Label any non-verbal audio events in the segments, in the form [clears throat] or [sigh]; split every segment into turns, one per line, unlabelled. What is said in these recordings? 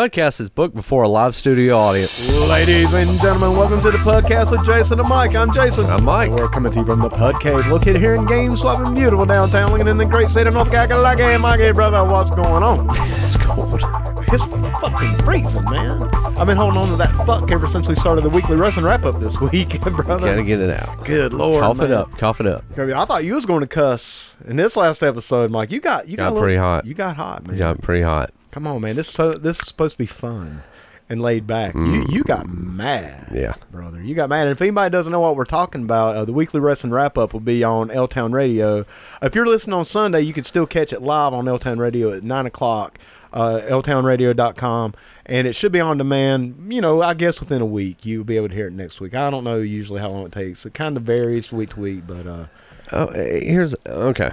Podcast is booked before a live studio audience.
Ladies and gentlemen, welcome to the podcast with Jason and Mike. I'm Jason.
I'm Mike.
We're coming to you from the Pud Cave, located here in Gameswap in beautiful downtown Lincoln in the great state of North Carolina. Hey, Mike, hey, brother, what's going on? It's cold. It's fucking freezing, man. I've been holding on to that fuck ever since we started the weekly wrestling wrap up this [laughs] week, brother.
Gotta get it out.
Good lord.
Cough
man.
it up. Cough it up.
I mean, I thought you was going to cuss in this last episode, Mike. You got you got,
Got
a little-
pretty hot.
You got hot, man.
Yeah, pretty hot.
Come on, man. This is so, this is supposed to be fun and laid back. You you got mad.
Mm. Yeah.
Brother, you got mad. And if anybody doesn't know what we're talking about, uh, the weekly wrestling wrap up will be on L Town Radio. If you're listening on Sunday, you can still catch it live on L Town Radio at 9 o'clock, uh, ltownradio.com. And it should be on demand, you know, I guess within a week. You'll be able to hear it next week. I don't know usually how long it takes. It kind of varies week to week, but uh,
Oh, eh, here's okay.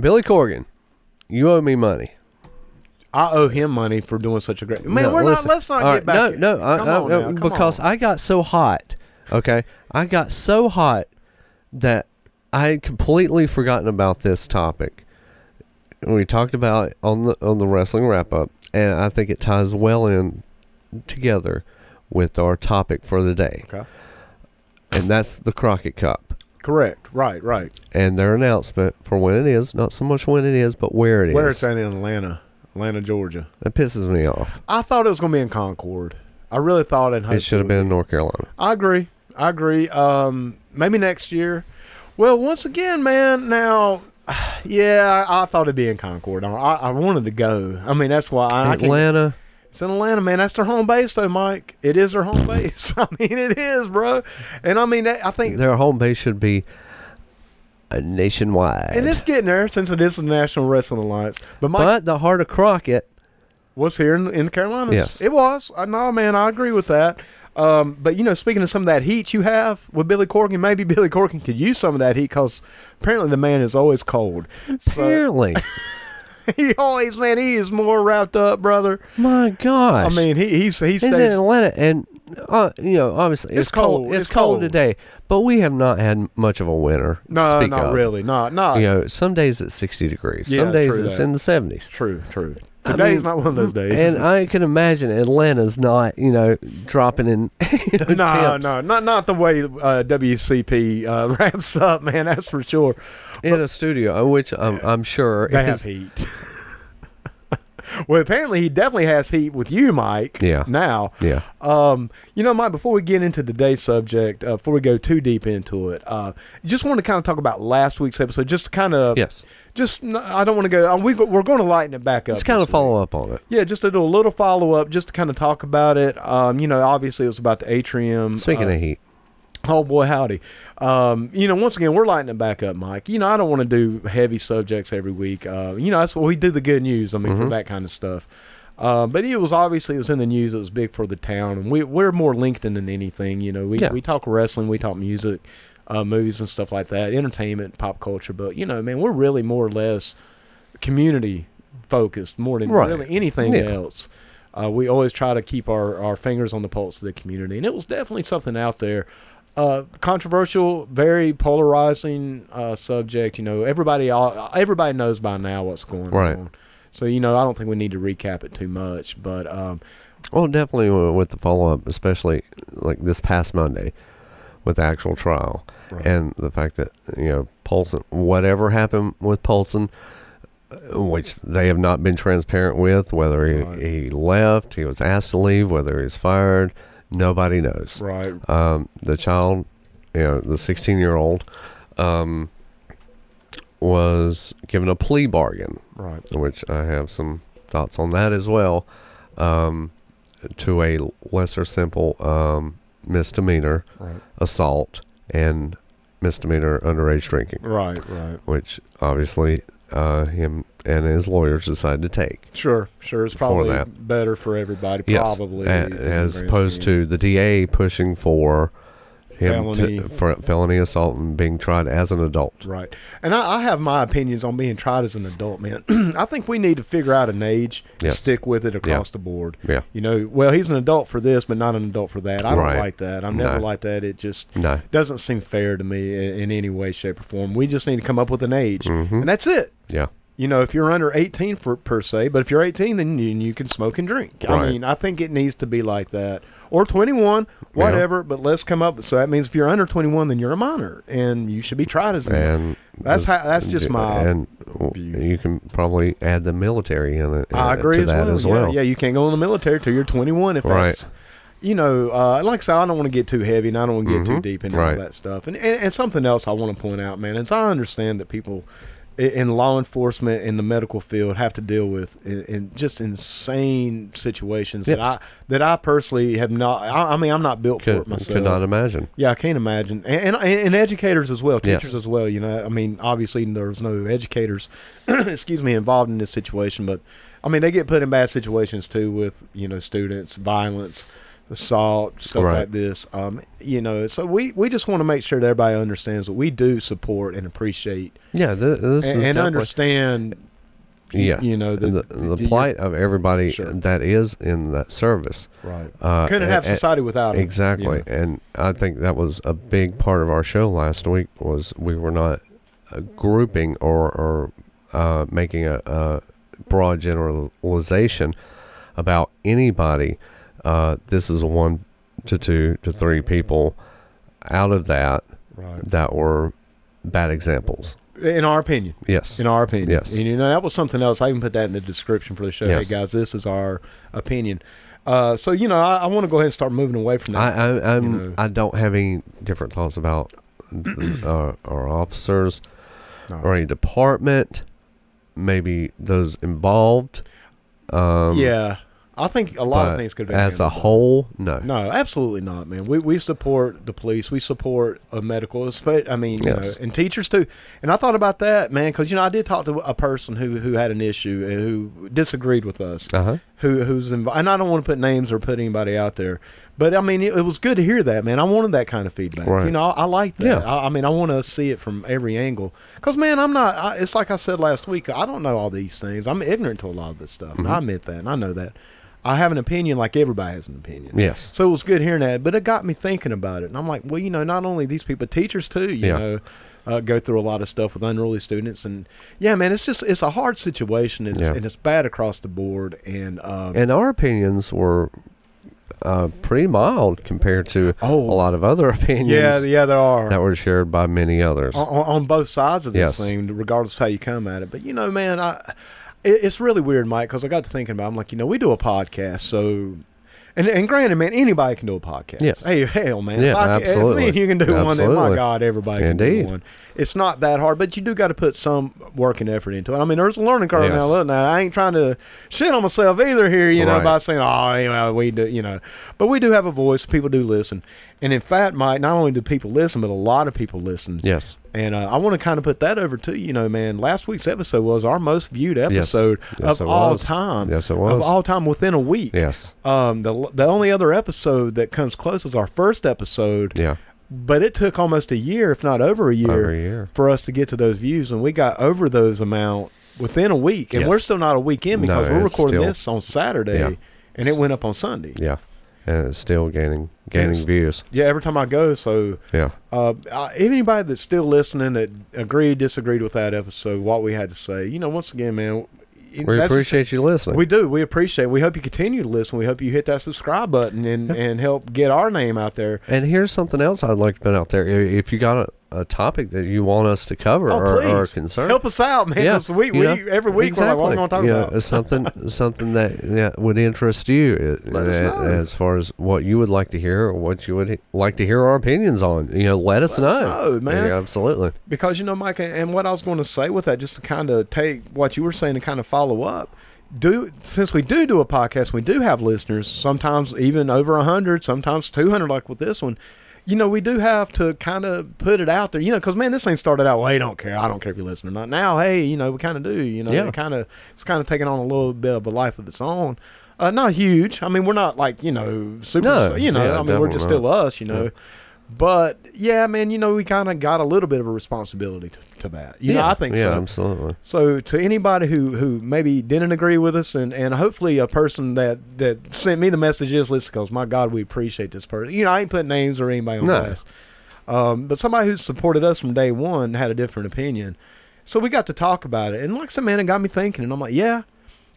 Billy Corgan, you owe me money.
I owe him money for doing such a great. Man,
No,
we're
listen.
not. Let's not
All
get
right,
back.
No,
in-
no, I,
Come
I-
on
I-
now, come
because
on.
I got so hot. Okay, I got so hot that I had completely forgotten about this topic. We talked about it on the on the wrestling wrap up, and I think it ties well in together with our topic for the day,
Okay.
and that's the Crockett Cup
Correct. Right. Right.
and their announcement for when it is. Not so much when it is, but where it is.
Where it's at in Atlanta, Atlanta, Georgia.
that pisses me off.
I thought it was going to be in Concord. I really thought it.
It should have been in North Carolina.
I agree. I agree. Um, maybe next year. Well, once again, man. Now, [sighs] yeah, I, I thought it'd be in Concord. I, I wanted to go. I mean, that's why I, I can't-
Atlanta.
It's in Atlanta, man. That's their home base, though, Mike. It is their home [laughs] base. I mean, it is, bro. And I mean, that, I think
their home base should be uh, nationwide.
And it's getting there since it is the National Wrestling Alliance. But Mike
but the heart of Crockett,
was here in, in the Carolinas.
Yes.
It was. I, no, man, I agree with that. Um, but, you know, speaking of some of that heat you have with Billy Corgan, maybe [laughs] Billy Corgan could use some of that heat because apparently the man is always cold. So, [laughs]
apparently, [laughs]
he always, man, he is more wrapped up, brother.
my gosh,
I mean, he, he's, he
he's in
stays.
Atlanta, and uh, you know, obviously, it's,
It's
cold.
cold.
It's,
It's
cold,
cold.
today, but we have not had much of a winter.
No,
speak
not
of.
really. Not, not.
You know, some days it's sixty degrees. some
Yeah,
days
true
it's
that.
in the seventies.
True, true.
I
Today's
mean,
not one of those days.
And I can imagine Atlanta's not, you know, dropping in. [laughs] You know,
[laughs] no,
temps.
no, not not the way uh, WCP uh, [laughs] wraps up, man. That's for sure.
in a studio, which I'm, I'm sure
They
is
have heat. [laughs] well, apparently he definitely has heat with you, Mike.
Yeah.
Now.
Yeah.
Um, you know, Mike. Before we get into today's subject, uh, before we go too deep into it, uh, just want to kind of talk about last week's episode. Just to kind of.
Yes.
Just n- I don't want to go. uh, We we're going to lighten it back up.
Let's kind of
this week.
follow up on it.
Yeah, just to do a little follow up, just to kind of talk about it. Um, you know, obviously it was about the atrium.
Speaking
uh,
of heat,
Oh boy, howdy! Um, you know, once again, we're lighting it back up, Mike. You know, I don't want to do heavy subjects every week. Uh, you know, that's what we do—the good news. I mean,
Mm-hmm.
for that kind of stuff. Uh, but it was obviously it was in the news. It was big for the town, and we we're more LinkedIn than anything. You know, we
Yeah.
we talk wrestling, we talk music, uh, movies and stuff like that, entertainment, pop culture. But you know, man, we're really more or less community focused more than
Right.
really anything
Yeah.
else. Uh, we always try to keep our, our fingers on the pulse of the community, and it was definitely something out there. Uh, controversial, very polarizing uh, subject. You know, everybody all, everybody knows by now what's going
Right.
on. So you know, I don't think we need to recap it too much. But um,
Well, definitely w- with the follow up, especially like this past Monday with the actual trial
Right.
and the fact that, you know, Polson, whatever happened with Polson, uh, which they have not been transparent with, whether he,
Right.
he left, he was asked to leave, whether he was fired, nobody knows.
right,
Um, the child, you know, the 16 year old, um, was given a plea bargain
right,
which I have some thoughts on that as well, um, to a lesser simple um, misdemeanor
right,
assault and misdemeanor underage drinking,
right, right.
which obviously uh, him and his lawyers decided to take.
Sure, sure. It's
Before
probably
that.
better for everybody, probably,
a-
in the
as
grand
opposed
scheme.
to the DA pushing for him
Felony.
To, for felony assault and being tried as an adult.
Right. And I, I have my opinions on being tried as an adult, man. [clears throat] I think we need to figure out an age, and
Yes.
stick with it across the board.
Yeah.
You know, well, he's an adult for this, but not an adult for that. I
Right.
don't like that. I'm never
No.
like that. It just
No.
doesn't
Mm-hmm.
seem fair to me in, in any way, shape, or form. We just need to come up with an age, and that's it.
Yeah.
You know, if you're under 18 for, per se, but if you're 18, then you, you can smoke and drink. I
Right.
mean, I think it needs to be like that. Or 21, whatever, but let's come up. So that means if you're under 21, then you're a minor and you should be tried as a minor.
and
That's how- that's just my
and
view.
you can probably add the military in it.
I
uh,
agree
to
as,
that
well.
as
yeah,
well.
yeah, you can't go in the military till you're 21 if
Right.
that's you know, uh, like I said, I don't want to get too heavy and I don't want to get too
Mhm.
deep into all
Right.
that stuff. And, and and something else I want to point out, man, is I understand that people i- in law enforcement in the medical field have to deal with in, in just insane situations that
Yes.
I that I personally have not. I, I mean, I'm not built for
Could,
it myself.
could not imagine.
Yeah, I can't imagine, and and, and educators as well,
Yes.
teachers as well. You know, I mean, obviously there was no educators, [clears throat] excuse me, involved in this situation, but I mean they get put in bad situations too with you know students, violence, assault, stuff
Right.
like this. Um, you know, so we we just want to make sure that everybody understands that we do support and appreciate
Yeah, th- this
and,
is
and
definitely-
understand. y-
Yeah,
you know
the,
the
the, plight of everybody
Sure.
that is in that service.
Right,
Uh,
couldn't
and-
have
and-
society without 'em, you
Exactly,
know.
and I think that was a big part of our show last week was we were not uh, grouping or or uh, making a, a broad generalization about anybody. Uh, this is one to two to three people out of that
Right,
that were bad examples.
in our opinion.
Yes,
in our opinion.
Yes.
And you know that was something else. I even put that in the description for the show.
Yes.
Hey guys, this is our opinion. Uh, so you know, I, I want to go ahead and start moving away from
I
that.
I I'm,
know.
I don't have any different thoughts about uh, our officers
No.
or any department, maybe those involved. Um,
yeah, I think a lot of
but
things could be
as a
handled.
whole. No,
No, absolutely not, man. We we support the police. We support a medical, spe- I mean,
Yes.
you know, and teachers too. And I thought about that, man, because you know I did talk to a person who who had an issue and who disagreed with us.
Uh huh.
who who's involved. And I don't want to put names or put anybody out there, but I mean, it, it was good to hear that, man. I wanted that kind of feedback.
Right.
You know, I, I like that.
Yeah.
I, I mean, I want to see it from every angle. Cause man, I'm not. I, it's like I said last week. I don't know all these things. I'm ignorant to a lot of this stuff.
Mm-hmm.
And I admit that, and I know that. I have an opinion, like everybody has an opinion.
Yes.
So it was good hearing that, but it got me thinking about it. And I'm like, well, you know, not only these people, teachers too, you
Yeah.
know, uh, go through a lot of stuff with unruly students. And yeah, man, it's just, it's a hard situation. It's,
Yeah.
And it's bad across the board. And, um,
And our opinions were uh, pretty mild compared to
Oh.
a lot of other [laughs] opinions
yeah, yeah, there are. Oh.
that were shared by many others.
on, on- on both sides of
Yes.
this thing, regardless of how you come at it. But you know, man, I it, it's really weird, Mike, because I got to thinking about. It. I'm like, you know, we do a podcast, so. And, and granted, man, anybody can do a podcast.
Yes.
Hey, hell, man.
Yeah,
if I, can- If
absolutely.
me and you can do one, then my
Absolutely.
God, everybody can
Indeed.
do one. It's not that hard, but you do got to put some work and effort into it. I mean, there's a learning curve
Yes.
now. Look, now I ain't trying to shit on myself either here, you know,
Right.
by saying, oh, anyway, we do, you know. But we do have a voice. People do listen. And in fact, Mike, not only do people listen, but a lot of people listen.
yes.
And uh, I want to kind of put that over too. You know, man, last week's episode was our most viewed episode
Yes,
of
it
all
was.
time.
Yes, it
Of
was.
all time within a week.
Yes.
Um, the, the only other episode that comes close is our first episode,
Yeah.
but it took almost a year, if not over a year,
Over a year.
for us to get to those views. And we got over those amount within a week. And
Yes.
we're still not a week in
No,
because we're
it's
recording
still-
this on Saturday
Yeah.
and it went up on Sunday.
Yeah. And it's still gaining gaining
Yes.
views.
yeah, every time I go, so
Yeah.
uh, uh, anybody that's still listening that agreed, disagreed with that episode, what we had to say, you know, once again, man, it-
We
that's-
appreciate you listening.
We do. We appreciate. We hope you continue to listen. We hope you hit that subscribe button and and help get our name out there.
And here's something else I'd like to put out there. I- If you got a, a topic that you want us to cover
Oh,
or,
please
or a concern,
help us out, man.
yeah,
'cause we,
you
we
know,
every week we're like, what are we going to talk
Exactly.
about?
Yeah,
[laughs]
something something that yeah, would interest you uh,
Let us
uh,
know.
as far as what you would like to hear or what you would he- like to hear our opinions on. You know, let us
Let us
know.
know, man.
Yeah, absolutely.
because you know mike and- and what i was going to say with that just to kind of take what you were saying and kind of follow up do since we do do a podcast we do have listeners sometimes even over 100 sometimes 200 like with this one you know we do have to kind of put it out there you know because man this thing started out well hey don't care i don't care if you listen or not now hey you know we kind of do you know
Yeah.
it kind of it's kind of taking on a little bit of a life of its own uh, not huge i mean we're not like you know super
No,
you know
yeah,
i mean we're just
definitely
still
not.
us, you know. But yeah, man, you know, we kind of got a little bit of a responsibility to, to that. You know,
yeah,
I think
yeah,
so.
absolutely.
So to anybody who who maybe didn't agree with us, and and hopefully a person that that sent me the message is listen, because my God, we appreciate this person. You know, I ain't putting names or anybody on
No.
blast. Um, but somebody who supported us from day one had a different opinion. So we got to talk about it, and like I said, man, it got me thinking, and I'm like, yeah,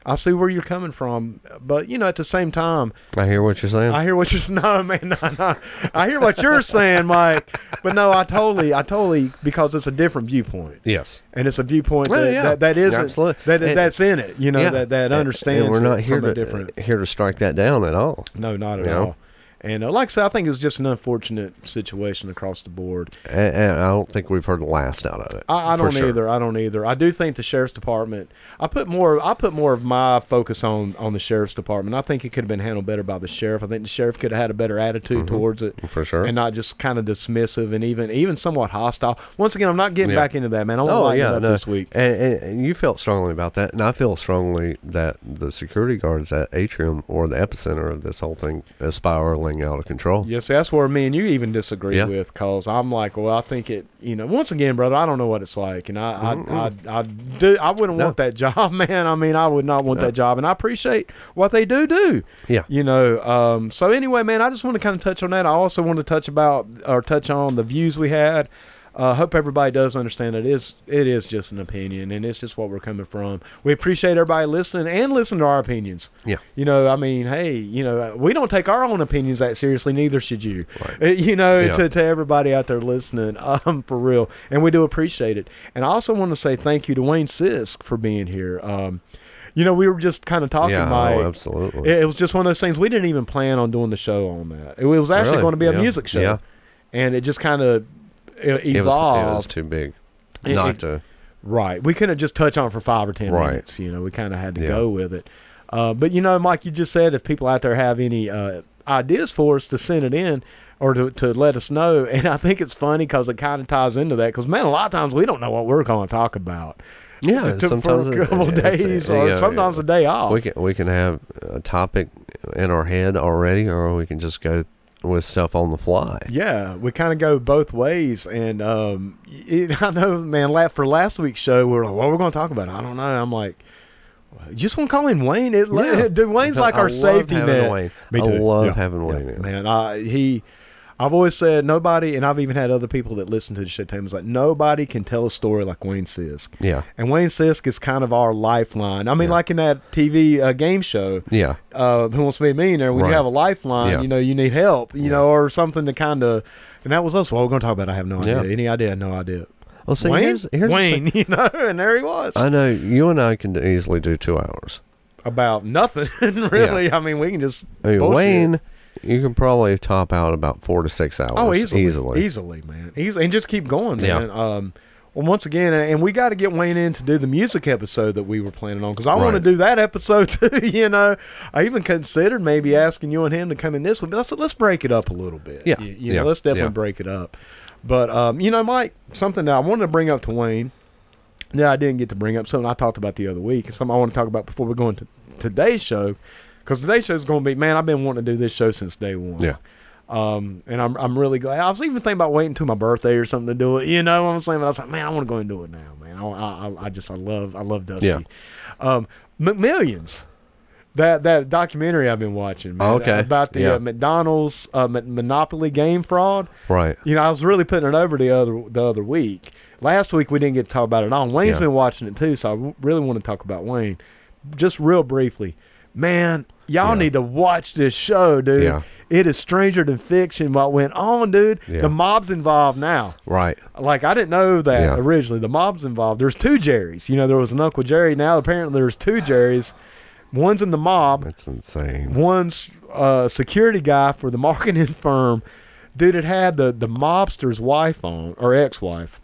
I see where you're coming from, but you know, at the same time,
I hear what you're saying.
I hear what you're [laughs] saying. No, man, no, no. I hear what you're saying, Mike. But no, I totally, I totally, because it's a different viewpoint,
yes.
and it's a viewpoint
Well,
that,
yeah.
that, that isn't
Absolutely.
that
And-
that's in it. You know,
Yeah.
that that
And-
understands.
And we're
it
not here
from a
to uh,
different.
here to strike that down at all.
No, not at
you know?
all. And uh, like I said, I think it was just an unfortunate situation across the board.
And, and I don't think we've heard the last out of it.
I, I
for
don't
sure.
either. I don't either. I do think the sheriff's department. I put more. I put more of my focus on on the sheriff's department. I think it could have been handled better by the sheriff. I think the sheriff could have had a better attitude
Mm-hmm.
towards it,
For sure.
and not just kind of dismissive and even even somewhat hostile. Once again, I'm not getting
Yeah.
back into that, man. I want to
oh
lighten it
yeah,
up
no.
this week.
And, and, and you felt strongly about that, and I feel strongly that the security guards at Atrium or the epicenter of this whole thing is spiraling out of control.
Yes, that's where me and you even disagree
Yeah.
with, cause I'm like, well, I think it. You know, once again, brother, I don't know what it's like, and I, I, I, I do. I wouldn't
No.
want that [laughs] job, man. I mean, I would not want that job, and I appreciate what they do do.
Yeah.
You know, um, so anyway, man, I just want to kind of touch on that. I also want to touch about or touch on the views we had. Uh, hope everybody does understand it is it is just an opinion and it's just what we're coming from. We appreciate everybody listening and listen to our opinions.
Yeah.
You know, I mean, hey, you know, we don't take our own opinions that seriously. Neither should you. Uh, You know,
Yeah.
to, to everybody out there listening, [laughs] um, for real, and we do appreciate it. And I also want to say thank you to Wayne Sisk for being here. Um, you know, we were just kind of talking,
yeah,
Mike.
oh, absolutely.
It, it was just one of those things we didn't even plan on doing the show on that. It was actually
Really?
going to be a
Yeah.
music show,
Yeah.
and it just kind of evolved.
it, was, it was too big.
It-
Not
it-
to
Right. We couldn't just touch on it for five or ten
Right.
minutes. You know, we kind of had to
Yeah.
go with it. Uh, but you know, Mike, you just said if people out there have any uh, ideas for us to send it in or to, to let us know, [laughs] and I think it's funny because it kind of ties into that. Because man, a lot of times we don't know what we're going to talk about.
Yeah,
To-
sometimes
for
it-
a
[laughs]
couple
it's- uh,
days, or
yeah,
sometimes a day off.
we can we can have a topic in our head already, or we can just go with stuff on the fly.
Yeah, we kind of go both ways, and um, it, [laughs] I know, man. la for last week's show, we were like, "What we're going to talk about?" I don't know. I'm like, well, "Just want to call him Wayne." It,
Yeah.
[laughs] dude, Wayne's
[laughs] I
like our
love
safety
having
net.
Wayne.
Me
I
too.
love
Yeah.
having Wayne.
Yeah,
in.
man. I, he, I've always said nobody, and I've even had other people that listen to the show tell me, it's like nobody can tell a story like Wayne Sisk.
Yeah,
And Wayne Sisk is kind of our lifeline. I mean,
Yeah.
like in that TV uh, game show,
yeah,
uh, Who Wants to Be a Millionaire, when
Right.
you have a lifeline,
Yeah.
you know, you need help, you
Yeah.
know, or something to kind of. And that was us. Well, we're going to talk about. it. I have no idea.
Yeah.
Any idea? No idea.
Well, see,
Wayne,
here's, here's the thing.
Wayne, [laughs] you know, and there he was
I know you and I can easily do two hours.
about nothing. [laughs] really, I mean, we can just.
I mean,
bullshit.
Wayne, you can probably top out about four to six hours.
Oh, easily,
easily.
easily, man, easily, and just keep going,
Yeah.
man. Um, well, once again, and we got to get Wayne in to do the music episode that we were planning on because I want to
Right.
do that episode [laughs] too. You know, I even considered maybe asking you and him to come in this one, but I said let's break it up a little bit.
Yeah.
Y- you, know,
Yeah.
let's definitely
Yeah.
break it up. But um, you know, Mike, something that I wanted to bring up to Wayne that I didn't get to bring up, something I talked about the other week, and something I want to talk about before we go into today's show, because today's show is going to be, man, I've been wanting to do this show since day one.
Yeah.
Um, and I'm I'm really glad. I was even thinking about waiting till my birthday or something to do it. You know what I'm saying? But I was like, man, I want to go and do it now, man. I I, I- I just I love I love Dusty.
Yeah.
Um, McMillions. That that documentary I've been watching, man,
Oh, Okay.
about the
Yeah.
uh, McDonald's uh, Mon- Monopoly game fraud.
Right.
You know, I was really putting it over the other the other week. Last week we didn't get to talk about it. On Wayne's
Yeah.
been watching it too, so I w- really want to talk about Wayne, just real briefly. Man, y'all
Yeah.
need to watch this show, dude.
Yeah.
It is stranger than fiction. What went on, dude?
Yeah.
The mob's involved now.
Right.
Like I didn't know that
Yeah.
originally. The mob's involved. There's two Jerrys. You know, there was an Uncle Jerry. Now apparently there's two Jerrys. One's in the mob.
That's insane.
One's uh, security guy for the marketing [laughs] firm. Dude, it had the, the mobster's wife on, or ex-wife,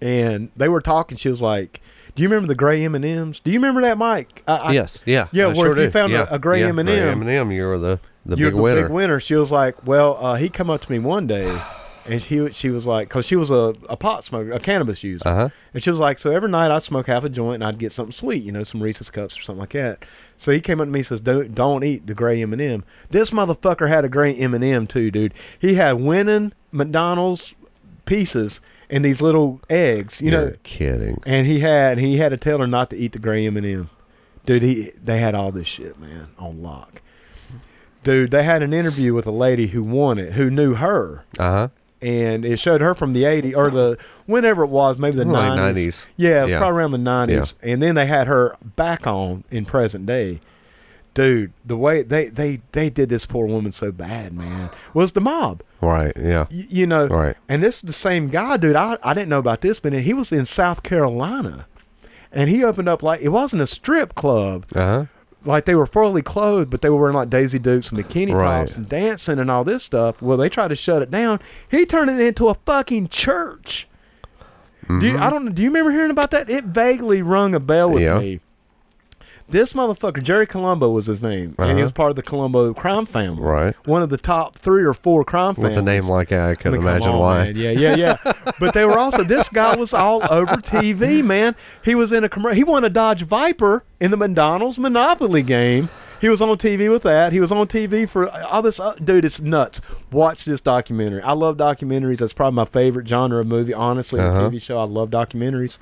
and they were talking. She was like, "Do you remember the gray M and M's? Do you remember that, Mike?" I, I,
yes. Yeah.
Yeah,
I
where if you
do.
found a- a gray M&M,
M&M, you're the the
you're
big
the
winner.
big winner. She was like, "Well, uh, he come up to me one day, and he she was like, because she was a, a pot smoker, a cannabis user,
Uh huh.
and she was like, so every night I'd smoke half a joint and I'd get something sweet, you know, some Reese's cups or something like that. So he came up to me and says, don't don't eat the gray M and m This motherfucker had a gray M and m too, dude. He had winning McDonald's pieces and these little eggs, you
You're
know,
kidding.
and he had he had to tell her not to eat the gray M and m Dude, he they had all this shit, man, on lock. Dude, they had an interview with a lady who won it, who knew her
Uh huh.
and it showed her from the 80s or the whenever it was, maybe the
Probably
90s.
90s.
Yeah, it was
Yeah.
probably around the 90s. And then they had her back on in present day. Dude, the way they they they did this poor woman so bad, man, was the mob.
Right. Yeah.
Y- you know,
Right.
and this is the same guy, dude. I, I didn't know about this, but he was in South Carolina, and he opened up like it wasn't a strip club,
Uh huh.
like they were fully clothed, but they were wearing like Daisy Dukes and bikini
Right.
tops and dancing and all this stuff. Well, they tried to shut it down. He turned it into a fucking church. Do you, I don't. Do you remember hearing about that? It vaguely rung a bell with
Mm-hmm. Yeah.
me. This motherfucker, Jerry Colombo was his name, and he
Uh-huh.
was part of the Colombo crime family.
Right.
One of the top three or four crime
With
families.
a name like that, I can
I mean, come
imagine
on,
why.
man. Yeah, yeah, yeah. but they were also this guy was all over TV, man. He was in a commercial. He won a Dodge Viper in the McDonald's Monopoly game. He was on TV with that. He was on TV for all this. Uh, dude, it's nuts. Watch this documentary. I love documentaries. That's probably my favorite genre of movie. Honestly, or
Uh-huh.
TV show. I love documentaries.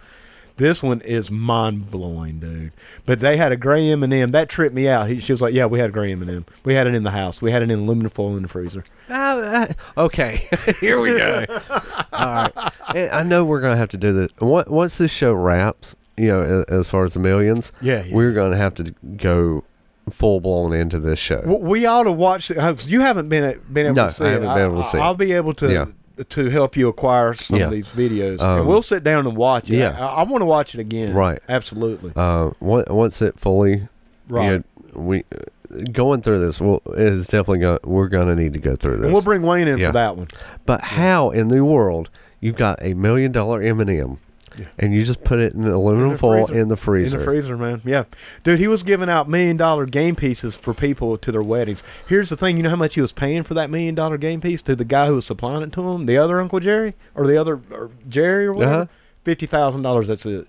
This one is mind blowing, dude. But they had a gray M and M that tripped me out. He, she was like, "Yeah, we had a gray M and M. We had it in the house. We had it in aluminum foil in the freezer."
Ah, ah, okay, [laughs] here we
[laughs]
go. All right, and I know we're gonna have to do this. Wa- Once this show wraps, you know, a- as far as the millions,
Yeah, yeah.
we're gonna have to d- go full blown into this show.
W- We ought to watch. it. Uh, You haven't been been able
No,
to see
I
it.
haven't been able to see it.
I'll be able to
Yeah.
to help you acquire some
Yeah.
of these videos,
Um,
and we'll sit down and watch it.
yeah.
I, I want to watch it again.
Right.
Absolutely.
Uh, on- once it fully,
Right.
you know, we uh, going through this. Well, it is definitely going. to We're gonna need to go through
and
this.
we'll bring Wayne in
Yeah.
for that one.
but how in the world you got a million dollar M and M,
Yeah.
and you just put it in the aluminum foil
freezer.
in the freezer?
In the freezer, man. Yeah, dude, he was giving out million dollar game pieces for people to their weddings. Here's the thing: you know how much he was paying for that million dollar game piece to the guy who was supplying it to him, the other Uncle Jerry or the other or Jerry or whatever.
Uh-huh.
thousand dollars. That's it.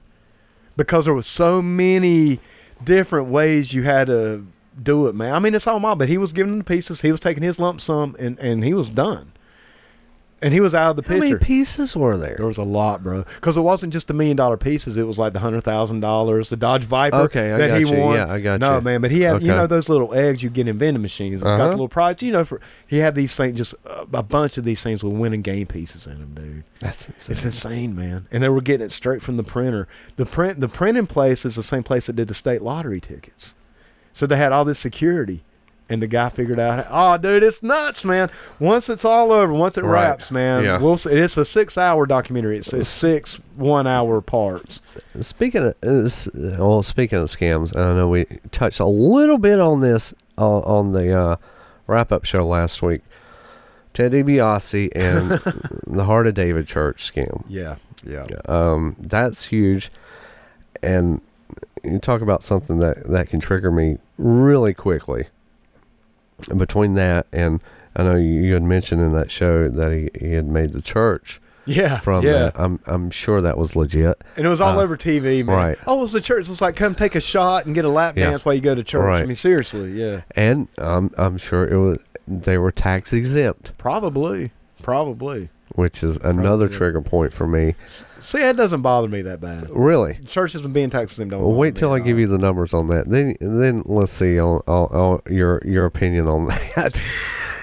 Because there was so many different ways you had to do it, man. I mean, it's all mine, but he was giving them the pieces. He was taking his lump sum, and and he was done. And he was out of the
How many
picture.
pieces were there?
There was a lot, bro. Because it wasn't just the million dollar pieces. It was like the hundred thousand dollars, the Dodge Viper
Okay, I
that he
got you.
won.
Yeah, I got
no,
you.
man, but he had you
Okay.
know those little eggs you get in vending machines. It's got
Uh-huh.
the little prize. You know, for he had these things, just uh, a bunch of these things with winning game pieces in them, dude.
That's
It's insane, man. And they were getting it straight from the printer. The print, the printing place is the same place that did the state lottery tickets. So they had all this security, and the guy figured out, oh, dude, it's nuts, man. Once it's all over, once it
Right.
wraps, man,
Yeah.
we'll. s- It's a six-hour documentary. It's, it's six one-hour parts.
Speaking of uh, s- well, speaking of scams, I know we touched a little bit on this uh, on the uh, wrap-up show last week. Teddy DiBiase and the Heart of David Church scam.
Yeah, yeah,
Um, that's huge, and you talk about something that that can trigger me really quickly. And Between that and I know you you had mentioned in that show that he, he had made the church
yeah.
from
yeah.
that. I'm I'm sure that was legit.
And it was all
Uh,
over TV, man.
right.
Oh, it was the church. It was like, come take a shot and get a lap
Yeah.
dance while you go to church. I
Right.
mean, seriously, yeah.
and um, I'm sure it was they were tax exempt,
Probably, probably.
which is another
Probably.
trigger point for me.
See, that doesn't bother me that bad.
Really,
churches and being taxed them don't.
well,
bother
wait
me
till
at
I give
all.
you the numbers on that. Then then let's see on, on, on your your opinion on [laughs] that.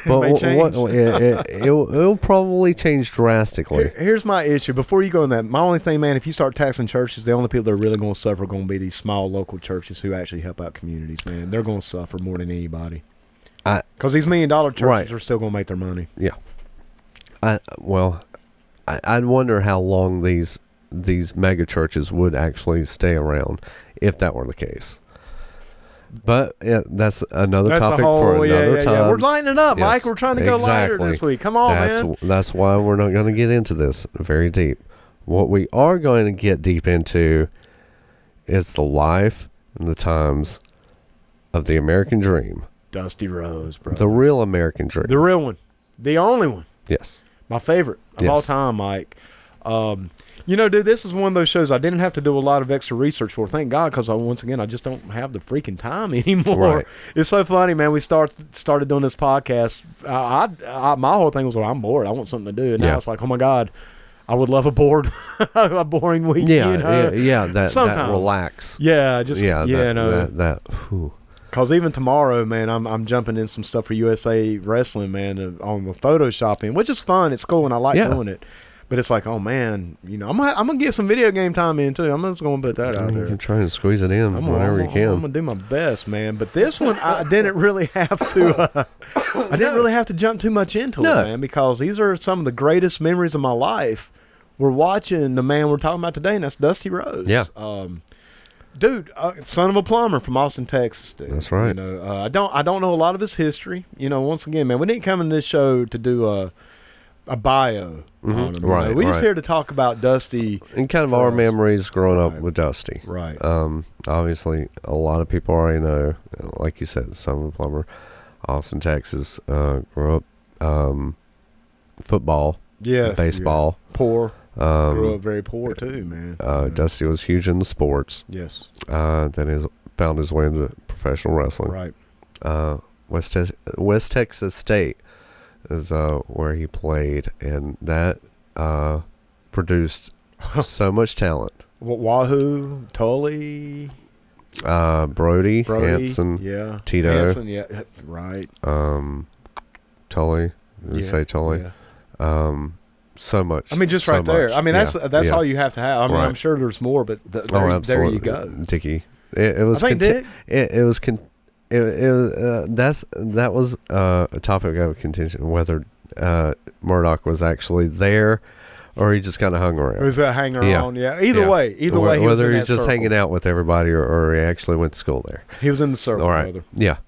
may
what-
change.
it, it, it'll, it'll probably change drastically.
[laughs] Here- Here's my issue. Before you go in that, my only thing, man, if you start taxing churches, the only people that are really going to suffer are going to be these small local churches who actually help out communities, man. They're going to suffer more than anybody.
I-
Because these million dollar churches
Right.
are still going to make their money.
Yeah. I well, I, I'd wonder how long these these mega churches would actually stay around if that were the case. But yeah, that's another
That's
topic
a whole,
for
yeah,
another
yeah,
time.
yeah. We're lightening up,
Yes,
Mike. We're trying to go lighter
exactly.
this week. Come on,
that's
man.
that's why we're not going to get into this very deep. What we are going to get deep into is the life and the times of the American dream,
Dusty Rose, bro.
the real American dream.
the real one. The only one.
yes.
My favorite of
Yes.
all time, Mike. Um, you know, dude, this is one of those shows I didn't have to do a lot of extra research for. Thank God, because I once again I just don't have the freaking time [laughs] anymore.
Right.
It's so funny, man. We start started doing this podcast. I, I, I my whole thing was, well, I'm bored. I want something to do. And now
Yeah.
it's like, oh my God, I would love a bored, [laughs] a boring week.
Yeah,
you
yeah,
know?
yeah, that
Sometimes.
that relax.
yeah, just yeah,
that,
no.
that, that whew.
Cause even tomorrow, man, I'm I'm jumping in some stuff for USA Wrestling, man, uh, on the photoshopping, which is fun. It's cool, and I like
Yeah.
doing it. But it's like, oh man, you know, I'm gonna, I'm gonna get some video game time in too. I'm just gonna put that out there.
I'm trying to squeeze it in
I'm
whenever
gonna,
you
I'm
can.
gonna- I'm gonna do my best, man. But this one, I didn't really have to.
[coughs]
Uh, I didn't really have to jump too much into
No.
it, man, because these are some of the greatest memories of my life. We're watching the man we're talking about today, and that's Dusty Rhodes.
Yeah.
Um, dude, uh, son of a plumber from Austin, Texas. Dude.
That's right.
You know, uh, I don't, I don't know a lot of his history. You know, once again, man, we didn't come in this show to do a, a bio. on him, you know.
Mm-hmm. Right,
We're just
right.
here to talk about Dusty.
and kind of our
Gross.
memories growing up
Right.
with Dusty.
Right.
Um, obviously, a lot of people already know, like you said, Simon Plummer, Austin, Texas, uh, grew up um, football,
yes.
baseball.
yeah. Poor. Grew
Um,
up very poor too, man.
uh,
Yeah.
Dusty was huge into sports.
Yes.
Uh, then he found his way into professional wrestling.
Right.
Uh, West, Tex West Texas State is uh, where he played, and that uh,
[laughs]
produced so much talent.
Wa- Wahoo, Tully,
Uh, Brody,
Brody,
Hanson,
yeah,
Tito.
Hanson, yeah, right.
um, Tully. Did
yeah,
you say Tully?
yeah.
Um, so much.
I mean, just
so
right there.
much.
I mean, that's
Yeah,
that's
yeah.
all you have to have. I mean,
Right.
I'm sure there's more, but th-
Oh,
there, there
absolutely.
you go.
Dicky. It, it was.
I think
conti-
Dick-
It, it was. Con- it, it was, uh, that's that was uh, a topic of contention whether uh, Murdoch was actually there or he just kind of hung
It
around.
was a hanger
Yeah.
on. Yeah. Either
Yeah.
way, either
Wh-
way, he was
whether
in
he's
that
just
circle.
hanging out with everybody or, or he actually went to school there.
He was in the circle.
All right.
brother.
Yeah.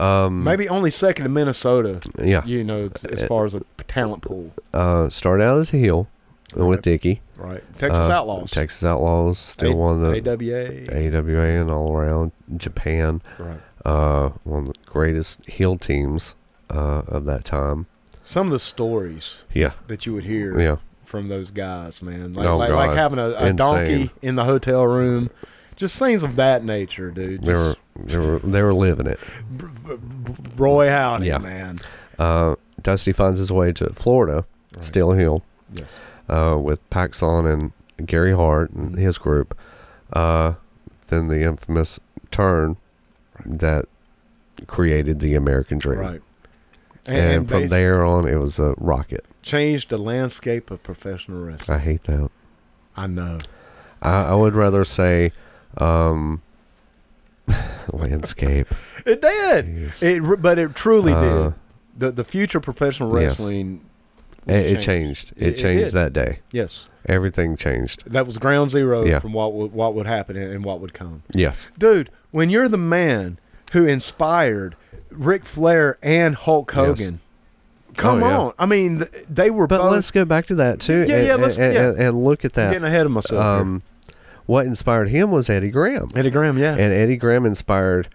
Um,
Maybe only second to Minnesota.
Yeah.
You know, as far as a talent pool,
Uh, started out as a heel uh, with
Right.
Dicky.
right? Texas
Uh,
Outlaws.
Texas Outlaws. Still
A-
one of the
AWA.
AWA and all around Japan.
right.
Uh, one of the greatest heel teams uh, of that time.
Some of the stories
Yeah,
that you would hear.
yeah,
from those guys, man. Like
Oh,
like, like
God.
having a, a
Insane.
donkey in the hotel room. Just things of that nature, dude.
they were
Just
they were they were living it.
Roy Howdy,
Yeah.
man.
Uh, Dusty finds his way to Florida,
Right.
still heel,
Yes.
uh, with Paxson and Gary Hart
Mm-hmm.
and his group. Uh, then the infamous turn that created the American Dream.
Right. And,
And,
and
from
bas-
there on, it was a rocket.
changed the landscape of professional
I
wrestling.
hate that.
I know.
I, I would rather say um, [laughs]
[laughs]
landscape.
It did.
Jeez.
It, re- but it truly
Uh,
did. The the future of professional
yes.
wrestling. was
It, it changed. It,
It- it
changed
did.
that day.
Yes,
Everything changed.
that was ground zero
Yeah.
from what would, what would happen and and what would come.
Yes.
dude, when you're the man who inspired Ric Flair and Hulk
Yes.
Hogan, come
Oh, yeah.
on. I mean, th- they were
But
both
let's go back to that too.
Yeah,
and,
yeah, let's-
and,
yeah.
and- and look at
I'm
that.
getting ahead of myself. Um,
Um, what inspired him was Eddie Graham,
Eddie Graham,
[laughs]
yeah,
and Eddie Graham inspired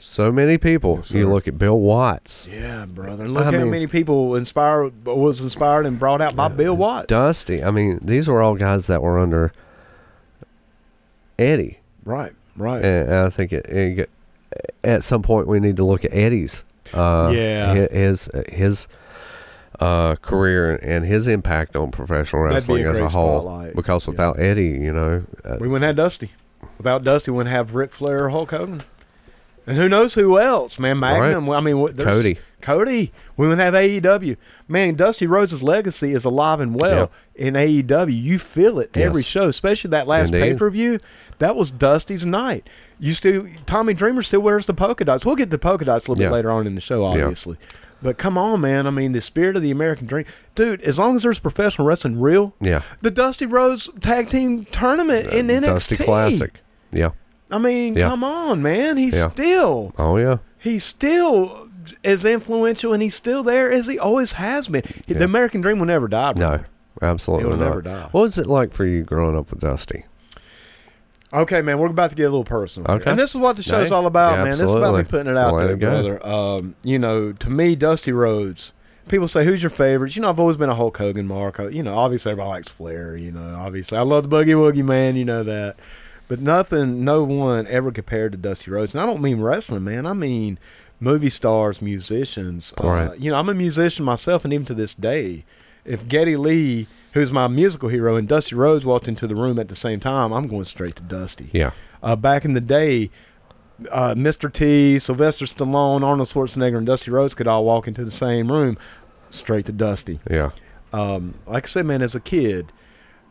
so many people.
Yes,
you
sir.
look at Bill Watts,
yeah, brother. And Look
I
how
mean-
many people inspired was inspired and brought out by Bill Watts.
Dusty. I mean, these were all guys that were under Eddie,
Right, right.
and I think it, it get- at some point we need to look at Eddie's. Uh,
Yeah.
hi- his his uh, career and his impact on professional
That'd be
wrestling
a
as a
great
whole.
spotlight.
Because
Yeah.
without Eddie, you know, uh,
we wouldn't have Dusty. Without Dusty, we wouldn't have Ric Flair or Hulk Hogan. And who knows who else, man?
All right.
Magnum. I mean, what- there's-
Cody.
Cody. We wouldn't have AEW. Man, Dusty Rhodes' legacy is alive and well in AEW. You feel it every
Yes.
show, especially that last
Indeed.
pay per view. That was Dusty's night. You still, Tommy Dreamer still wears the polka dots. We'll get the polka dots a little
Yeah.
bit later on in the show, obviously. But come on, man. I mean, the spirit of the American dream. Dude, as long as there's professional wrestling real,
yeah,
the Dusty Rhodes Tag Team Tournament in NXT.
Dusty Classic. Yeah.
I mean,
Yeah.
come on, man. He's
Yeah.
still
Oh yeah.
he's still as influential, and he's still there as he always has been.
Yeah.
The American Dream will never die. bro.
No, absolutely
It'll
not.
never die.
What was it like for you growing up with Dusty?
Okay, man, we're about to get a little personal.
Okay.
And this is what the show's
Yeah.
all about,
Yeah,
man. This is about
absolutely.
me putting it out
Let
there,
it go.
brother. Um, you know, to me, Dusty Rhodes. People say, "Who's your favorite?" You know, I've always been a Hulk Hogan mark. You know, obviously everybody likes Flair. You know, obviously I love the Boogie Woogie man. You know that, but nothing, no one ever compared to Dusty Rhodes. And I don't mean wrestling, man. I mean movie stars, musicians. Uh,
Right.
you know, I'm a musician myself, and even to this day, if Getty Lee, who's my musical hero, and Dusty Rhodes walked into the room at the same time, I'm going straight to Dusty
Yeah.
uh, back in the day, uh, Mr. T, Sylvester Stallone, Arnold Schwarzenegger, and Dusty Rhodes could all walk into the same room, straight to Dusty.
Yeah.
Um, like I said, man, as a kid,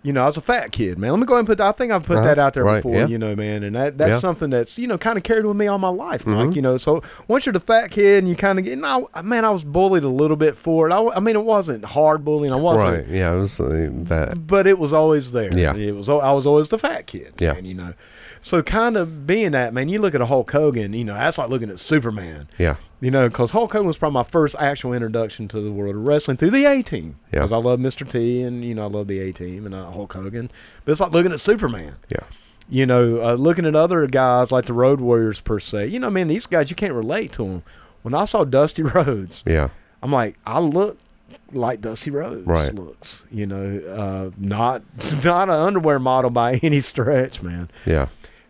you know, I was a fat kid, man. Let me go ahead and put. I think I've put
Uh-huh.
that out there
Right,
before,
yeah.
you know, man. And that that's
Yeah.
something that's you know kind of carried with me all my life, Mike.
Mhm.
You know, so once you're the fat kid and you kind of get, no, man, I was bullied a little bit for it. I, wa- I mean, it wasn't hard bullying. I wasn't
Right. Yeah. It was uh, that.
but it was always there.
Yeah.
it was. al- I was always the fat kid.
Yeah.
man, you know. So kind of being that man, you look at a Hulk Hogan. You know, that's like looking at Superman.
Yeah.
You know, because Hulk Hogan was probably my first actual introduction to the world of wrestling through the A Team.
Yeah.
because I love Mr. T and you know I love the A Team and uh, Hulk Hogan. But it's like looking at Superman.
Yeah.
You know, uh, looking at other guys like the Road Warriors per se. You know, man, these guys you can't relate to them. When I saw Dusty [laughs] Rhodes,
Yeah.
I'm like, I look like Dusty Rhodes
Right.
looks. You know, uh, not [laughs] not an underwear model by [laughs] any stretch, man.
Yeah.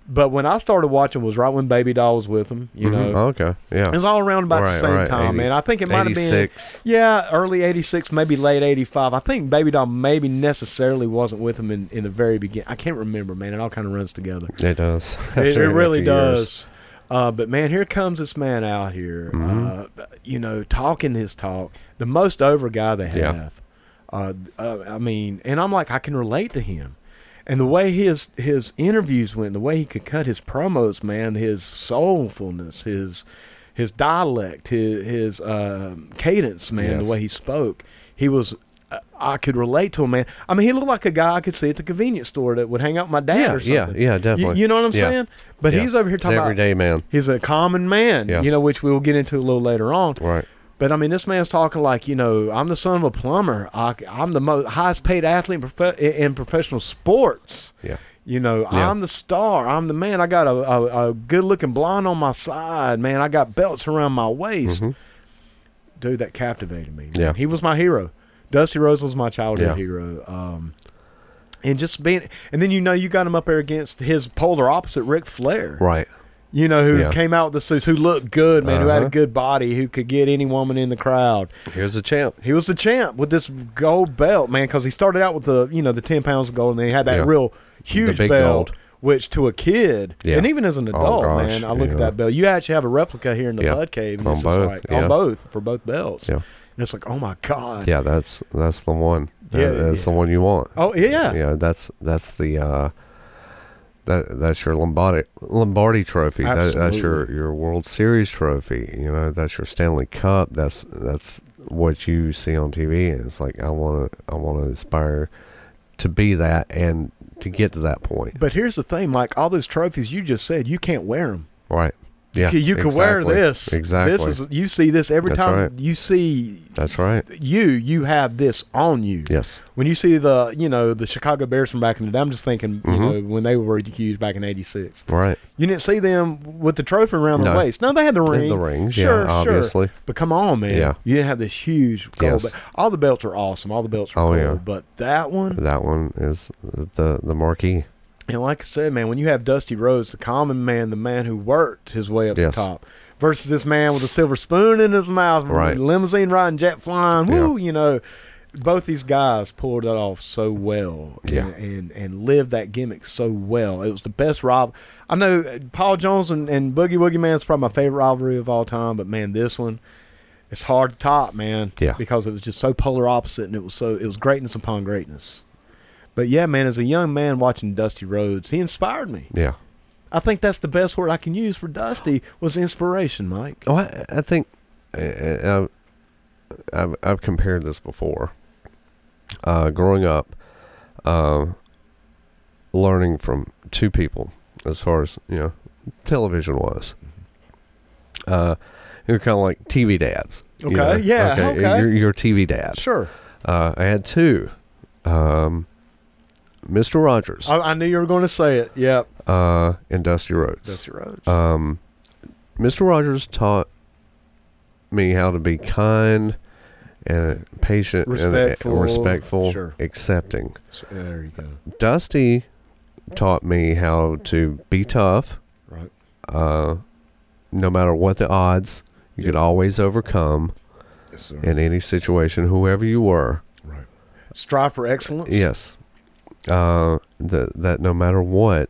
But when I started watching was right when Baby Doll was with him. You
Mhm.
know,
Okay. Yeah.
it was all around about
Right,
the same
right,
time,
80
man. I think it might have been
86.
yeah, early '86, maybe late '85. I think Baby Doll maybe necessarily wasn't with him in, in the very beginning. I can't remember, man. It all kind of runs together.
It does. [laughs]
It,
After-
it really
after years.
does. Uh, but man, here comes this man out here,
Mm-hmm.
uh, you know, talking his talk, the most over guy they
Yeah.
have. Uh, uh, I mean, and I'm like, I can relate to him. And the way his his interviews went, the way he could cut his promos, man, his soulfulness, his his dialect, his his um cadence, man,
Yes.
the way he spoke, he was. I- I could relate to him, man. I mean, he looked like a guy I could see at the convenience store that would hang out with my dad
Yeah,
or something.
yeah, yeah,
You-
definitely.
You, know what I'm
Yeah.
saying? But
Yeah.
he's over here
It's
talking about
everyday man.
he's a common man,
Yeah.
you know, which we will get into a little later on.
Right.
But I mean, this man's talking like, you know, I'm the son of a plumber. I, I'm the most highest paid athlete in, prof- in professional sports.
Yeah.
You know,
Yeah.
I'm the star. I'm the man. I got a, a, a good looking blonde on my side, man. I got belts around my waist.
Mhm.
Dude, that captivated me. man.
Yeah.
He was my hero. Dusty Rose was my childhood
Yeah.
hero. Um, and just being, and then you know, you got him up there against his polar opposite, Ric Flair
Right.
you know, who
Yeah.
came out with the suits, who looked good, man, who had a
Uh-huh.
good body, who could get any woman in the crowd.
Here's the champ.
He was the champ with this gold belt, man, because he started out with the, you know, the 10 pounds of gold, and then he had that
Yeah.
real huge
big
belt,
gold.
which to a kid,
Yeah. Oh,
and even as an adult,
gosh,
man, I look at
yeah.
that belt. You actually have a replica here in the
Yeah.
Bud Cave, and
On
it's just
both,
like,
yeah.
on both, for both belts.
Yeah.
And it's like, oh my God.
Yeah. That's that's the one. That-
Yeah,
that's
yeah.
the one you want.
Oh, yeah.
Yeah. That's that's the. uh that, that's your Lombardi Lombardi trophy. That, that's your,
Absolutely.
your World Series trophy. You know that's your Stanley Cup. That's that's what you see on TV, and it's like I want to I want to aspire to be that and to get to that point.
But here's the thing, Mike, all those trophies you just said, you can't wear them.
Right? Yeah.
you can wear
exactly,
this.
Exactly.
This is you see this every
That's
time
right.
you see
that's right.
you you have this on you.
Yes.
When you see the you know the Chicago Bears from back in the day, I'm just thinking you
Mhm.
know when they were huge back in '86.
Right.
You didn't see them with the trophy around their
No.
waist. No, they had the
They had
ring.
the rings, yeah,
Sure, sure.
obviously.
But come on, man.
Yeah.
You didn't have this huge gold.
Yes.
belt. All the belts are awesome. All the belts are
Oh,
cool.
yeah.
But that one,
That one is the the marquee.
and like I said, man, when you have Dusty Rhodes, the common man, the man who worked his way up
Yes.
the top, versus this man with a silver spoon in his mouth,
Right.
limousine riding, jet flying,
Yeah.
woo, you know, both these guys pulled it off so well, and-
Yeah.
and, and lived that gimmick so well. It was the best rival. I know uh, Paul Jones and, and Boogie Woogie Man is probably my favorite rivalry of all time, but man, this one. It's hard to top, man.
Yeah.
Because it was just so polar opposite, and it was so it was greatness upon greatness. But yeah, man, as a young man watching Dusty Rhodes, he inspired me.
Yeah.
I think that's the best word I can use for Dusty was inspiration, Mike.
Oh, I, I think uh, uh, I've, I've compared this before. Uh, growing up, uh, learning from two people as far as you know, television was. Uh, you're kind of like TV dads. you
Mm-hmm. Okay,
know?
yeah, okay.
You're, you're TV dad.
Sure.
Uh, I had two. Um, Mr. Rogers
I, I knew you were going to say it. Yep.
uh, and Dusty Rhodes.
Dusty Rhodes.
Um, Mr. Rogers taught me how to be kind and patient,
Respectful,
and respectful,
sure.
accepting.
So, there you go.
Dusty taught me how to be tough,
Right.
uh, no matter what the odds. You could always overcome
Yes, sir.
in any situation, whoever you were.
right. Strive for excellence.
Yes, uh, that that no matter what,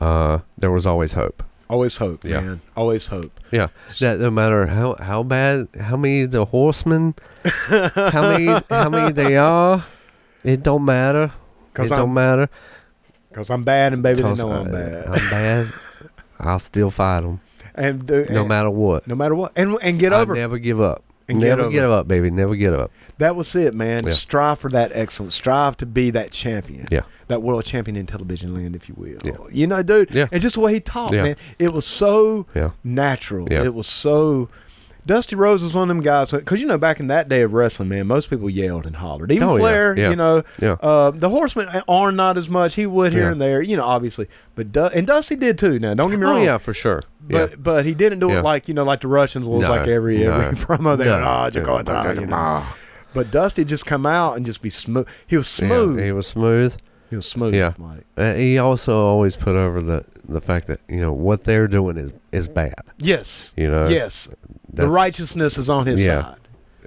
uh, there was always hope.
Always hope,
Yeah.
man. Always hope.
Yeah, that no matter how how bad, how many the horsemen, how many how many they are, it don't matter. It
'Cause
don't
I'm-
matter.
Cause I'm bad, and baby, they
'cause
know
I,
I'm bad.
I'm bad. I'll still fight them,
and do,
no
and-
matter what.
no matter what, and and get
I
over. it.
never give up.
And get
never
over
give
it.
up, baby. Never get up.
That was it, man.
Yeah.
Strive for that excellence. Strive to be that champion.
Yeah.
That world champion in television land, if you will.
Yeah.
You know, dude.
Yeah.
And just the way he talked,
Yeah.
man. It was so
Yeah.
natural.
Yeah.
It was so. Dusty Rose was one of them guys because you know back in that day of wrestling, man, most people yelled and hollered. Even
Oh, yeah.
Flair,
Yeah.
you know,
Yeah.
uh, the Horsemen are not as much. He would here
Yeah.
and there, you know, obviously, but Du- and Dusty did too. Now, don't get me
Oh
wrong,
yeah, for sure.
but
yeah.
but he didn't do
Yeah.
it like you know like the Russians was
No,
like every
no,
every [laughs] promo they
no,
were oh, Jakarta,"
no,
you know.
no.
But Dusty just come out and just be smooth. He was smooth.
Yeah, he was smooth.
he was smooth.
Yeah.
Mike.
Uh, he also always put over the the fact that you know what they're doing is is bad.
Yes.
You know.
yes. The
Uh, that's-
righteousness is on his
Yeah.
side.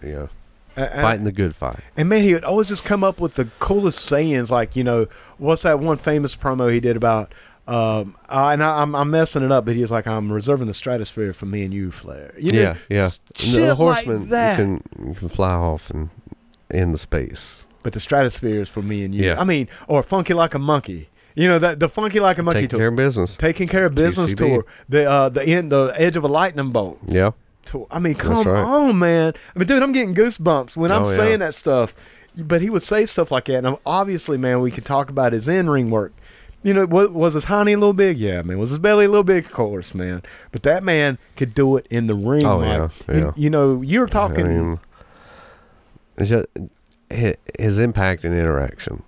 Yeah.
A- a-
Fighting the good fight.
And man, he would always just come up with the coolest sayings, like you know, what's that one famous promo he did about? Um, I, and I, I'm, I'm messing it up, but he's like, I'm reserving the stratosphere for me and you, Flair. You know,
yeah, yeah.
Shit like that.
You can you can fly off and in the space.
but the stratosphere is for me and you.
Yeah.
I mean, or funky like a monkey. You know that the funky like a monkey
Take
tour,
care of business.
taking care of business
TCB.
tour, the uh, the end, the edge of a lightning bolt.
yeah.
tour. I mean, come
right.
on, man. I mean, dude, I'm getting goosebumps when I'm
Oh, yeah.
saying that stuff. But he would say stuff like that, and I'm- obviously, man, we could talk about his in ring work. You know, was, was his honey a little big? Yeah, man. Was his belly a little big? Of course, man. But that man could do it in the ring.
Oh,
Mike.
yeah,
You-
yeah.
You, know, you're talking.
I mean, it's just hi- his impact and interaction.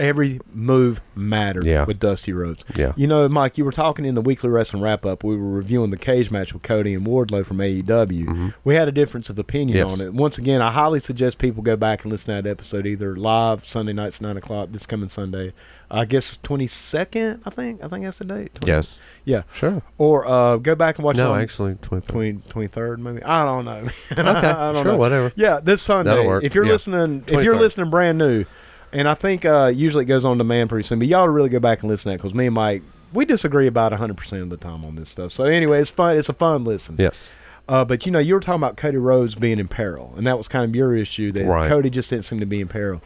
every move mattered
Yeah.
with Dusty Rhodes.
Yeah.
You know, Mike, you were talking in the weekly wrestling wrap up. We were reviewing the cage match with Cody and Wardlow from AEW. We had a difference of opinion
Mm-hmm. Yes.
on it. Once again, I highly suggest people go back and listen to that episode either live Sunday nights nine o'clock this coming Sunday. I guess twenty second. I think. I think that's the date. 20
Yes.
Yeah.
Sure.
Or uh, go back and watch
no,
it on
actually,
[laughs]
twenty.
twenty twenty third. Maybe I don't know. [laughs]
Okay.
I don't
sure.
know.
Whatever.
Yeah, this Sunday.
That'll work.
If you're
Yeah.
listening, if you're
23rd.
listening brand new, and I think uh, usually it goes on demand pretty soon, but y'all really go back and listen to that because me and Mike we disagree about 100 percent of the time on this stuff. So anyway, it's fun. It's a fun listen. [laughs]
Yes.
Uh, but you know, you were talking about Cody Rhodes being in peril, and that was kind of your issue that
Right.
Cody just didn't seem to be in peril.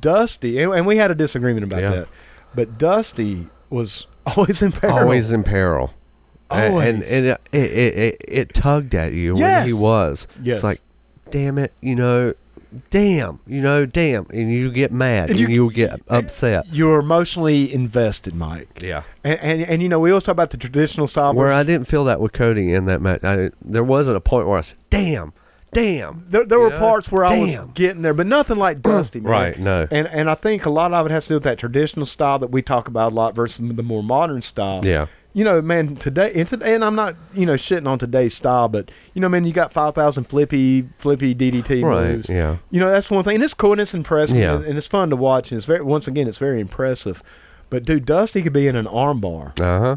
Dusty, and, and we had a disagreement about
Yeah.
that, but Dusty was [laughs] always in peril.
Always in peril. A- And,
Always.
and it, it, it, it tugged at you
Yes.
when he was.
Yes.
It's like, damn it, you know, damn, you know, damn. And you get mad
And
and,
you-
you, will
[laughs]
get upset.
you were emotionally invested, Mike.
Yeah.
And, and and you know, we always talk about the traditional side
Where I
versus-
didn't feel that with Cody in that match. I, there wasn't a point where I said, damn, damn.
There, there
You
were
know?
parts where I was
Damn.
getting there, but nothing like Dusty, man.
Right, no.
And and I think a lot of it has to do with that traditional style that we talk about a lot versus the more modern style.
Yeah.
You know, man, today and today, and I'm not, you know, shitting on today's style, but you know, man, you got five thousand flippy, flippy DDT
Right,
moves.
yeah.
You know, that's one thing, and it's cool and it's impressive,
Yeah.
and, and it's fun to watch, and it's very, once again, it's very impressive. But dude, Dusty could be in an armbar,
Uh huh.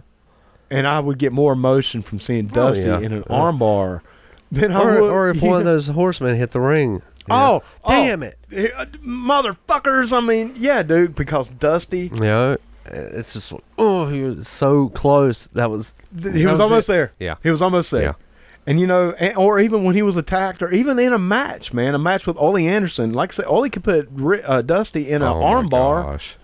and I would get more emotion from seeing Dusty
yeah.
in an
Uh.
armbar than I
Or,
would.
or if
[laughs] you
one of
know?
those horsemen hit the ring. you know,
Oh, oh.
damn it.
Eh, uh, motherfuckers! I mean, yeah, dude, because Dusty,
You know, it's just, oh, he was so close. That was,
th- he
that
was almost
it.
there.
Yeah.
he was almost there.
Yeah.
And you know, and, or even when he was attacked, or even in a match, man, a match with Ollie Anderson. Like I said, Ollie could put Ri- uh, Dusty in an
Oh, my
armbar.
gosh.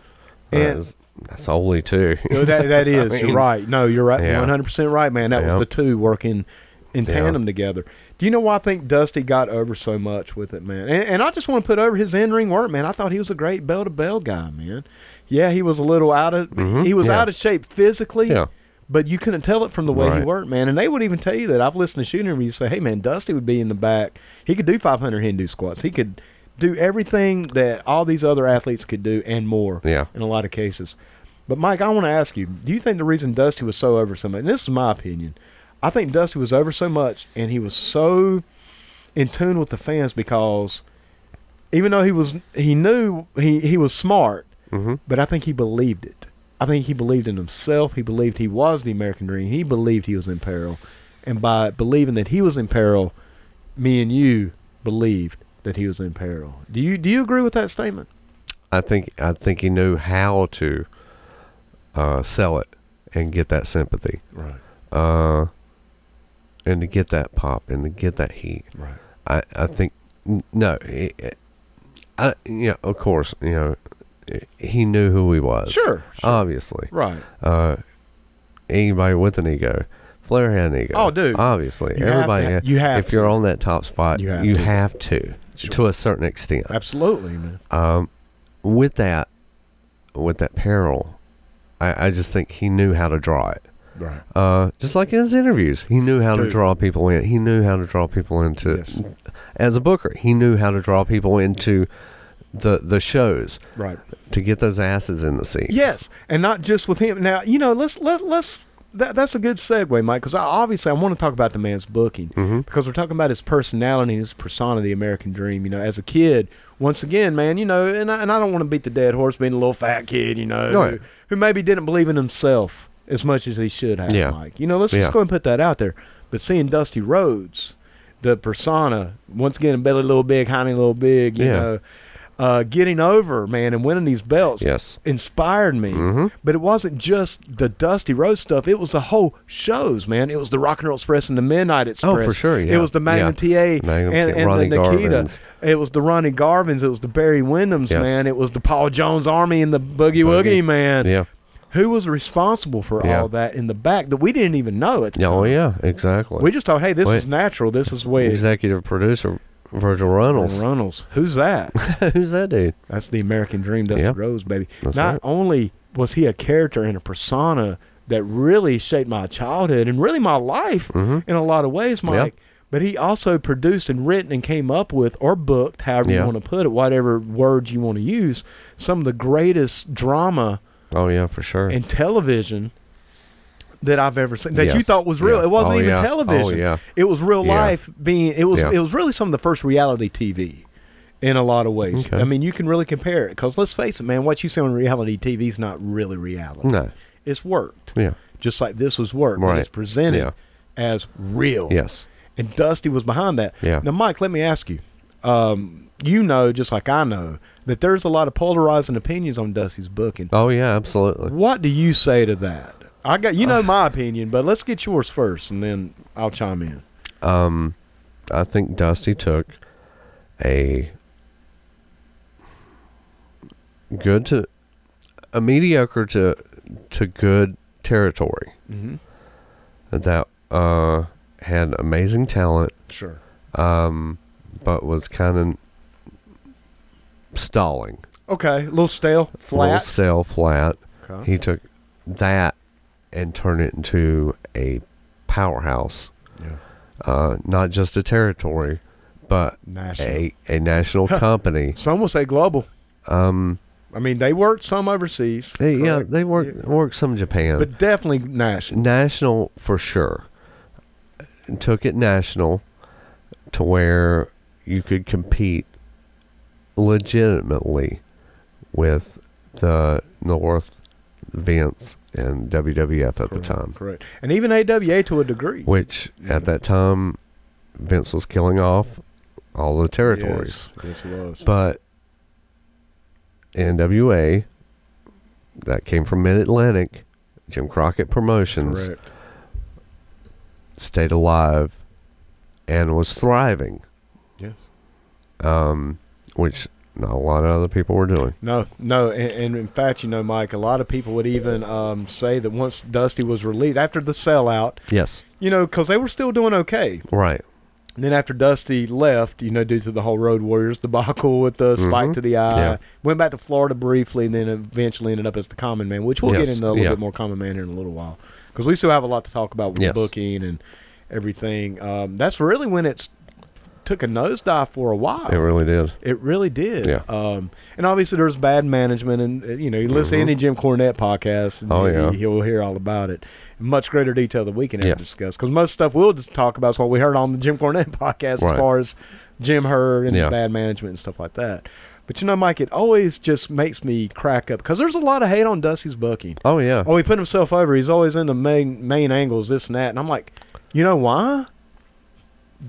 That
and-
is- that's only two. [laughs]
[laughs] No, Oh, that that is.
mean-
you're right. No, you're right.
Yeah.
One hundred percent right, man. That was
Yeah.
the two working in
Yeah.
tandem together. Do you know why I think Dusty got over so much with it, man? And, and I just want to put over his in ring work, man. I thought he was a great bell to bell guy, man. Yeah, he was a little out of he was
Mm-hmm. Yeah.
out of shape physically.
Yeah.
But you couldn't tell it from the way he
Right.
worked, man. And they would even tell you that. I've listened to shooting interviews say, "Hey, man, Dusty would be in the back. He could do 500 Hindu squats. He could do everything that all these other athletes could do and more."
Yeah.
in a lot of cases. But Mike, I want to ask you: Do you think the reason Dusty was so over so much? And this is my opinion. I think Dusty was over so much, and he was so in tune with the fans because even though he was, he knew he he was smart,
hmm
but I think he believed it. I think he believed in himself. He believed he was the American dream. He believed he was in peril, and by believing that he was in peril, me and you believed that he was in peril. Do you do you agree with that statement?
I think I think he knew how to uh, sell it and get that sympathy
Right.
uh, and to get that pop and to get that heat.
Right.
I, I think n- no, it, it- I yeah, of course, you know, he knew who he was.
Sure.
obviously.
Right.
Uh, anybody with an ego, Flair had an ego.
Oh, dude.
obviously,
You have
everybody.
to-
had-
you have
if
to.
you're on that top spot,
You
you
have
have
to.
to, to,
Sure.
a certain extent.
Absolutely, man.
Um, with that, with that peril, I, I just think he knew how to draw it.
Right.
Uh, just like in his interviews, he knew how
Dude.
to draw people in. He knew how to draw people into
Yes.
as a booker. He knew how to draw people into the the shows
Right.
to get those asses in the seat.
Yes, and not just with him. Now, you know, let's let let's that, that's a good segue, Mike, because I, obviously I want to talk about the man's booking
Mhm.
because we're talking about his personality and his persona, the American dream. You know, as a kid, once again, man, you know, and I, and I don't want to beat the dead horse, being a little fat kid, you know,
Right.
who, who maybe didn't believe in himself as much as he should have,
Yeah.
Mike. You know, let's
Yeah.
just go and put that out there. But seeing Dusty Rhodes, the persona, once again, belly little big, honey little big, you
Yeah.
know, uh, getting over, man, and winning these belts
Yes.
inspired me.
Mhm.
But it wasn't just the Dusty Rose stuff. It was the whole shows, man. It was the Rock and Roll Express and the Midnight Express.
Oh, sure, yeah.
It was the Magnum
Yeah.
TA
Magnum
and,
T-
and
Ronnie
the Nikita.
Garvin's.
It was the Ronnie Garvin's. It was the Barry Windham's,
Yes.
man. It was the Paul Jones Army and the Boogie, Woogie,
Boogie.
man.
Yeah.
Who was responsible for
Yeah.
all that in the back that we didn't even know at the
Yeah, Oh
time?
yeah. Exactly.
We just thought, hey, this
Wait.
is natural. This is the way it's
Executive producer Virgil Runnels.
Runnels. Who's that?
[laughs] Who's that dude?
That's the American dream, Dusty
Yeah.
Rose, baby.
That's
Not
right.
only was he a character and a persona that really shaped my childhood and really my life
Mhm.
in a lot of ways,
Yeah.
Mike, but he also produced and written and came up with or booked, however you
Yeah.
want to put it, whatever words you want to use, some of the greatest drama
Oh yeah, for sure.
in television that I've ever seen that you
Yes.
thought was real.
Yeah.
It wasn't
Oh,
even
yeah.
television.
Oh yeah.
It was real
Yeah.
life being it was
Yeah.
it was really some of the first reality TV in a lot of ways.
Okay.
I mean, you can really compare it cuz let's face it, man, what you see on reality TV is not really reality.
No.
It's worked.
Yeah.
Just like this was work, but
Right.
it's presented
Yeah.
as real.
Yes.
And Dusty was behind that.
Yeah.
Now, Mike, let me ask you. Um, you know, just like I know, that there's a lot of polarizing opinions on Dusty's booking.
Oh yeah. Absolutely.
What do you say to that? I got you know my opinion, but let's get yours first, and then I'll chime in.
Um, I think Dusty took a good to a mediocre to to good territory
Mm-hmm.
that uh had amazing talent,
Sure.
um, but was kind of stalling,
Okay, a little stale,
a little
flat.
stale, flat.
okay.
He took that and turned it into a powerhouse,
Yeah.
uh, not just a territory, but
National.
a, a national
[laughs]
company.
Some will say global.
Um,
I mean, they worked some overseas.
they, yeah,
correct?
they work work some Japan,
but definitely national.
national for sure. Took it national to where you could compete legitimately with the North Vince and WWF at the
Correct,
time,
Correct. And even AWA to a degree.
which at that time Vince was killing off all the territories.
Yes, yes, it was.
But NWA, that came from Mid Atlantic, Jim Crockett Promotions,
correct.
stayed alive and was thriving,
Yes.
um, which not a lot of other people were doing.
No, no, and, and in fact, you know, Mike, a lot of people would even um, say that once Dusty was released after the sellout,
Yes.
you know, because they were still doing okay.
Right.
And then after Dusty left, you know, due to the whole Road Warriors debacle with the spike
Mhm.
to the eye,
Yeah.
went back to Florida briefly, and then eventually ended up as the Common Man, which we'll get
Yes,
into a little
yeah.
bit more Common Man here in a little while because we still have a lot to talk about with
Yes.
booking and everything. Um, that's really when it's took a nosedive for a while.
It really did.
It really did.
Yeah.
Um, and obviously, there's bad management, and uh, you know, you listen
Mhm.
to any Jim Cornette podcast, and
Oh,
you-
yeah.
you'll hear all about it in much greater detail than we can ever
Yes.
discuss. Because most stuff we'll just talk about is what we heard on the Jim Cornette [laughs] podcast, as
Right.
far as Jim Hurd and
Yeah.
bad management and stuff like that. But you know, Mike, it always just makes me crack up because there's a lot of hate on Dusty's booking.
Oh, yeah.
Oh, he put himself over. He's always in the main main angles, this and that. And I'm like, you know why?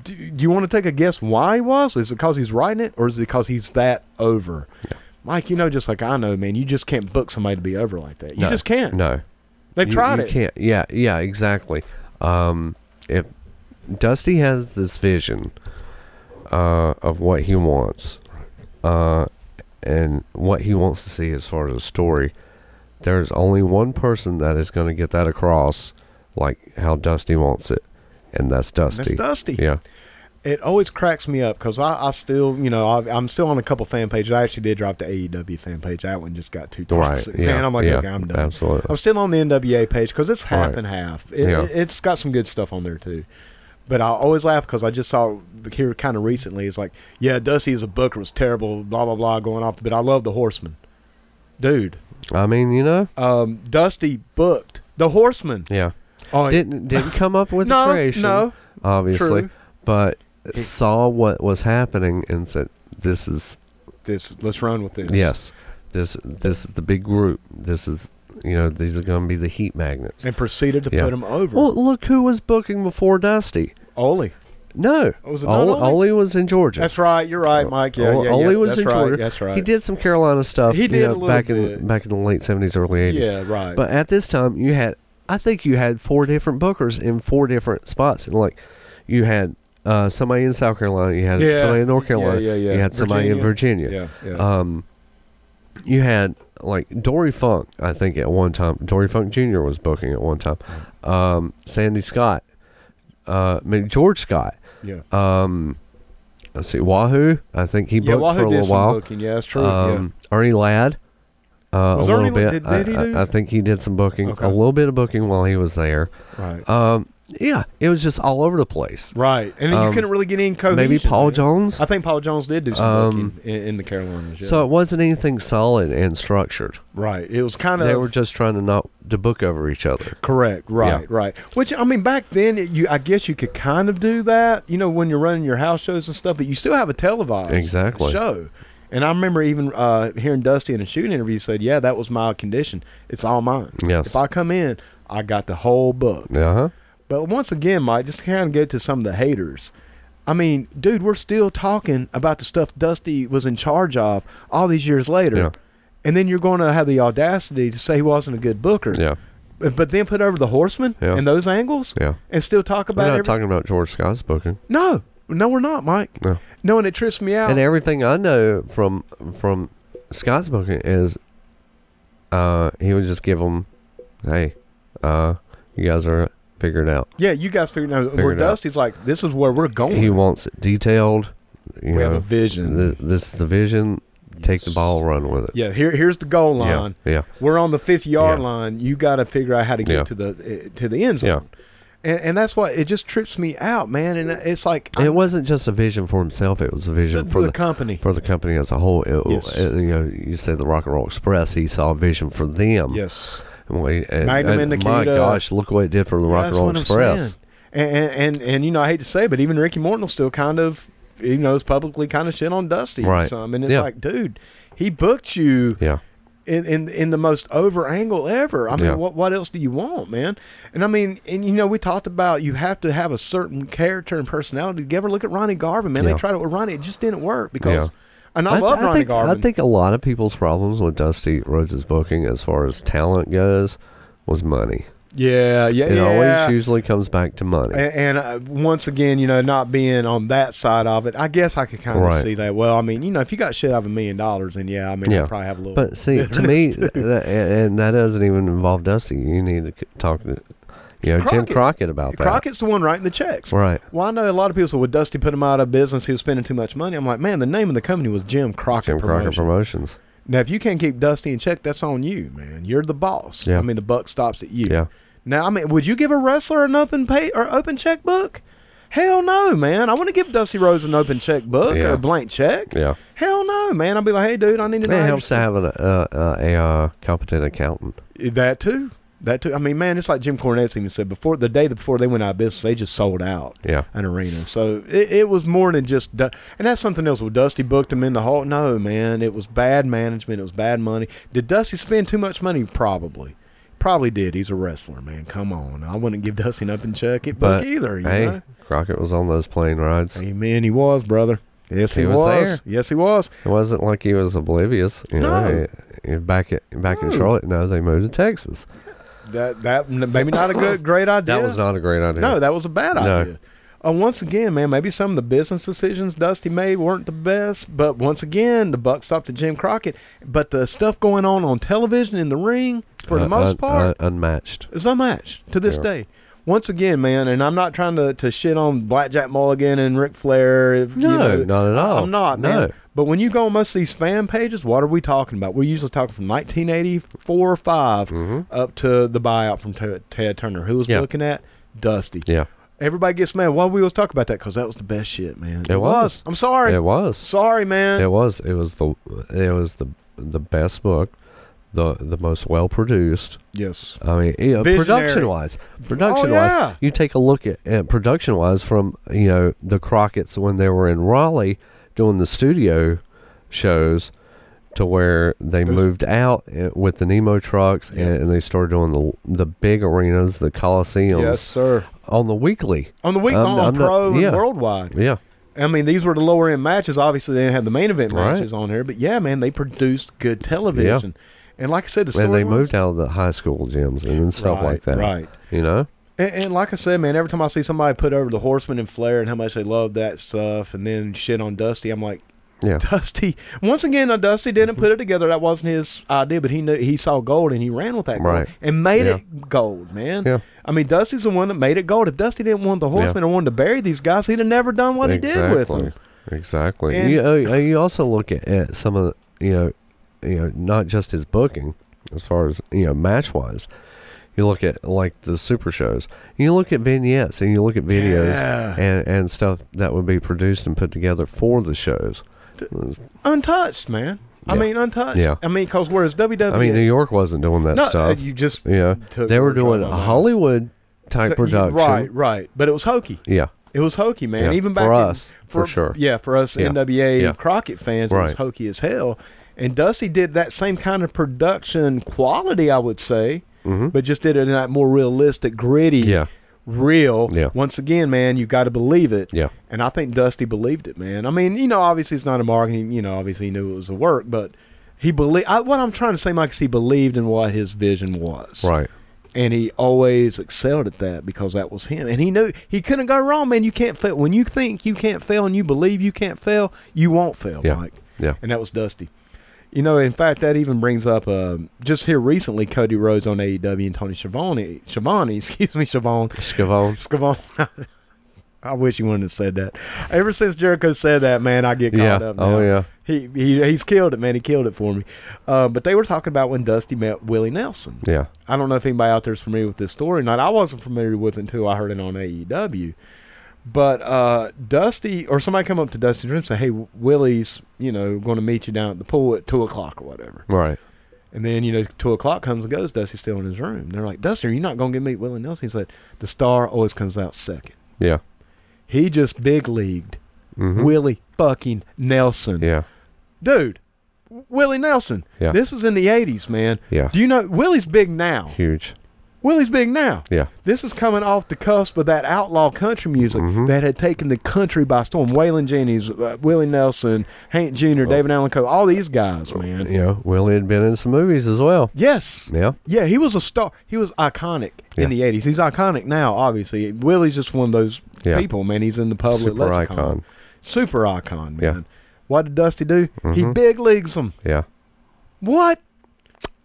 Do, do you want to take a guess why he was? Is it because he's writing it, or is it because he's that over? Mike, you know, just like I know, man, you just can't book somebody to be over like that. You
No.
just can't.
No.
They've
You-
tried
you
it.
Can't. Yeah. Yeah. Exactly. Um, if Dusty has this vision uh, of what he wants uh, and what he wants to see as far as a story, there's only one person that is going to get that across, like how Dusty wants it, and that's Dusty.
That's Dusty.
Yeah.
It always cracks me up because I, I still, you know, I, I'm still on a couple fan pages. I actually did drop the AEW fan page. That one just got too
Right.
toxic.
Yeah.
man, I'm like,
yeah,
okay, I'm done.
Absolutely.
I'm still on the NWA page because it's half
Right.
and half. It,
Yeah.
It's got some good stuff on there too. But I always laugh because I just saw here kind of recently. It's like, yeah, Dusty as a booker was terrible, blah blah blah, going off. But I love the Horseman, dude.
I mean, you know,
Um, Dusty booked the Horseman.
yeah.
Oh,
Didn't didn't come up with
[laughs] no,
the creation,
no,
obviously,
true.
but saw what was happening and said, "This is
This let's run with this.
yes, this this is the big group. This is you know these are going to be the heat magnets."
and proceeded to
Yeah.
put him over.
Well, look who was booking before Dusty.
Oli.
No,
Oh, Was it not
Oli,
Ole?
Ole was in Georgia.
That's right. You're right, Mike. Yeah,
Ole,
yeah,
Ole
yeah,
was
that's
in
right,
Georgia.
That's right.
He did some Carolina stuff.
He
you
did
know,
a little
back in
bit.
back in the late seventies, early eighties.
Yeah, right.
But at this time, you had, I think you had four different bookers in four different spots. And like, you had uh, somebody in South Carolina, you had
Yeah.
somebody in North
Yeah,
Carolina,
yeah, yeah.
you had somebody in Virginia.
yeah, yeah.
Um, you had like Dory Funk, I think at one time. Dory Funk Jr. was booking at one time. Um, Sandy Scott, uh, I mean, George Scott.
yeah.
Um, let's see, Wahoo. I think he
Yeah,
booked
Wahoo
uh, for a
did
little
some
while.
booking. Yeah, that's true.
Um, Ernie Ladd. Uh,
Was
a little
Ernie
bit.
La- did-
I-
did he
I,
do-
I think he did some booking,
Okay.
a little bit of booking while he was there.
yeah, right.
Um, yeah, it was just all over the place.
right. And then
um,
you couldn't really get any cohesion.
Maybe Paul
man.
Jones.
I think Paul Jones did do some
Um,
booking in, in the Carolinas. Yeah.
So it wasn't anything solid and structured.
right, it was kind of
They were just trying to not to book over each other.
Correct. Right.
Yeah.
Right. Which I mean, back then, it- you I guess you could kind of do that. You know, when you're running your house shows and stuff, but you still have a televised
Exactly.
show. And I remember even uh, hearing Dusty in a shooting interview said, "Yeah, that was my condition. It's all mine.
Yes.
If I come in, I got the whole book."
Uh huh.
But once again, Mike, just to kind of get to some of the haters. I mean, dude, we're still talking about the stuff Dusty was in charge of all these years later.
Yeah.
And then you're going to have the audacity to say he wasn't a good booker.
Yeah.
But- But then put over the horseman
Yeah.
and those angles
Yeah.
and still talk
We're
about
not
every-
talking about George Scott's booking.
No, no, we're not, Mike.
No.
No, and it trips me out.
And everything I know from from Scott's booking is, uh, he would just give them, hey, uh, you guys are figured out.
yeah, you guys figure out
Figure
where
it out.
Dusty's like, this is where we're going.
He wants it detailed. You
we
know,
have a vision.
th- this is the vision. Take the
Yes.
ball, run with it.
yeah, here, here's the goal
yeah,
line.
yeah,
We're on the 50 yard
Yeah.
line. You got to figure out how to get
Yeah.
to the uh, to the end zone.
yeah.
and, and that's why it just trips me out, man. And it's like
And
I-
it wasn't just a vision for himself; it was a vision
the,
for
the
the
company,
for the company as a whole. It,
Yes.
it- you know, you said the Rock and Roll Express. He saw a vision for them.
yes,
And we, and,
Magnum
and
and
my
Nikita.
gosh, look what it did for the Rock
that's
and Roll
what I'm saying.
Express.
And, and and and you know, I hate to say, it, but even Ricky Morton will still kind of, you know, is publicly kind of shit on Dusty
Right.
or something. And it's
Yeah.
like, dude, he booked you
Yeah,
in, in in the most over angle ever. I mean,
Yeah.
what what else do you want, man? And I mean, and you know, we talked about you have to have a certain character and personality. You ever look at Ronnie Garvin, man?
Yeah.
They tried it with Ronnie, it just didn't work because.
Yeah.
And I,
th-
love Ronnie
think,
Garvin.
I think a lot of people's problems with Dusty Rhodes' booking, as far as talent goes, was money.
yeah, yeah,
It
yeah.
always usually comes back to money.
And, and uh, once again, you know, not being on that side of it, I guess I could kind of
Right.
see that. Well, I mean, you know, if you got shit out of a million dollars, then yeah, I mean,
Yeah.
you probably have a little.
But see, to
[laughs]
me, th- th- and and that doesn't even involve Dusty. You need to c- talk to, you know, Jim
Crockett.
Crockett about that.
Crockett's the one writing the checks.
Right.
Well, I know a lot of people said, well, Dusty put him out of business. He was spending too much money. I'm like, man, the name of the company was Jim Crockett.
Jim Crockett
Promotion.
Promotions.
Now, if you can't keep Dusty in check, that's on you, man. You're the boss.
Yeah.
I mean, the buck stops at you.
Yeah.
Now, I mean, would you give a wrestler an open pay or open checkbook? Hell no, man. I want to give Dusty Rhodes an open checkbook
Yeah.
or a blank check.
Yeah.
Hell no, man. I'll be like, hey, dude, I need to know.
It
how
helps to
you're-
have an, uh, uh, a uh, competent accountant.
That too. That too. I mean, man, it's like Jim Cornette's even said before the day before they went out of business, they just sold out
Yeah.
an arena. So it, it was more than just. Du- and that's something else. Well, Dusty booked him in the hall. No, man. It was bad management. It was bad money. Did Dusty spend too much money? Probably. Probably did. He's a wrestler, man. Come on. I wouldn't give Dusty an up and check it book
But,
either. You
hey,
know?
Crockett was on those plane rides.
Hey, man, he was, brother. Yes, he,
He was
was.
there.
Yes, he was.
It wasn't like he was oblivious. You
No.
know, he- he- back at back in
No.
Charlotte, no, they moved to Texas.
That that n- maybe not
[coughs]
a good great idea.
That was not a great idea.
No, that was a bad
No.
idea. Uh, once again, man, maybe some of the business decisions Dusty made weren't the best, but once again, the buck stopped at Jim Crockett. But the stuff going on on television in the ring, for the
Un-
most
un-
part,
un- unmatched.
is unmatched to this
Uh, Yeah.
day. Once again, man, and I'm not trying to, to shit on Blackjack Mulligan and Ric Flair. if- you
No,
know,
not at all.
I'm not,
No.
man. But when you go on most of these fan pages, what are we talking about? We're usually talking from 1984 or 5
Mm-hmm.
up to the buyout from Ted Ted Turner. Who was
Mm. Yeah.
looking at? Dusty.
Yeah,
Everybody gets mad. Why we always talk about that? Because that was the best shit, man.
It was.
I'm sorry.
it was.
Sorry, man.
It was. It was the. It was the the best book, the the most well produced.
yes.
I mean, yeah,
Visionary. Oh,
production wise, production wise,
yeah.
you take a look at, at production wise from you know the Crockett's when they were in Raleigh doing the studio shows to where they
Those-
moved out eh, with the Nemo trucks
Yeah.
and, and they started doing the the big arenas, the Coliseums
Yes, sir.
on the weekly.
On the week
I'm-
on,
I'm not-
pro
yeah.
and worldwide.
Yeah,
I mean, these were the lower end matches. Obviously, they didn't have the main event
Right.
matches on there, but yeah, man, they produced good television. And like I said, the story
and they moved out of the high school gyms and then stuff like
Right,
that.
right.
You know.
And, and like I said, man, every time I see somebody put over the Horseman and Flair and how much they love that stuff, and then shit on Dusty, I'm like,
Yeah.
Dusty. Once again, now Dusty didn't put it together. That wasn't his idea, but he knew he saw gold and he ran with that gold
Right.
and made
Yeah.
it gold, man.
Yeah.
I mean, Dusty's the one that made it gold. If Dusty didn't want the Horseman or wanted to bury these guys, he'd have never done what he did with them.
Exactly.
And-
you, uh, you also look at, at some of the, you know, you know, not just his booking as far as you know match wise. You look at like the super shows. You look at vignettes and you look at videos
Yeah.
and and stuff that would be produced and put together for the shows.
Untouched, man. I
Yeah.
mean, untouched.
Yeah.
I mean, because whereas WWE,
I mean, New York wasn't doing that
no,
stuff.
you just
yeah,
took
they were
words right
doing
out of
a
my mouth.
Hollywood type production.
right, right. But it was hokey.
Yeah.
It was hokey, man.
Yeah,
Even back
for
in-
us, for sure.
Yeah, for us
Yeah,
NWA
yeah.
Crockett fans, it was
Right.
hokey as hell. And Dusty did that same kind of production quality, I would say, but just did it in that more realistic, gritty,
Mm-hmm. Yeah.
real.
Yeah.
Once again, man, you got to believe it.
Yeah.
And I think Dusty believed it, man. I mean, you know, obviously it's not a marketing. You know, obviously he knew it was a work, but he believed. What I'm trying to say, Mike, is he believed in what his vision was
Right.
and he always excelled at that because that was him. And he knew he couldn't go wrong, man. You can't fail when you think you can't fail and you believe you can't fail. You won't fail,
Yeah.
Mike.
Yeah.
And that was Dusty. You know, in fact, that even brings up uh, just here recently Cody Rhodes on AEW and Tony Schiavone, Schiavone, [laughs] excuse me, Schiavone,
Scavone.
Schiavone. [laughs] I wish he wouldn't have said that. Ever since Jericho said that, man, I get caught
Yeah.
up. Now.
Oh, yeah.
he, he he's killed it, man. He killed it for me. Uh, but they were talking about when Dusty met Willie Nelson.
Yeah.
I don't know if anybody out there is familiar with this story or not. I wasn't familiar with it until I heard it on AEW. But uh, Dusty or somebody come up to Dusty and say, "Hey, Willie's, you know, going to meet you down at the pool at two o'clock or whatever."
Right.
And then you know, two o'clock comes and goes. Dusty's still in his room. And they're like, "Dusty, are you not going to get meet Willie Nelson?" He said, "The star always comes out second.
Yeah.
He just big leagued
Mhm.
Willie fucking Nelson,
Yeah.
dude. Willie Nelson.
Yeah.
This is in the '80s, man.
Yeah.
Do you know Willie's big now?
Huge.
Willie's big now.
Yeah.
This is coming off the cusp of that outlaw country music
Mm-hmm.
that had taken the country by storm. Waylon Jennings, uh, Willie Nelson, Hank Jr., David Allen Coe, all these guys, man.
you know, Willie had been in some movies as well.
Yes.
Yeah.
Yeah, he was a star. He was iconic
Yeah.
in the 80s. He's iconic now, obviously. Willie's just one of those
Yeah.
people, man. He's in the public
Super
lexicon.
icon.
Super icon,
Yeah. Mm-hmm.
man. What did Dusty do? He big leagues him.
Yeah.
What?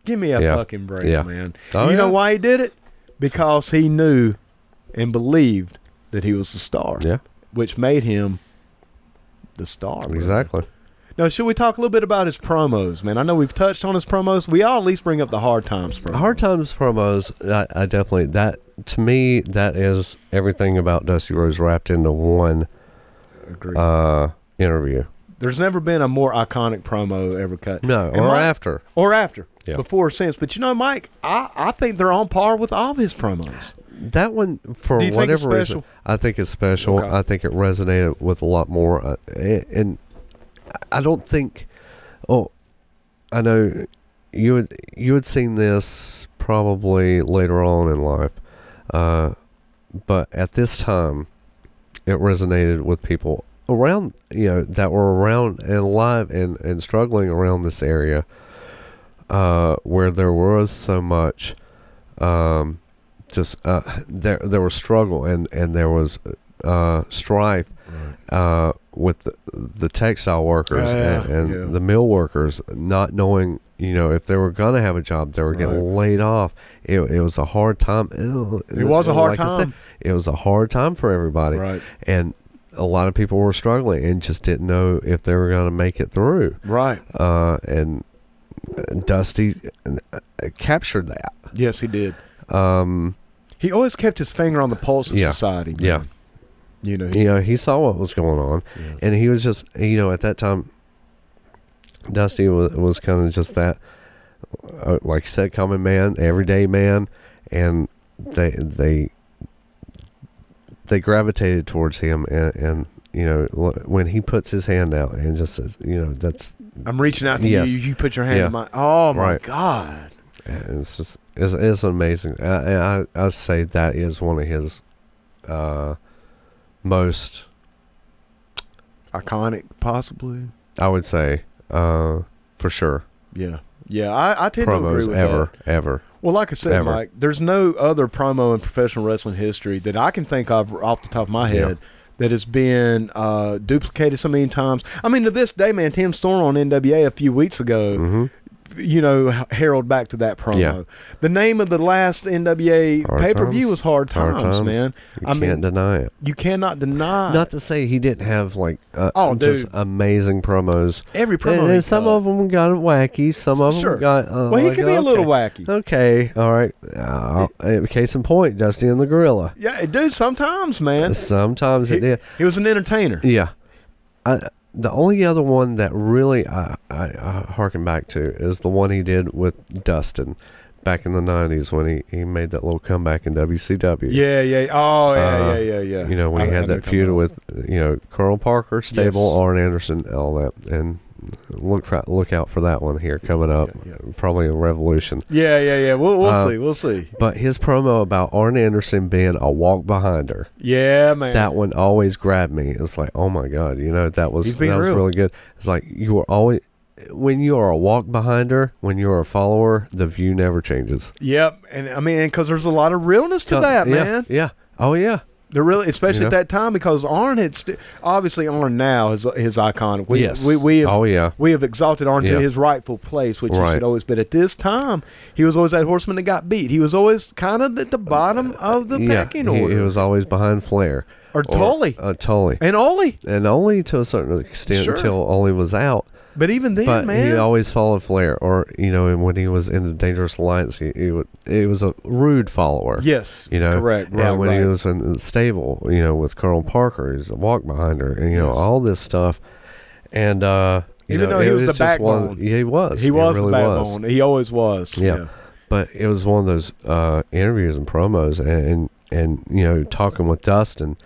Give me a
Yeah.
fucking break,
Yeah.
man.
Oh,
you know
yeah.
why he did it? Because he knew and believed that he was the star.
Yeah.
Which made him the star. brother.
Exactly.
Now, should we talk a little bit about his promos, man? I know we've touched on his promos. We all at least bring up the hard times promo.
Hard Times promos, I, I definitely, that, to me, that is everything about Dusty Rose wrapped into one
Agree.
uh, interview.
There's never been a more iconic promo ever cut.
No,
And
or
Mike-
after.
Or after.
Yeah.
Before or since. But you know, Mike, I, I think they're on par with all of his promos.
That one, for
Do you think it's
whatever reason,
special?
I think it's special.
Okay.
I think it resonated with a lot more. Uh, a- and I don't think, oh, I know you had, you had seen this probably later on in life, uh, but at this time, it resonated with people around, you know, that were around and alive and, and struggling around this area uh, where there was so much um, just uh, there there was struggle and and there was uh, strife uh, with the, the textile workers
Ah,
and, and
yeah.
the mill workers not knowing you know if they were gonna have a job they were getting laid off it, it was a hard time Ew.
It was a
Like
hard
I said,
time.
it was a hard time for everybody
Right.
and a lot of people were struggling and just didn't know if they were gonna make it through
Right.
uh, and Dusty uh, captured that
Yes, he did.
um,
He always kept his finger on the pulse of
Yeah.
society. man.
yeah
You know. he-
you know he saw what was going on
Yeah.
and he was just you know at that time dusty was, was kind of just that uh, like you said common man everyday man and they they they gravitated towards him and, and you know l- when he puts his hand out and just says you know that's
I'm reaching out to
Yes.
you. You put your hand
Yeah.
in my. Oh my
Right.
God.
it's just it's, it's amazing I, I i say that is one of his uh most
Iconic, possibly.
i would say uh for sure
Yeah. Yeah. I, I tend to agree
promos
with
ever
that.
ever
Well, like I said,
Ever.
Mike, there's no other promo in professional wrestling history that I can think of off the top of my
Yeah.
head that has been uh, duplicated so many times. I mean, to this day, man, Tim Storm on NWA a few weeks ago,
Mhm.
you know, h- herald back to that promo.
Yeah.
The name of the last NWA
Hard
pay per view
times.
was Hard Times,
Hard times.
man.
You
I
can't
mean,
deny it.
you cannot deny
Not to say he didn't have like uh,
Oh,
just
dude.
amazing promos.
every promo.
And,
he
and some
cut.
of them got wacky. Some of
Sure.
them got. Uh,
well, he
like,
can be a little
okay.
wacky.
Okay, all right. Uh, uh, case in point, Dusty and the Gorilla.
Yeah, dude. Sometimes, man,
Sometimes it
he,
did.
he was an entertainer.
Yeah. I, the only other one that really I, I, I harken back to is the one he did with Dustin back in the 90s when he, he made that little comeback in WCW.
Yeah, yeah. Oh, yeah,
Uh,
yeah, yeah, yeah.
you know, when
I-
he
I
had
know
that feud
you're talking
with you know Carl Parker, Stable,
Yes.
Arn Anderson, all that, and look for, look out for that one here coming up,
Yeah,
probably a revolution.
about. Yeah, yeah, yeah. We'll, we'll
Uh,
see. We'll see.
But his promo about Arn Anderson being a walk behind her,
Yeah, man.
that one always grabbed me. It's like, oh my god, you know that was
He's
that
being
was
real.
really good. It's like you are always when you are a walk behind her, when you are a follower, the view never changes.
yep. And I mean, because there's a lot of realness to that,
yeah,
man.
Yeah. Oh yeah.
There really, especially
You
at
know?
that time, because Arn had st- obviously Arn now is his icon. We,
yes.
We, we have,
oh yeah.
we have exalted Arn
Yeah.
to his rightful place, which he
Right.
should always. But at this time, he was always that horseman that got beat. He was always kind of at the bottom of the
yeah,
packing
he-
order.
He was always behind Flair.
Or Tully.
Uh, Tully.
and Ollie.
And only to a certain extent
Sure.
until Ollie was out.
But even then,
but
man.
he always followed Flair. Or, you know, and when he was in the Dangerous Alliance, he, he would, it was a rude follower.
yes.
You know,
Correct.
And
Right,
when
right.
he was in the stable, you know, with Colonel Parker, he's a walk behind her, and you know
Yes.
all this stuff, and uh, you
Even
know,
though he
it
was the
just one-
backbone.
yeah, he was,
He was
really
the
was.
backbone. He always was.
Yeah. But it was one of those uh, interviews and promos, and, and you know talking with Dustin,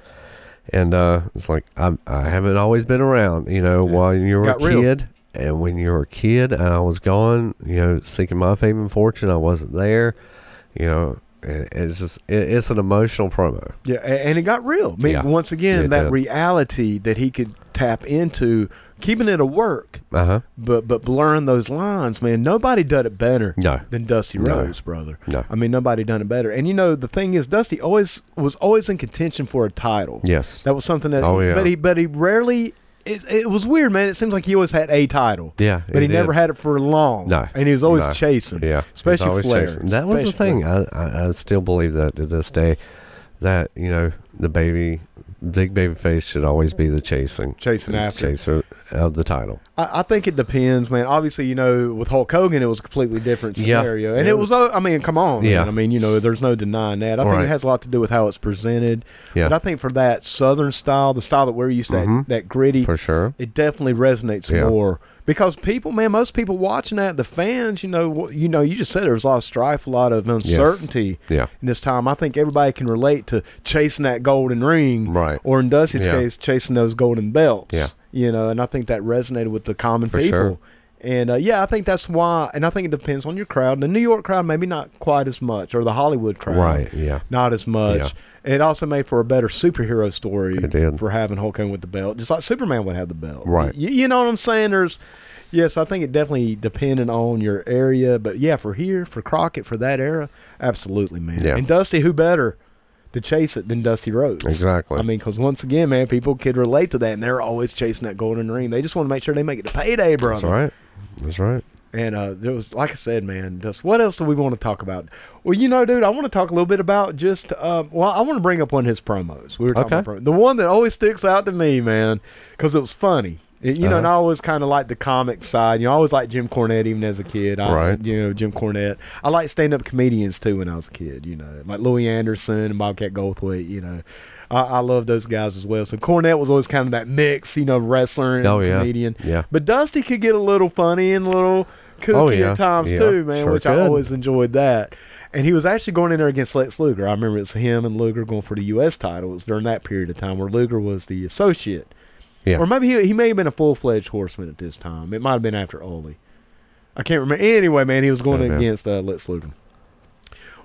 and uh, it's like I I haven't always been around, you know,
Yeah.
while you were
Got
a
real.
kid, and when you were a kid, and I was gone, you know, seeking my fame and fortune, I wasn't there, you know. and It's just it, it's an emotional promo.
Yeah, a- and it got real. I mean,
Yeah.
Once again,
It
that
did.
reality that he could tap into, keeping it a work,
Uh huh.
but but blurring those lines, man. Nobody done it better
No.
than Dusty
No.
Rhodes, brother.
No.
I mean, nobody done it better. And you know, the thing is, Dusty always was always in contention for a title.
Yes.
That was something that.
Oh, yeah.
But he but he rarely. It, it was weird, man. It seems like he always had a title.
Yeah,
But he,
he
never
did.
had it for long.
No,
And he was always
no.
chasing.
Yeah, he's
Especially
always
Flair.
chasing. That was the
Especially
thing. I, I I still believe that to this day, that you know the baby, big baby face should always be the chasing,
Chasing after.
chaser of the title.
I, I think it depends, man. Obviously, you know, with Hulk Hogan, it was a completely different
Yeah.
scenario, and
It
it was. uh, I mean, come on,
Yeah.
man. I mean, you know, there's no denying that. I think
Right.
it has a lot to do with how it's presented.
Yeah.
But I think for that Southern style, the style that we're used to, that-
Mhm.
that, gritty,
For sure.
it definitely resonates
Yeah.
more because people, man, most people watching that, the fans, you know, wh- you know, you just said there was a lot of strife, a lot of uncertainty.
Yeah.
In this time, I think everybody can relate to chasing that golden ring,
Right.
Or in Dusty's
Yeah.
case, chasing those golden belts,
Yeah.
You know, and I think that resonated with the common
For
people.
sure.
And uh, yeah, I think that's why. And I think it depends on your crowd. The New York crowd, maybe not quite as much, or the Hollywood crowd,
Right. Yeah.
Not as much.
Yeah.
And it also made for a better superhero story
It did.
for having Hulk Hogan with the belt, just like Superman would have the belt.
Right.
Y- you know what I'm saying? There's, Yes, I think it definitely depended on your area, but yeah, for here, for Crockett, for that era, absolutely, man.
Yeah.
And Dusty, who better to chase it than Dusty Rhodes?
Exactly.
I mean, because once again, man, people could relate to that, and they're always chasing that golden ring. They just want to make sure they make it to payday, brother.
That's right. That's right.
And uh, there was, like I said, man, just what else do we want to talk about? Well, you know, dude, I want to talk a little bit about just, um, well, I want to bring up one of his promos. We were talking
Okay.
about prom- the one that always sticks out to me, man, because it was funny. It- you know, and I
Uh-huh.
always kind of like the comic side. You know, I always liked Jim Cornette even as a kid. I,
Right.
You know, Jim Cornette. I liked stand up comedians too when I was a kid, you know, like Louis Anderson and Bobcat Goldthwait, you know. I, I love those guys as well. So Cornette was always kind of that mix, you know, wrestler and
Oh, yeah.
comedian.
Yeah.
But Dusty could get a little funny and a little kooky
Oh, yeah.
at times
Yeah,
too, man,
sure
which I
could.
always enjoyed that. And he was actually going in there against Lex Luger. I remember it's him and Luger going for the U.S. title. It was during that period of time where Luger was the associate.
Yeah.
Or maybe he, he may have been a full fledged horseman at this time. It might have been after Ole. I can't remember. Anyway, man, he was going
Oh, Yeah, man.
against uh, Lex Luger.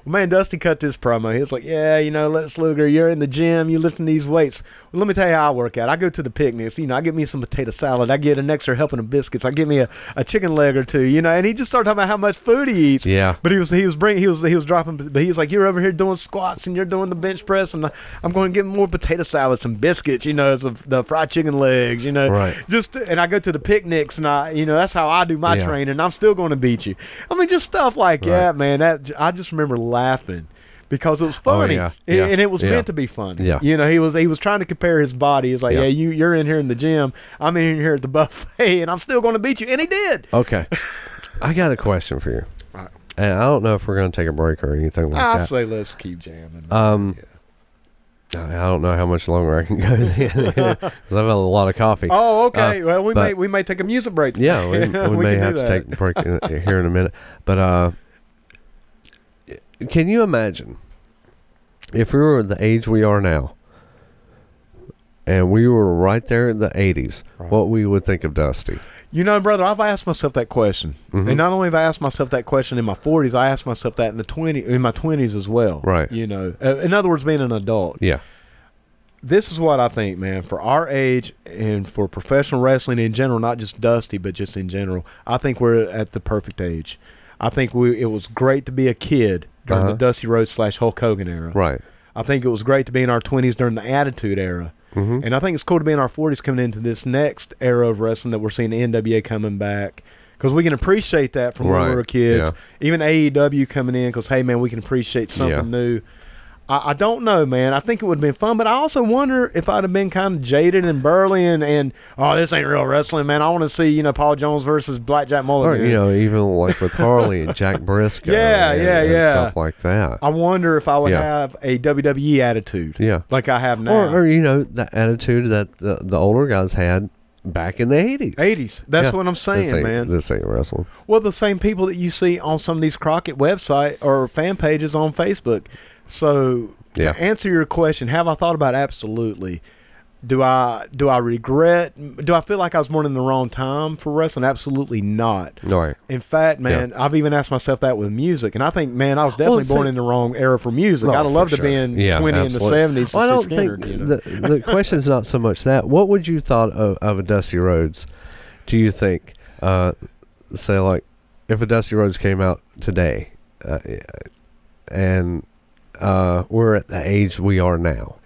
Well, man, Dusty cut this promo. He was like, "Yeah, you know, Lex Luger, you're in the gym, you're lifting these weights. Well, let me tell you how I work out. I go to the picnics. You know, I get me some potato salad. I get an extra helping of biscuits. I get me a, a chicken leg or two. You know." And he just started talking about how much food he eats.
Yeah.
But he was he was bringing he was he was dropping. But he was like, "You're over here doing squats and you're doing the bench press, and I'm going to get more potato salad, some biscuits. You know, some, the fried chicken legs. You know,
Right.
Just and I go to the picnics, and I you know that's how I do my
Yeah.
training. I'm still going to beat you. I mean, just stuff like
Right.
that, man. That I just remember laughing. Because it was funny,
Oh, yeah.
and-
Yeah.
and it was
Yeah.
meant to be funny.
Yeah.
You know, he was he was trying to compare his body. He's like,
Yeah.
yeah, you you're in here in the gym. I'm in here at the [laughs] buffet, and I'm still going to beat you. And he did.
Okay. I got a question for you.
Right. Ah,
And I don't know if we're going to take a break or anything like
I
that.
say let's keep jamming.
Um, I I don't know how much longer I can go [laughs] because I've had a lot of [laughs] coffee.
Oh, okay. well, we may
Uh, but-
we may take a music break. [laughs]
Yeah, we, we, may
can do
have to
that.
take a break in,
[laughs]
here in a minute. But uh, can you imagine if we were the age we are now and we were right there in the 80s,
Right.
what we would think of Dusty?
You know, brother, I've asked myself that question,
Mhm.
and not only have I asked myself that question in my forties, I asked myself that in the twenty in my twenties as well.
Right.
You know, uh, in other words, being an adult.
Yeah.
This is what I think, man. For our age and for professional wrestling in general, not just Dusty, but just in general, I think we're at the perfect age. I think we it was great to be a kid during
Uh-huh.
the Dusty Rhodes slash Hulk Hogan era.
Right.
I think it was great to be in our 20s during the Attitude Era.
Mhm.
And I think it's cool to be in our 40s coming into this next era of wrestling that we're seeing the NWA coming back. Because we can appreciate that from when
Right,
we were kids. Even AEW coming in because, hey, man, we can appreciate something
Yeah.
new. I, I don't know, man. I think it would have been fun, but I also wonder if I'd have been kind of jaded and burly and, and oh, this ain't real wrestling, man. I want to see, you know, Paul Jones versus Blackjack Mulligan.
Or, you know, even like with Harley
[laughs]
and Jack Briscoe.
Yeah,
and-
yeah,
and
yeah.
Stuff like that.
I wonder if I would
Yeah.
have a WWE attitude
Yeah.
like I have now.
Or, or, you know, the attitude that the, the older guys had back in the 80s.
80s. That's
Yeah.
what I'm saying,
this ain't,
man.
This ain't wrestling.
Well, the same people that you see on some of these Crockett website or fan pages on Facebook. So
Yeah.
to answer your question, have I thought about it? absolutely? Do I do I regret? Do I feel like I was born in the wrong time for wrestling? Absolutely not.
Right.
In fact, man, I've even asked myself that with music, and I think, man, I was
Well,
definitely born
see-
in the wrong era for music.
Oh,
I'd
for
love to
sure.
be in
Yeah,
twenty in the
absolutely.
seventies.
Well, I don't think
you know?
the,
[laughs]
the question's not so much that. What would you thought of, of a Dusty Rhodes? Do you think, uh, say, like, if a Dusty Rhodes came out today, uh, and uh, we're at the age we are now,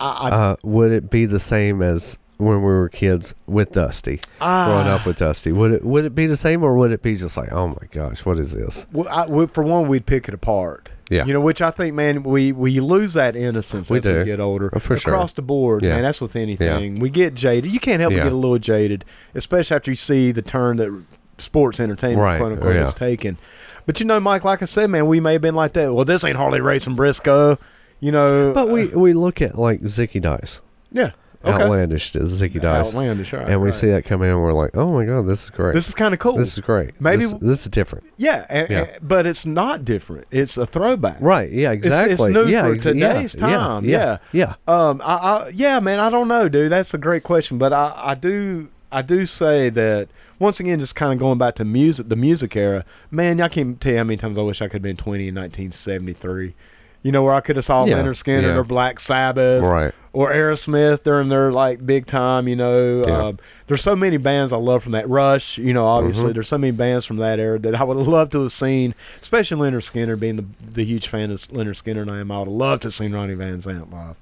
I, I,
uh, would it be the same as when we were kids with Dusty, growing
ah.
up with Dusty? Would it would it be the same, or would it be just like, oh my gosh, what is this?
Well, I, well, for one, we'd pick it apart.
Yeah.
You know, which I think, man, we, we lose that innocence
We
as we
do.
get older.
Oh, for sure.
Across the board,
Yeah.
man, that's with anything. We get jaded. You can't help
Yeah.
but get a little jaded, especially after you see the turn that sports entertainment,
Right.
quote unquote,
Yeah.
is taken. But you know, Mike, like I said, man, we may have been like that. Well, this ain't Harley racing Briscoe. You know,
But we we look at like Zicky Dice,
yeah, okay,
outlandish Zicky Dice.
outlandish, all right,
and we
right.
see that come in, we're like, oh my god, this is great.
this is kind of cool.
This is great.
Maybe-
this, this is different.
yeah, and,
Yeah.
and- but it's not different. It's a throwback,
Right? Yeah.
it's
Exactly.
new
yeah,
for
ex- yeah,
today's time,
Yeah. Yeah.
Um, I, I yeah, man, I don't know, dude. That's a great question, but I, I do I do say that once again, just kind of going back to music, the music era. Man, I can't tell you how many times I wish I could have been twenty in nineteen seventy three. You know, where I could have saw
Yeah,
Leonard Skinner
yeah.
or Black Sabbath
Right.
or Aerosmith during their like big time. You know,
Yeah.
um, there's so many bands I love from that. Rush, you know,
Mm-hmm.
obviously there's so many bands from that era that I would have loved to have seen, especially Leonard Skinner being the the huge fan of Leonard Skinner and I am. I would have loved to have seen Ronnie Van Zant live.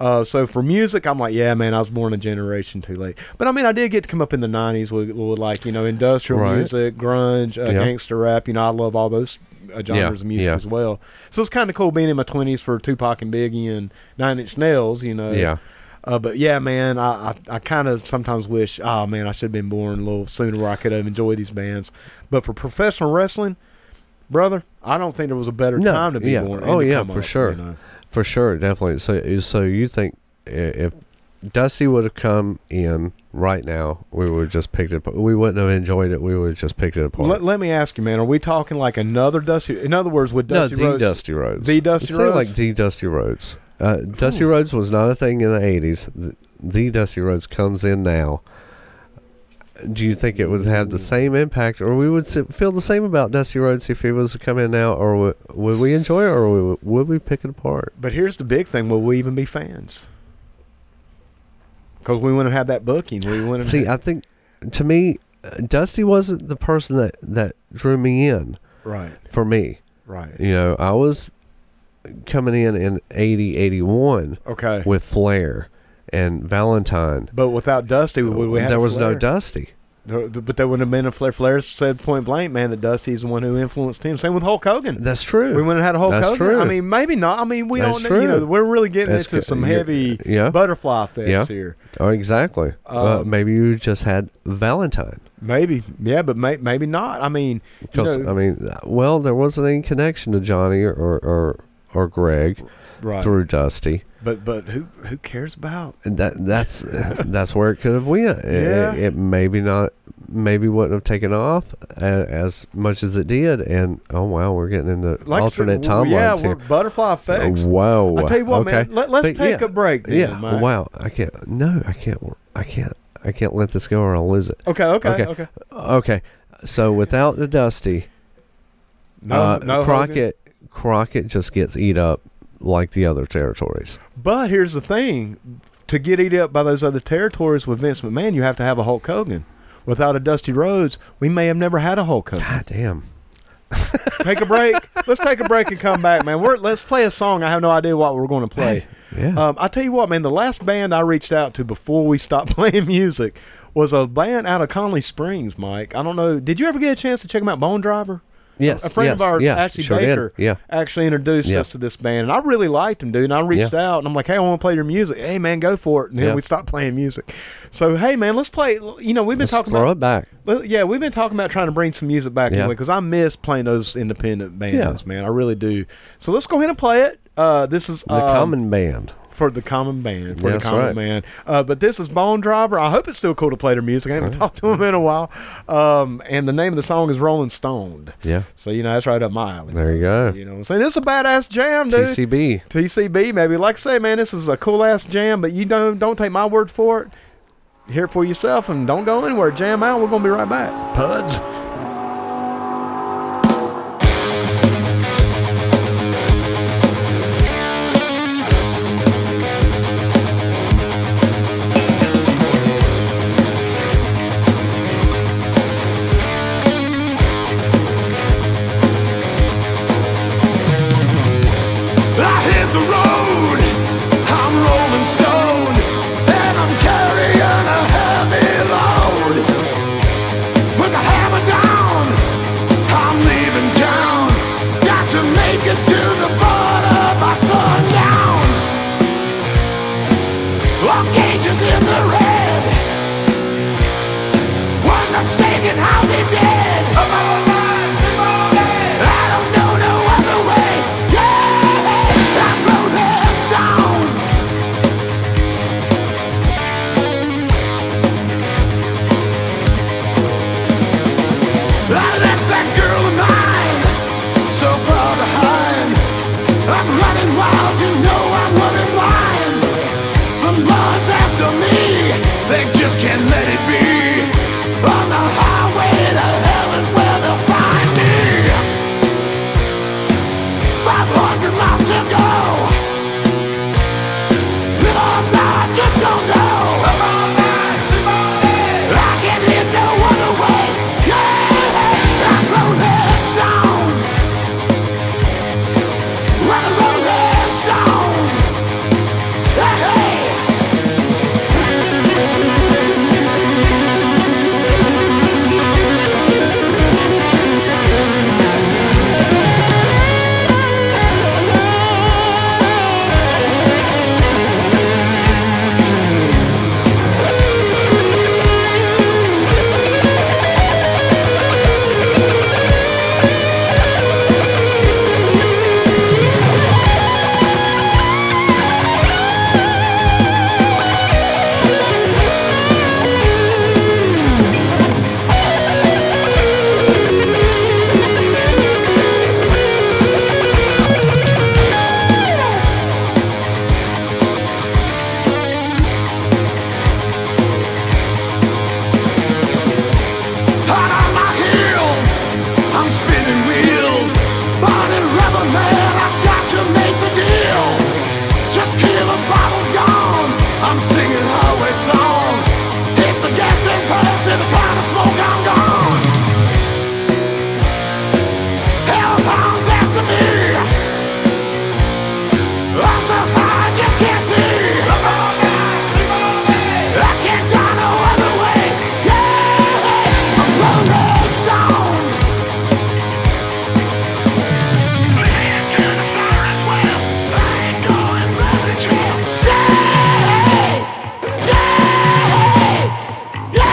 Uh, so for music, I'm like, yeah, man, I was born a generation too late. But I mean, I did get to come up in the '90s with, with like you know industrial
Right.
music, grunge, uh,
Yeah.
gangster rap. You know, I love all those uh, genres of music
yeah.
as well. So it's kind of cool being in my 20s for Tupac and Biggie and Nine Inch Nails. You know,
yeah.
uh, but yeah, man, I, I, I kind of sometimes wish, oh man, I should have been born a little sooner where I could have enjoyed these bands. But for professional wrestling, brother, I don't think there was a better
No,
time to be
yeah.
born. and
Oh,
to
yeah,
come
for
up,
sure.
You know?
For sure, definitely. So, so you think i- if Dusty would have come in right now, we would have just picked it. apart. We wouldn't have enjoyed it. We would have just picked it apart.
Let, let me ask you, man, are we talking like another Dusty? In other words, with Dusty
no, the
Rhodes,
Dusty Roads.
The Dusty
it sounded
Rhodes? Hmm.
like the Dusty Roads. Uh, Dusty Roads was not a thing in the eighties. The, the Dusty Roads comes in now. Do you think it would have the same impact, or we would s- feel the same about Dusty Roads if he was to come in now, or w- would we enjoy it, or would we, would we pick it apart?
But here's the big thing: will we even be fans? Because we wouldn't have that booking. We wouldn't.
See, I
have,
think to me, uh, Dusty wasn't the person that that drew me in.
right,
For me,
right,
you know, I was coming in in eighty eighty one
okay.
[laughs] with Flair and Valentine.
But without Dusty, would we have?
there was
Flair?
no Dusty.
There- But there wouldn't have been a Flair. Flair said point blank, man, that Dusty's the one who influenced him. Same with Hulk Hogan.
That's true.
We wouldn't have had Hulk
That's
Hogan.
true.
I mean, maybe not. I mean, we
That's
don't know. You
true.
know, we're really getting
That's
into
good.
some
Yeah.
heavy
Yeah.
butterfly effects
Yeah.
here.
oh, exactly. Uh,
Uh,
maybe you just had Valentine
Maybe, yeah, but may, maybe not. I mean, you
because uh,
know,
I mean, well, there wasn't any connection to Johnny or or or, or Greg
right?
through Dusty.
But but who who cares about?
And that that's [laughs] that's where it could have went. It,
Yeah.
it, it maybe not, maybe wouldn't have taken off as, as much as it did. And oh wow, we're getting into
Like I said,
alternate
w- yeah,
timelines
we're
here.
butterfly effects.
wow!
I tell you what, man,
okay.
let, let's
But
take
yeah,
a break. Then,
yeah.
Mike.
Wow. I can't. No, I can't. I can't. I can't let this go or I'll lose it.
Okay, okay, okay.
Okay. Okay. So without the Dusty,
No,
uh,
no, Hogan.
Crockett, Crockett just gets eat up like the other territories.
But here's the thing: to get eat up by those other territories with Vince McMahon, you have to have a Hulk Hogan. Without a Dusty Rhodes, we may have never had a
[laughs]
Hulk Hogan.
God damn.
take a break. Let's take a break and come back, man. We're, let's play a song. I have no idea what we're going to play.
Yeah.
Um, I tell you what, man. The last band I reached out to before we stopped [laughs] playing music was a band out of Conley Springs, Mike. I don't know. Did you ever get a chance to check them out? Bone Driver.
yes.
a friend
yes,
of ours,
yeah,
Ashley
sure did,
Baker,
Yeah.
actually introduced
Yeah.
us to this band, and I really liked them, dude. And I reached out, and I'm like, "Hey, I want to play your music." Hey, man, go for it. And then
Yeah.
we stopped playing music. So, hey, man, let's play. You know, we've been
Let's
talking
throw
about
it back.
well, yeah, we've been talking about trying to bring some music back
Yeah.
anyway because I miss playing those independent bands,
Yeah.
man. I really do. So let's go ahead and play it. Uh, this is
The
um,
common band.
for the common band for
That's
the common
right.
man. Uh, but this is Bone Driver. I hope it's still cool to play their music. I haven't talked to them in a while. Um, and the name of the song is Rolling Stoned.
Yeah.
So you know that's right up my alley.
There you go.
You know, what I'm saying it's a badass jam, dude.
TCB.
TCB, maybe. Like I say, man, this is a cool ass jam, but you don't don't take my word for it. Hear it for yourself and don't go anywhere. Jam out. We're gonna be right back. Puds.
I hit the road. I'm rolling stone, and I'm carrying a heavy load. Put the hammer down. I'm leaving town. Got to make it to the border by sundown. All gauges in the red. One mistaken, I'll be dead. I'm all right, I don't know no other way. Yeah, I'm rolling stone. I left that girl of mine so far behind. I'm running wild, you know I'm running blind. The law's after me, they just can't let it be. On the highway to hell is where the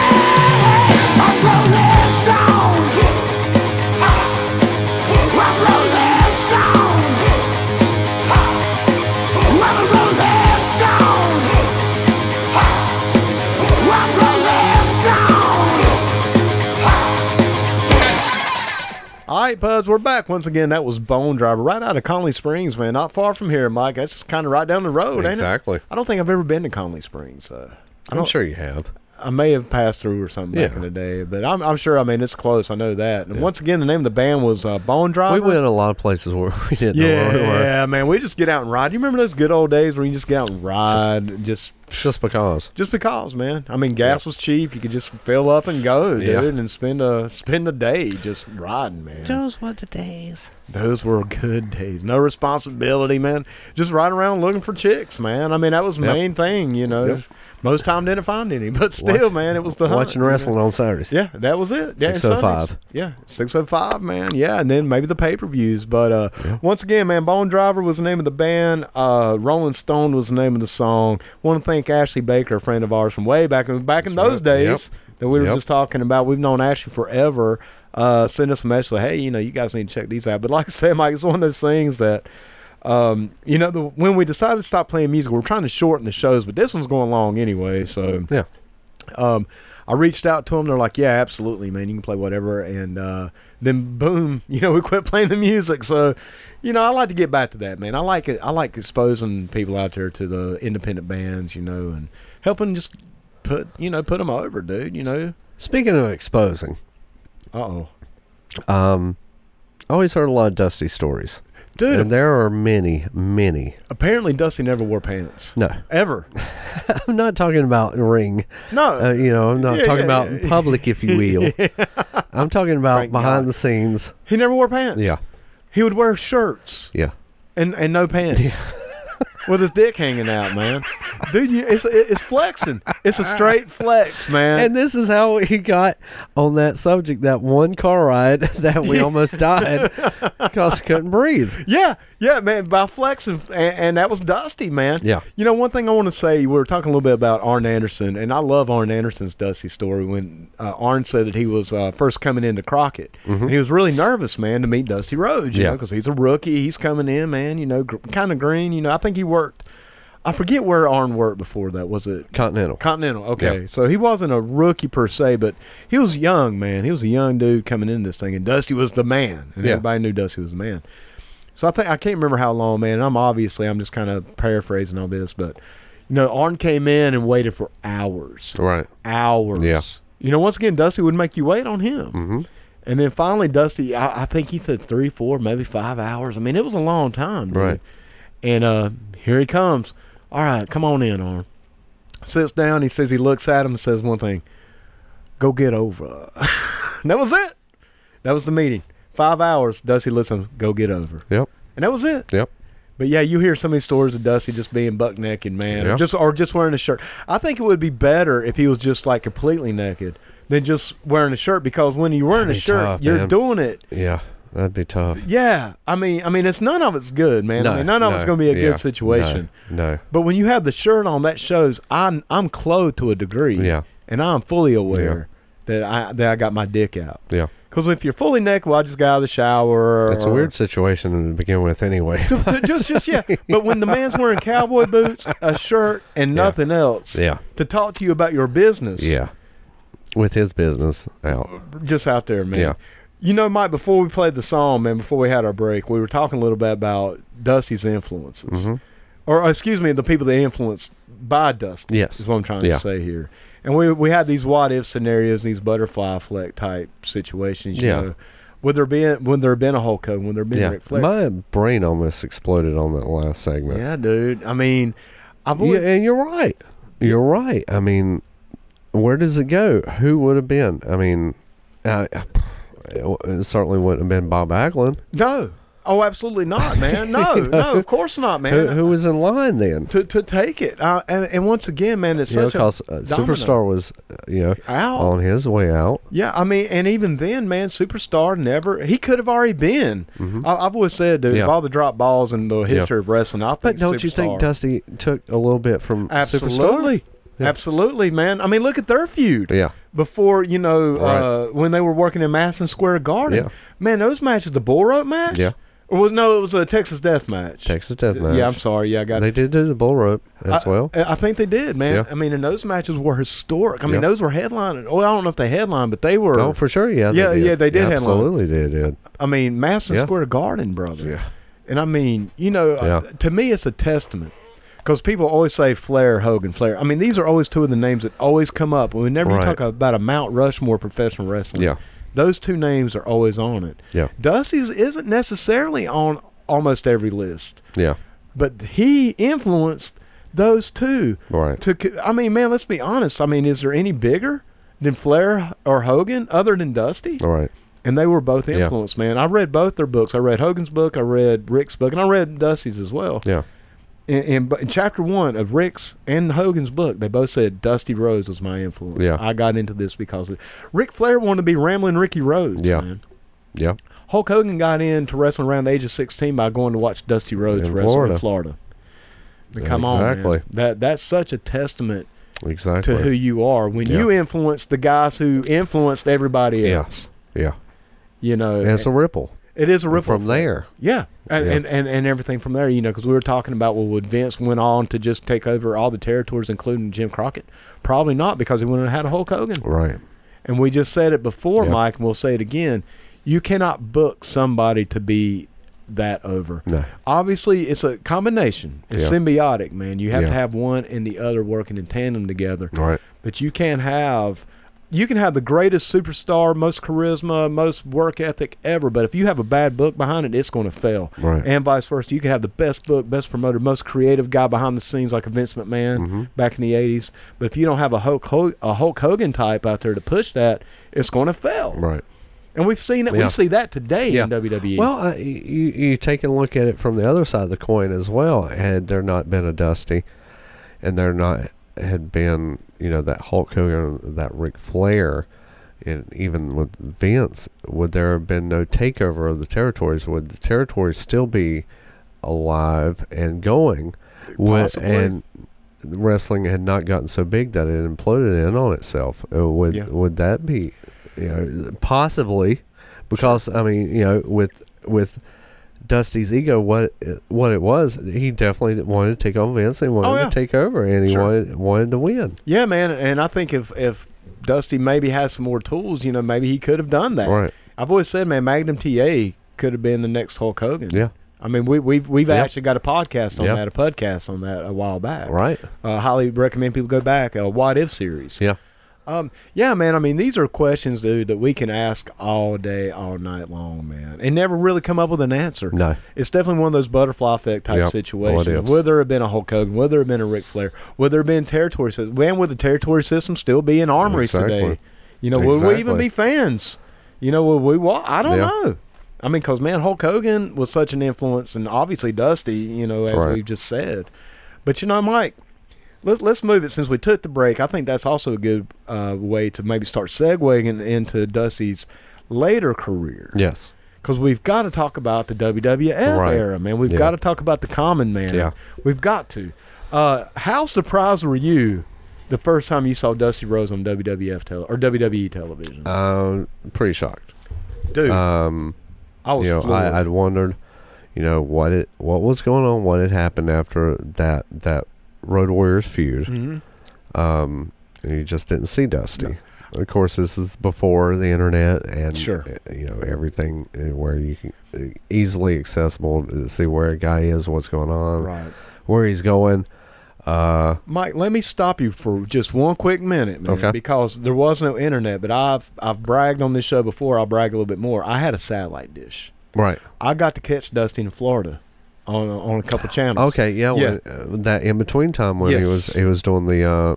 I'm rolling stone. I'm rolling stone. I'm a rolling stone. I'm rolling stone.
All right, Puds, we're back once again. That was Bone Driver, right out of Conley Springs, man. Not far from here, Mike. That's just kind of right down the road, ain't it?
Exactly.
I don't think I've ever been to Conley Springs. Uh, I
I'm
don't,
sure you have.
I may have passed through or something back
Yeah.
in the day, but I'm, I'm sure. I mean, it's close. I know that. And once again, the name of the band was uh, Bone Driver.
We went a lot of places where [laughs] we didn't know
Yeah,
where we were.
man. We just get out and ride. You remember those good old days where you just get out and ride, and just
Just because.
just because, man. I mean, gas was cheap. You could just fill up and go, dude,
Yeah.
and spend a spend the day just riding, man.
Those were the days.
Those were good days. No responsibility, man. Just riding around looking for chicks, man. I mean, that was the
Yep.
main thing, you know.
Yep.
Most time didn't find any, but still,
Watch-
man, it was the hunt,
Watching
you know.
wrestling on Saturdays.
Yeah, that was it. Yeah, and
605.
Sundays. Yeah, 605, man. Yeah, and then maybe the pay per views. But uh, once again, man, Bone Driver was the name of the band. Uh, Rolling Stone was the name of the song. Want to thank Ashley Baker, a friend of ours from way back in, back in those
right. Yep.
days that we were
Yep.
just talking about. We've known Ashley forever. Uh, send us a message like, hey, you know, you guys need to check these out. But like [laughs] I said, Mike, it's one of those things that. Um, you know, the, when we decided to stop playing music, we we're trying to shorten the shows, but this one's going long anyway. So,
Yeah.
um, I reached out to them. They're like, "Yeah, absolutely, man. You can play whatever." And uh, then, boom, [laughs] you know, we quit playing the music. So, you know, I like to get back to that, man. I like it. I like exposing people out there to the independent bands, you know, and helping just put, you know, put them over, dude. You know.
Speaking of exposing,
Uh oh,
um, I always heard a lot of Dusty stories.
dude.
And there are many, many.
apparently, Dusty never wore pants.
No, [laughs]
Ever.
I'm not talking about ring.
No.
Uh, you know, I'm not
Yeah,
talking
yeah,
about
yeah.
public, if you
[laughs]
will. I'm talking about
Thank
behind
God.
the scenes.
he never wore pants.
Yeah.
He would wear shirts.
Yeah.
and and no pants. [laughs] With his dick hanging out, man, dude, you, it's it's flexing. It's a straight flex, man.
And this is how we got on that subject that one car ride [laughs] that we almost
[laughs]
died because we couldn't breathe.
yeah, yeah, man, by flexing, and, and that was Dusty, man.
Yeah.
You know, one thing I want to say, we were talking a little bit about Arn Anderson, and I love Arn Anderson's Dusty story. When uh, Arn said that he was uh, first coming into Crockett, and he was really nervous, man, to meet Dusty Rhodes,
Mm-hmm.
you
Yeah.
know, because he's a rookie, he's coming in, man, you know, gr- kind of green, you know. I think he worked. I forget where Arn worked before that. Was it
Continental.
Continental. Okay,
Yeah.
so he wasn't a rookie per se, but he was young, man. He was a young dude coming into this thing, and Dusty was the man, and
Yeah.
everybody knew Dusty was the man. So I think I can't remember how long, man. and I'm obviously I'm just kind of paraphrasing all this, but you know, Arn came in and waited for hours,
right.
hours.
Yeah.
You know, once again, Dusty would make you wait on him. Mm-hmm. And then finally, Dusty, I, I think he said three, four, maybe five hours. I mean, it was a long time, dude.
Right.
And uh, here he comes. All right, come on in, Arn. Sits down. He says he looks at him and says one thing: "Go get over." [laughs] And that was it. That was the meeting. Five hours. Dusty listen. Go get over.
Yep.
And that was it.
Yep.
But yeah, you hear so many stories of Dusty just being buck naked, man, or
Yeah.
just or just wearing a shirt. I think it would be better if he was just like completely naked than just wearing a shirt because when you're wearing a
That'd be
shirt,
tough,
you're
man.
doing it.
Yeah. That'd be tough.
Yeah, I mean, I mean, it's none of it's good, man. I mean, none of it's going to be a
yeah,
good situation.
No. no.
But when you have the shirt on, that shows I'm I'm clothed to a degree.
Yeah.
and I'm fully aware that I that I got my dick out.
Yeah.
Because if you're fully naked, well, I just got out of the shower.
It's a
or-
weird situation to begin with,
[laughs]
anyway.
Ju- ju- just, just yeah. But when the man's wearing cowboy boots, a shirt, and
Yeah.
nothing else,
yeah.
to talk to you about your business,
Yeah. With his business out.
just out there, man.
Yeah.
You know, Mike. Before we played the song, man, before we had our break, we were talking a little bit about Dusty's influences,
Mm-hmm.
or uh, excuse me, the people that influenced by Dusty.
Yes.
is what I'm trying
Yeah.
to say here. And we we had these what if scenarios, these butterfly fleck type situations. You
Yeah.
know, would there be would there have been a Hulk Hogan? Would there have been
Yeah.
Ric Flair?
My brain almost exploded on that last segment.
yeah, dude. I mean, I've
Yeah,
always,
and you're right. You're right. I mean, where does it go? Who would have been? I mean, uh, it certainly wouldn't have been Bob Backlund.
No. Oh, absolutely not, man.
[laughs]
No, no, of course not, man.
Who, who was in line then?
to, to take it. Uh, and, and once again, man, it's
You know,
such
because
a
uh,
domino.
Superstar was, uh, you know,
Out.
on his way out.
Yeah, I mean, and even then, man, superstar never. He could have already been. I, I've always said, dude,
Mm-hmm. Yeah.
of all the drop balls in the history of wrestling, I think.
But don't you
Superstar-
think Dusty took a little bit from Superstar?
Absolutely. Absolutely, man. I mean, look at their feud.
Yeah.
Before you know, uh,
Right.
when they were working in Madison Square Garden,
Yeah.
man, those matches, the bull rope match,
Yeah.
or was no, it was a Texas Death Match.
Texas Death Match.
Yeah, I'm sorry. Yeah, I got
They did do the bull rope as
I-
well.
I, I think they did, man.
Yeah.
I mean, and those matches were historic. I mean,
Yeah.
those were headlining. Well, I don't know if they headlined, but they were.
oh, for sure. Yeah.
Yeah,
They did.
yeah, they did headline.
Absolutely, they did.
I mean, Madison
Yeah.
Square Garden, brother.
Yeah.
And I mean, you know, uh,
Yeah.
to me, it's a testament because people always say Flair, Hogan, Flair. I mean, these are always two of the names that always come up whenever you
Right.
talk about a Mount Rushmore professional wrestling.
Yeah.
those two names are always on it.
Yeah.
Dusty's isn't necessarily on almost every list,
Yeah.
but he influenced those two.
Right.
To c- I mean, man, let's be honest. I mean, is there any bigger than Flair or Hogan other than Dusty?
All right.
And they were both
Yeah.
influenced, man. I read both their books. I read Hogan's book, I read Rick's book, and I read Dusty's as well.
Yeah.
In, in, in chapter one of Rick's and Hogan's book, they both said Dusty Rhodes was my influence.
Yeah.
I got into this because of, Rick Flair wanted to be Ramblin' Ricky Rhodes.
Yeah.
man.
Yeah.
Hulk Hogan got into wrestling around the age of 16 by going to watch Dusty Rhodes
In
wrestle in
Florida.
Florida. But
Yeah,
Come on,
exactly.
man. that that's such a testament
Exactly.
to who you are when
Yeah.
you influence the guys who influenced everybody
Yeah.
else.
Yeah.
You know,
And it's a ripple
it is a ripple
from there.
Yeah. And,
Yeah.
And, and and everything from there, you know, because we were talking about well, would Vince went on to just take over all the territories, including Jim Crockett? Probably not, because he wouldn't have had Hulk Hogan.
Right.
And we just said it before,
Yeah.
Mike, and we'll say it again. You cannot book somebody to be that over.
No.
Obviously, it's a combination. It's
Yeah.
symbiotic, man. You have to
Yeah.
have one and the other working in tandem together.
Right.
But you can have you can have the greatest superstar, most charisma, most work ethic ever, but if you have a bad book behind it, it's going to fail.
Right.
And vice versa, you can have the best book, best promoter, most creative guy behind the scenes, like a Vince McMahon
Mm-hmm.
back in the '80s. But if you don't have a Hulk, Ho- a Hulk Hogan type out there to push that, it's going to fail.
Right.
And we've seen that.
Yeah.
We see that today
Yeah.
in E. WWE.
Well, I, you you take a look at it from the other side of the coin as well. Had there not been a Dusty, and there not had been you know that Hulk Hogan, that Ric Flair, and even with Vince, would there have been no takeover of the territories? Would the territories still be alive and going? Would-
Possibly.
and wrestling had not gotten so big that it imploded in on itself. Uh, Would
Yeah.
would that be, you know, possibly? Because I mean, you know, with with Dusty's ego, what it- what it was, he definitely wanted to take on Vince. He wanted
Oh, yeah.
to take over, and he
Sure.
wanted wanted to win.
yeah, man. And I think if if Dusty maybe has some more tools, you know, maybe he could have done that.
Right?
I've always said, man, Magnum TA could have been the next Hulk Hogan.
Yeah.
I mean, we, we've we've
Yeah.
actually got a podcast on
Yeah.
that, a podcast on that a while back.
Right.
Uh, highly recommend people go back. A What If series.
Yeah.
Um, yeah, man. I mean, these are questions, dude, that we can ask all day, all night long, man, and never really come up with an answer.
No.
It's definitely one of those butterfly effect type
Yep.
situations.
What ifs.
Would there have been a Hulk Hogan? Would there have been a Ric Flair? Would there have been territory systems? And would the territory system still be in armories
Exactly.
today? You know, would we even
Exactly.
be fans? You know, would we? Well, I don't
Yeah.
know. I mean, because man, Hulk Hogan was such an influence, and obviously Dusty. You know, as
Right.
we've just said. But you know, Mike, let, let's move it since we took the break. I think that's also a good uh, way to maybe start segueing into Dusty's later career
Yes.
because we've got to talk about the WWF
Right.
era, man. We've
Yeah.
got to talk about the Common Man.
Yeah.
we've got to. Uh, how surprised were you the first time you saw Dusty Rose on WWF tele- or WWE television?
Um, pretty shocked.
Dude,
Um,
I was
you know,
floored.
I, I'd wondered, you know, what it what was going on, what had happened after that that Road Warriors feud.
Mhm.
Um, and you just didn't see Dusty. Of course, this is before the internet and
Sure.
uh, you know everything uh, where you can uh, easily accessible to see where a guy is, what's going on,
right.
where he's going. Uh,
Mike, let me stop you for just one quick minute, man,
Okay.
because there was no internet. But I've I've bragged on this show before. I'll brag a little bit more. I had a satellite dish.
right.
I got to catch Dusty in Florida on a- on a couple channels.
Okay. Yeah.
Yeah.
When, uh, that in between time when he was
Yes.
he was doing the uh,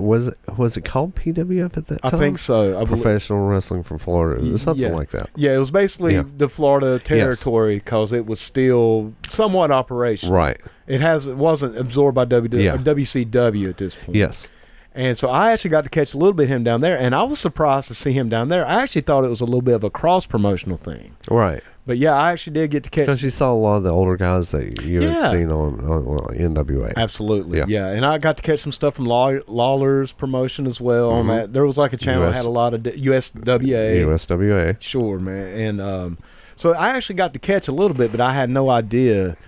was it was it called PWF at that
I
time?
think so. I believe.
professional wrestling from Florida,
Y-
something
yeah.
like that.
Yeah, it was basically
Yeah.
the Florida territory because it was still somewhat operational.
Right.
It has it wasn't absorbed by WW,
Yeah.
WCW at this point.
Yes.
And so I actually got to catch a little bit of him down there, and I was surprised to see him down there. I actually thought it was a little bit of a cross promotional thing,
Right.
but yeah, I actually did get to catch
Because you saw a lot of the older guys that you
Yeah.
had seen on, on, on NWA.
Absolutely, yeah.
Yeah.
And I got to catch some stuff from Law- Lawler's promotion as well on
Mm-hmm.
that. There was like a channel that
US
had a lot of d- USWA.
USWA.
Sure, man. And um, so I actually got to catch a little bit, but I had no idea.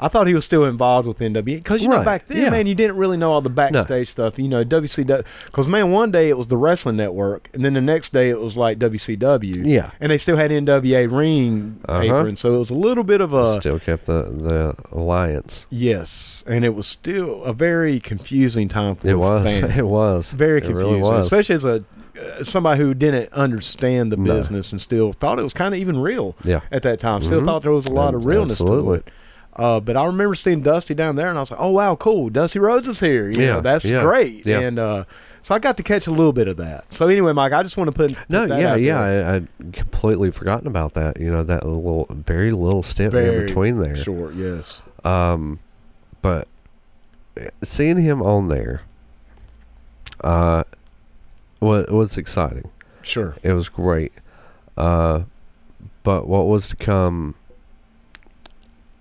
I thought he was still involved with NWA because you know
Right,
back then,
yeah.
man, you didn't really know all the backstage stuff. You know, WCW. Because man, one day it was the Wrestling Network, and then the next day it was like WCW.
Yeah.
and they still had NWA ring
Uh-huh.
apron, so it was a little bit of a
Still kept the, the alliance.
Yes, and it was still a very confusing time for
It
the
was.
fan.
[laughs] It was.
very
It really
confusing,
was.
especially as a uh, somebody who didn't understand the
No.
business and still thought it was kind of even real.
Yeah.
at that time, still
Mhm.
thought there was a lot of
Ab-
realness
absolutely.
to it. Uh, but I remember seeing Dusty down there, and I was like, "Oh wow, cool! Dusty Rhodes is here. You
Yeah,
know, that's
yeah,
great."
yeah.
And uh, so I got to catch a little bit of that. So anyway, Mike, I just want to put put
No,
that
yeah,
out
yeah.
there.
I, I'd completely forgotten about that. You know, that little, very little stint
Very
in between there.
short, yes,
Um, but eh, seeing him on there, uh, was was exciting.
sure,
It was great. Uh, but what was to come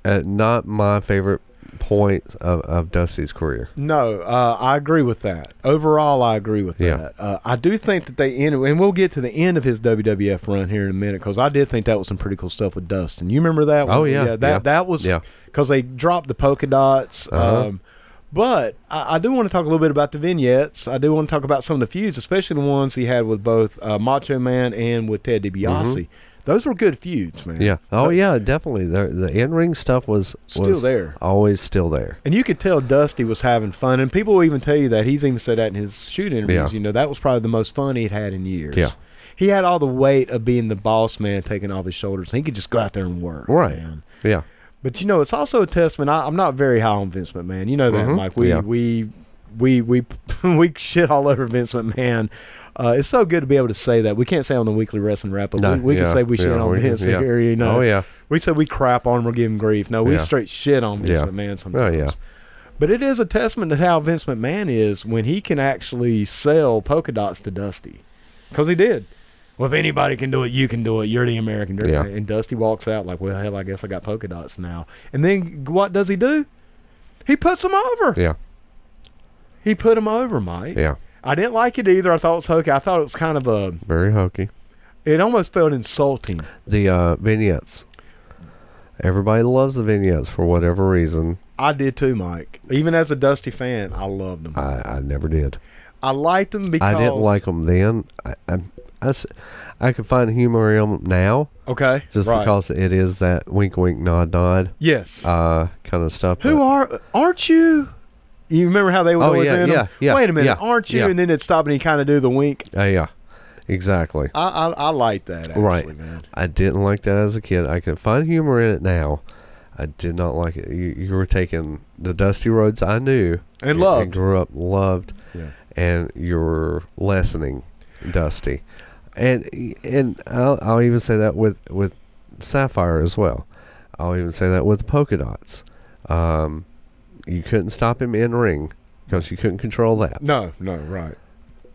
at not my favorite point of, of Dusty's career.
No, uh, I agree with that. Overall, I agree with
Yeah.
that. Uh, I do think that they ended, and we'll get to the end of his WWF run here in a minute because I did think that was some pretty cool stuff with Dustin. You remember that?
Oh,
one?
yeah,
that
yeah,
that was
yeah.
because they dropped the polka dots.
Uh-huh.
Um, but I, I do want to talk a little bit about the vignettes. I do want to talk about some of the feuds, especially the ones he had with both uh, Macho Man and with Ted DiBiase. Those were good feuds, man.
Mm-hmm. Yeah. Oh,
Th-
yeah, definitely. The, the in ring stuff was,
Still
was
there.
Always still there.
And you could tell Dusty was having fun, and people will even tell you that he's even said that in his shoot interviews.
Yeah.
You know, that was probably the most fun he'd had in years.
Yeah.
he had all the weight of being the boss man taken off his shoulders. He could just go out there and work,
Right.
man.
Yeah.
But you know, it's also a testament. I, I'm not very high on Vince McMahon. You know that,
Mhm.
Mike. We
Yeah.
we we we [laughs] we shit all over Vince McMahon. Uh, it's so good to be able to say that. We can't say on the weekly wrestling wrap, but
No,
we, we
yeah,
can say we shit
yeah,
on
we-
Vince
yeah.
here. You know,
Oh, yeah.
we said we crap on him or give him grief. No, we
Yeah.
straight shit on Vince
Yeah. Oh,
McMahon sometimes.
yeah.
But it is a testament to how Vince McMahon is when he can actually sell polka dots to Dusty. Because he did. Well, if anybody can do it, you can do it. You're the American. Dream.
Yeah.
And Dusty walks out like, well, hell, I guess I got polka dots now. And then what does he do? He puts him over.
Yeah.
He put him over, Mike.
Yeah.
I didn't like it either. I thought it was hokey. I thought it was kind of a.
Very hokey.
It almost felt insulting.
The uh, vignettes. Everybody loves the vignettes for whatever reason.
I did too, Mike. Even as a Dusty fan, I loved them.
I, I never did.
I liked them because
I didn't like them then. I, I, I s- I can find humor in them now
Okay,
just
right.
because it is that wink, wink, nod, nod
Yes.
uh, kind of stuff.
Who
but-
are? Aren't you? You remember how they would
Oh,
always
yeah,
end
yeah,
them?
yeah,
Wait a minute,
yeah,
aren't you?
yeah.
And then it'd stop and he kind of do the wink.
Uh, yeah, exactly.
I I, I like that actually,
right.
man.
I didn't like that as a kid. I can find humor in it now. I did not like it. You, you were taking the dusty roads I knew
And loved.
grew up loved,
Yeah.
and you were lessening dusty, and and I'll, I'll even say that with with sapphire as well. I'll even say that with polka dots. Um, you couldn't stop him in ring because you couldn't control that.
No, no, right.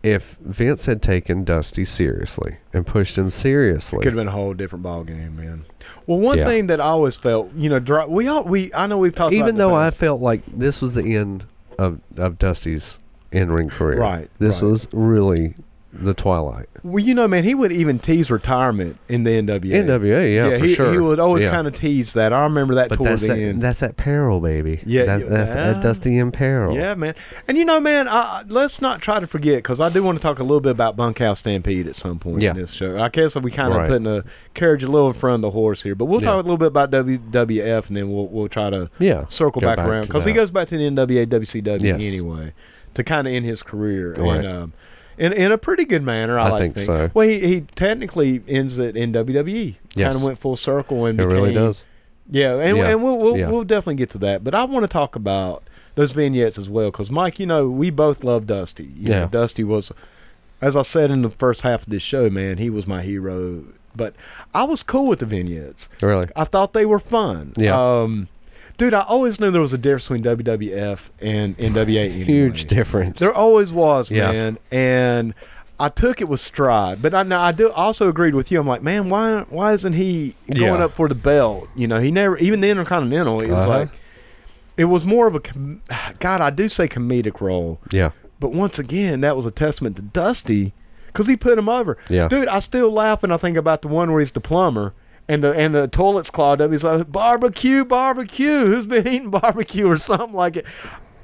If Vince had taken Dusty seriously and pushed him seriously,
Could have been a whole different ball game, man. Well, one
Yeah.
thing that I always felt, you know, dri we all we I know we've talked about it in
even
the
though I
past.
felt like this was the end of, of Dusty's in ring career.
Right,
This
right.
was really the twilight.
well, you know, man, he would even tease retirement in the NWA.
NWA, yeah, for
he,
sure.
he would always
Yeah.
kind of tease that. I remember that
But
toward
that's
the
that,
end.
that's that peril, baby.
Yeah,
That-
yeah.
that's that Dusty in peril.
Yeah, man. And you know, man, I, I- let's not try to forget because I do want to talk a little bit about Bunkhouse Stampede at some point
Yeah.
in this show. I guess we kind of
Right.
putting a carriage a little in front of the horse here, but we'll
Yeah.
talk a little bit about WWF and then we'll we'll try to
Yeah,
circle
go
back,
back
around
to
because he
that.
goes back to the NWA WCW
Yes.
anyway to kind of end his career
Right.
and. Um, in, in a pretty good manner, I,
I
like
think
to think.
so.
Well, he, he technically ends it in WWE.
Yes.
Kind of E. went full circle and
It really
became-
does.
yeah, and,
Yeah.
and we'll we'll,
Yeah.
we'll definitely get to that. But I want to talk about those vignettes as well, because Mike, you know, we both love Dusty. You know,
Yeah.
Dusty was, as I said in the first half of this show, man, he was my hero. But I was cool with the vignettes.
Really.
I thought they were fun.
Yeah.
Um, Dude, I always knew there was a difference between WWF and NWA. Anyway.
[laughs] Huge difference.
There always was,
Yeah.
man. And I took it with stride. But I now I do also agreed with you. I'm like, man, why why isn't he going
Yeah.
up for the belt? You know, he never even the Intercontinental. It was
Uh-huh.
like it was more of a com- [sighs] God. I do say comedic role,
yeah.
but once again, that was a testament to Dusty because he put him over.
Yeah.
dude, I still laugh when I think about the one where he's the plumber. And the and the toilet's clogged up. He's like barbecue, barbecue. Who's been eating barbecue or something like it?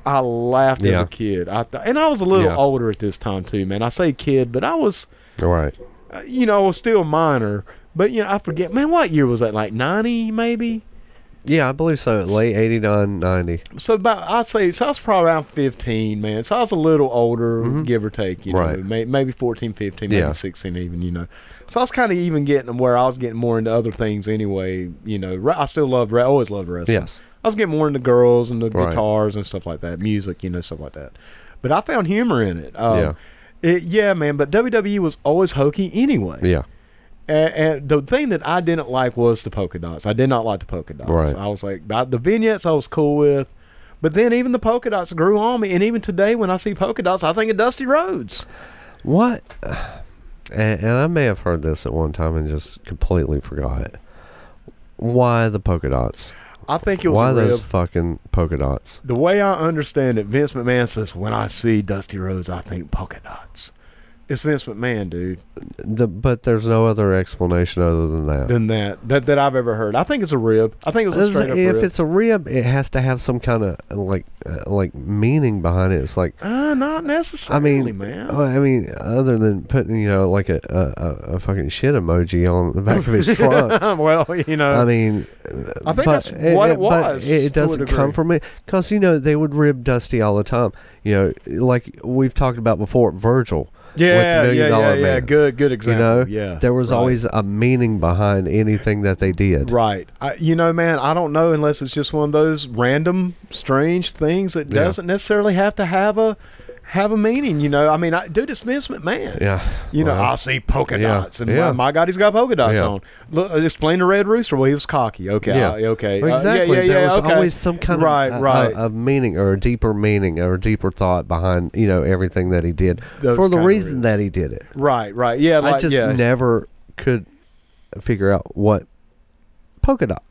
I laughed as
Yeah.
a kid. I th- and I was a little
Yeah.
older at this time too, man. I say kid, but I was,
All right.
uh, you know, I was still minor. But you know, I forget, man. What year was that? Like ninety, maybe.
Yeah, I believe so. Late 89, 90.
so about I'd say so I was probably around fifteen, man. So I was a little older, give or take, you
Mm-hmm. Right.
know, may, maybe 14, 15, maybe
Yeah.
sixteen, even, you know. So I was kind of even getting them where I was getting more into other things anyway, you know. Re- I still love, I always loved wrestling.
Yes.
I was getting more into girls and the
Right.
guitars and stuff like that, music, you know, stuff like that. But I found humor in it. Um,
Yeah.
It, yeah, man. But WWE was always hokey anyway.
Yeah.
And, and the thing that I didn't like was the polka dots. I did not like the polka dots.
Right.
I was like the, the vignettes I was cool with, but then even the polka dots grew on me. And even today, when I see polka dots, I think of Dusty Rhodes.
What? [sighs] And, and I may have heard this at one time and just completely forgot it. Why the polka dots?
I think it was
Why
a
those
rib.
fucking polka dots?
The way I understand it, Vince McMahon says, "When I see Dusty Rhodes, I think polka dots." It's Vince McMahon, dude.
The, but there's no other explanation other than that.
Than that that that I've ever heard. I think it's a rib. I think it was a
Is-
straight up
if
rib.
it's a rib, it has to have some kind of like uh, like meaning behind it. It's like
uh, not
I
necessarily,
mean,
man.
well, I mean, other than putting you know like a a, a- a fucking shit emoji on the back
[laughs]
of his trunk.
well, you know,
uh, I mean,
Uh, I think that's
it-
what it
it, but
was, to a
It doesn't
degree.
come from it because you know they would rib Dusty all the time. You know, like we've talked about before, Virgil. with the
yeah,
Million
yeah, yeah,
Dollar
yeah.
Man.
Good, good
You
example.
know,
yeah,
there was
right.
always a meaning behind anything that they did.
Right. I, you know, man, I don't know unless it's just one of those random, strange things that
Yeah.
doesn't necessarily have to have a have a meaning. You know, I mean, I, dude, it's Vince McMahon.
Yeah,
You know,
well,
I see polka
yeah,
dots, and
yeah.
my, my God, he's got polka dots
Yeah.
on. Look, uh, explain the Red Rooster. Well, he was cocky. Okay,
Yeah.
I- okay, Uh,
Well, Exactly.
yeah, yeah,
there
yeah,
was
okay.
always some kind
right,
of uh, a,
right.
a, a meaning or a deeper meaning or a deeper thought behind you know everything that he did
Those
for the
kinda
reason
reasons.
that he did it.
right, right. Yeah, like,
I just
yeah,
never could figure out what polka dots.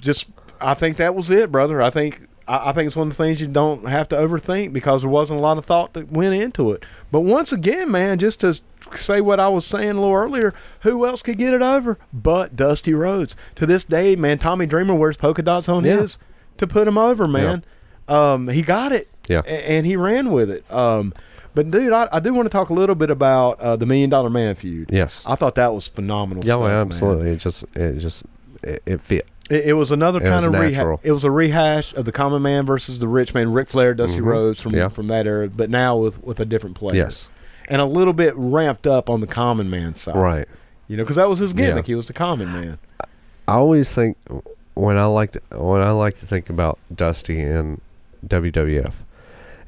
just I think that was it, brother. I think I, I think it's one of the things you don't have to overthink because there wasn't a lot of thought that went into it. But once again, man, just to say what I was saying a little earlier, who else could get it over but Dusty Rhodes? To this day, man, Tommy Dreamer wears polka dots on
Yeah.
his to put him over, man. Um, he got it,
Yeah.
a- and he ran with it. Um, but dude, I, I do want to talk a little bit about uh, the Million Dollar Man feud.
Yes.
I thought that was phenomenal.
Yeah,
stuff,
well,
man.
absolutely. It just it just it, it fit.
It, it was another
It
kind
was
of rehash.
natural.
It was a rehash of the common man versus the rich man, Ric Flair, Dusty Rhodes from
Mm-hmm. Yeah.
from that era, but now with with a different player.
Yes.
and a little bit ramped up on the common man side,
Right.
You know, because that was his
Yeah.
gimmick. He was the common man.
I always think when I like to, when I like to think about Dusty and WWF,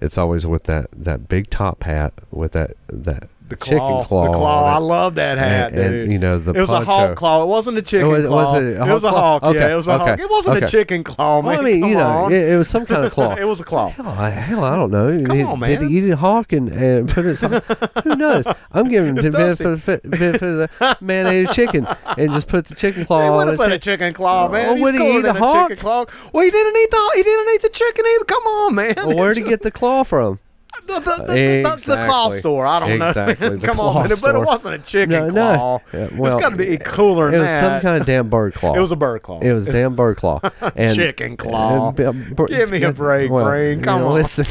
it's always with that, that big top hat with that that
The
chicken
claw,
claw,
the
on
claw.
it.
I love that hat,
and,
dude.
and you know the
it was a
poncho.
hawk claw. It wasn't a chicken
was-
claw.
was it a
it was a
hawk
hawk.
claw?
Yeah,
Okay,
it was a hawk.
okay,
It wasn't a
okay,
chicken claw, man.
Well, I mean,
Oh, Come
you know,
on.
it, it was some
[laughs]
kind of claw.
it was a claw.
Oh, hell, I don't know.
Come
Did-
on,
Did
man.
he eat a hawk and, and put it? Some, who knows? I'm giving him
It's
the benefit, of the- benefit of
[laughs]
the man ate a chicken and just put the chicken claw
He
on
would have
his
put a
head.
chicken claw, man.
Oh,
He's
would he
cooler
eat
than
a hawk?
chicken claw. Well, he didn't eat the he didn't eat the chicken either. Come on, man.
Well, where'd he get the claw from?
the, the, the, the, the claw
Exactly.
store? I don't
Exactly,
[laughs] know. man.
the
Come
claw
on, man. but it
store.
wasn't a chicken
No, no.
claw.
Yeah,
it's
well,
got to be cooler
It
than
was
that.
some kind of damn bird claw.
It was a bird claw.
It was damn bird
[laughs]
claw. And
Chicken claw.
and b- br-
Give me a break, brain.
you
Come on.
Listen,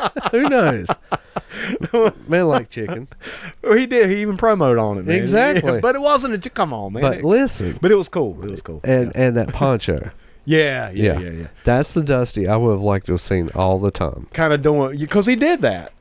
[laughs] who
[laughs]
knows? Man like chicken,
he did. He even promoted on it, man.
Exactly.
Yeah, [laughs] but it wasn't a. chi- Come on, man.
but
It-
listen,
but it was cool. It was cool.
and and that poncho.
yeah, yeah,
Yeah.
yeah, yeah.
That's the Dusty I would have liked to have seen all the time.
Kind of doing because he did that.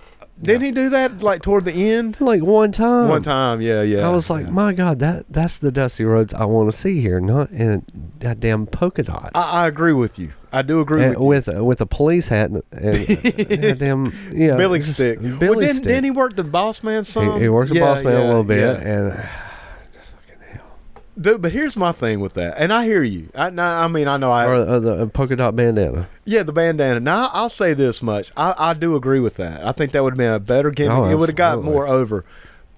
Didn't he do that like toward the end?
Like one time.
One time, yeah, yeah.
Hmm. I was like,
yeah.
my God, that that's the Dusty Roads I want to see here, not in goddamn polka dots.
I, I agree with you. I do agree
And
with you.
with a, with a police hat and, and
[laughs]
goddamn yeah
Billy
uh, just-
Stick.
Billy
well, didn't,
stick.
didn't he work the boss man some?
He, he works
um, Yeah,
the boss man
yeah,
a little bit,
yeah.
and
Dude, but here's my thing with that, and I hear you. I, no, I mean, I know I
or, or the uh, polka dot bandana.
Yeah, the bandana. Now I'll say this much: I, I do agree with that. I think that would have been a better gimmick.
Oh,
it would have got
absolutely.
more over.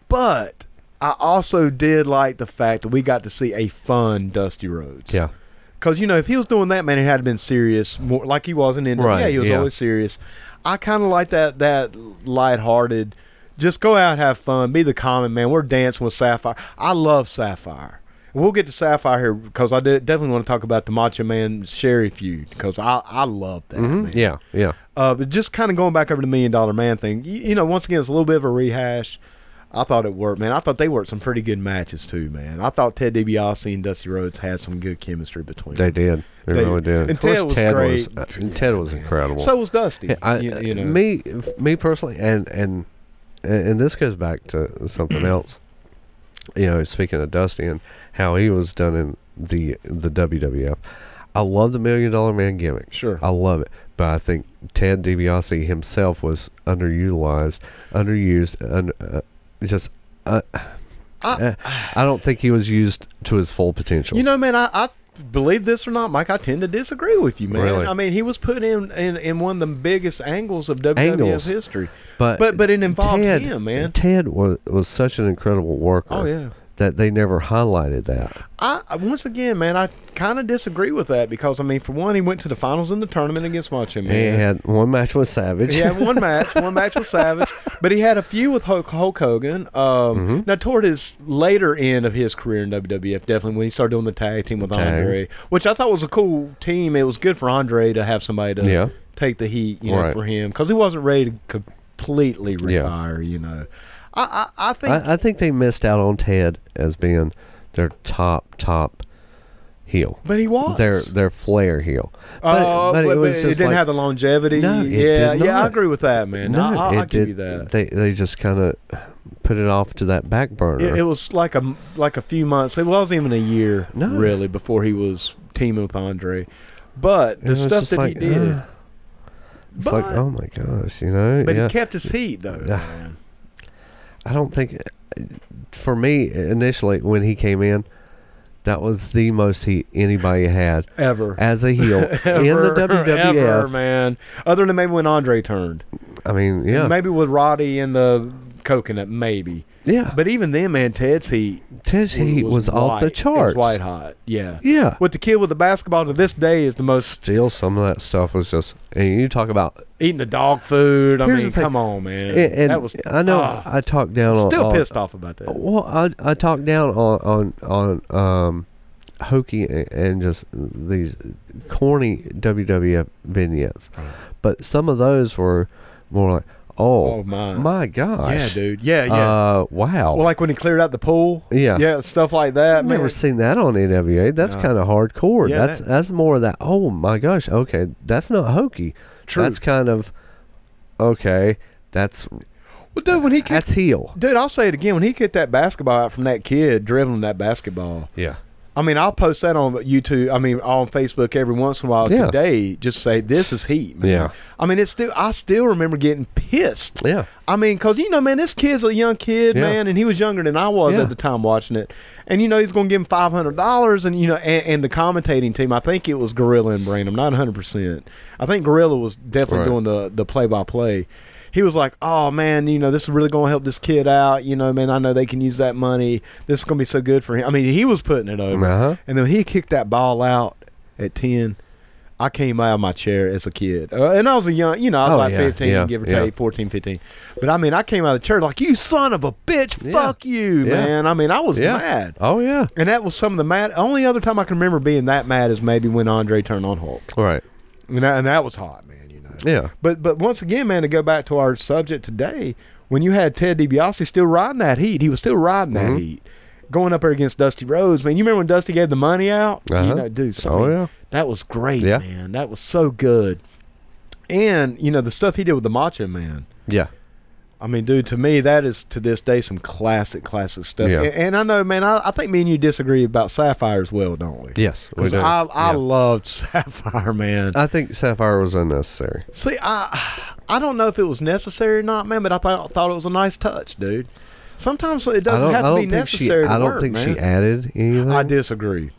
But I also did like the fact that we got to see a fun Dusty Rhodes.
Yeah.
Because you know, if he was doing that, man, it had been serious, more like he wasn't in.
Right,
Yeah, he was
yeah.
always serious. I kind of like that that lighthearted. Just go out, have fun, be the common man. We're dancing with Sapphire. I love Sapphire. We'll get to Sapphire here because I did, definitely want to talk about the Macho Man Sherry feud because I I love that.
Mhm.
Man.
Yeah. Yeah.
Uh, but just kind of going back over the Million Dollar Man thing, you, you know, once again, it's a little bit of a rehash. I thought it worked, man. I thought they worked some pretty good matches too, man. I thought Ted DiBiase and Dusty Rhodes had some good chemistry between
They
them.
did. They,
They-
really did.
and
Of course,
Ted was
was,
great.
uh, and Ted was incredible.
So was Dusty.
Yeah, I,
you, you know.
me, me personally, and and and this goes back to something else. You know, speaking of Dusty and how he was done in the the WWF, I love the Million Dollar Man gimmick.
Sure.
I love it, but I think Ted DiBiase himself was underutilized, underused, un, uh, just. Uh,
Ah.
uh, I don't think he was used to his full potential.
You know, man, I, I believe this or not, Mike. I tend to disagree with you, man.
Really?
I mean, he was put in, in in one of the biggest angles of WWF
Angles.
history.
but
but- but it involved
Ted,
him, man.
Ted was was such an incredible worker.
Oh, yeah.
that they never highlighted that.
I I- once again, man, I kind of disagree with that because I mean, for one, he went to the finals in the tournament against Macho Man.
He had one match with Savage.
He had one match, one match with Savage, but he had a few with Hulk, Hulk Hogan. Um,
Mm-hmm.
Now, toward his later end of his career in WWF, definitely when he started doing the tag team with
Tag.
Andre, which I thought was a cool team. It was good for Andre to have somebody to
Yeah.
take the heat, you know,
Right.
for him because he wasn't ready to completely
Yeah.
retire. You know, I I, I
[laughs]
think
I, I think they missed out on Ted as being their top top heel.
But he was.
their their flair heel. But,
Uh,
but it was just
didn't
like-
have the longevity.
No, it
yeah,
did
yeah, I
not.
agree with that, man.
no,
I, I,
it
I'll give you
did-
that.
They they just kind of put it off to that back burner.
It, it was like a like a few months. It wasn't even a year,
No.
really, before he was teaming with Andre. But the
was
stuff
just
that
like,
he did,
uh, [gasps] it's
but,
like oh my gosh, you know.
but
yeah.
he kept his heat though.
Yeah.
man.
I don't think for me initially when he came in, that was the most heat anybody had
Ever.
as a heel in
[laughs] Ever,
the WWF.
ever, man. Other than maybe when Andre turned,
I mean, yeah,
maybe with Roddy and the coconut, maybe.
yeah.
But even then, man, Ted's heat
Ted's heat was, off
white.
the
It was
charts.
white hot, yeah,
Yeah.
With the kid with the basketball to this day is the most
Still, some of that stuff was just. And you talk about.
eating the dog food. I
Here's
mean,
the thing.
come on, man.
And, and
that was
I know
ah.
I talked down on.
Still
on-
pissed off about that.
Well, I I talked down on on on um, hokey and, and just these corny WWF vignettes, but some of those were more like, oh,
Oh, my. yeah,
gosh,
dude. Yeah, yeah.
uh, wow.
well, like when he cleared out the pool.
Yeah.
Yeah, stuff like that.
I've never
man.
seen that on NWA. That's kind of hardcore.
Yeah,
that's
that-
that's more of that. Oh my gosh. Okay, that's not hokey.
True.
That's kind of okay. That's
Well, dude, when he kicked,
that's heel.
dude, I'll say it again. When he kicked that basketball out from that kid, dribbling that basketball.
Yeah.
I mean, I'll post that on YouTube. I mean, on Facebook every once in a while
Yeah.
today. Just say this is heat. Man.
Yeah.
I mean, it's still. I still remember getting pissed.
Yeah.
I mean, cause you know, man, this kid's a young kid,
Yeah.
man, and he was younger than I was
Yeah.
at the time watching it. And you know, he's going to give him five hundred dollars, and you know, and, and the commentating team. I think it was Gorilla and Brain. I'm not one hundred percent. I think Gorilla was definitely
Right.
doing the the play by play. He was like, "Oh man, you know, this is really going to help this kid out. You know, man, I know they can use that money. This is going to be so good for him." I mean, he was putting it over,
Uh-huh.
and then he kicked that ball out at ten. I came out of my chair as a kid, uh, and I was a young, you know, I was
Oh,
like
yeah,
15,
yeah,
give or
yeah.
take, 14, 15. But I mean, I came out of the church like, you son of a bitch,
Yeah.
fuck you,
Yeah.
man. I mean, I was
Yeah.
mad.
Oh yeah.
And that was some of the mad. Only other time I can remember being that mad is maybe when Andre turned on Hulk.
All right.
And that, and that was hot, man, you know.
Yeah.
But but once again, man, to go back to our subject today, when you had Ted DiBiase still riding that heat, he was still riding that
Mm-hmm.
heat, going up there against Dusty Rhodes. Man, you remember when Dusty gave the money out?
Uh-huh.
You know, dude. so,
Oh,
man,
yeah.
that was great,
Yeah.
man. That was so good. And you know the stuff he did with the Macho Man.
Yeah.
I mean, dude, to me that is to this day some classic, classic stuff.
Yeah.
And, and I know, man, I, I think me and you disagree about Sapphire as well, don't we?
Yes. we
Because
do.
I I
Yeah.
loved [laughs] Sapphire, man.
I think Sapphire was unnecessary.
See, I I don't know if it was necessary or not, man, but I thought thought it was a nice touch, dude. Sometimes it
I
doesn't
don't,
have
I
to
don't
be
think
necessary.
she.
to
I don't
work,
think
man.
she added anything.
I disagree.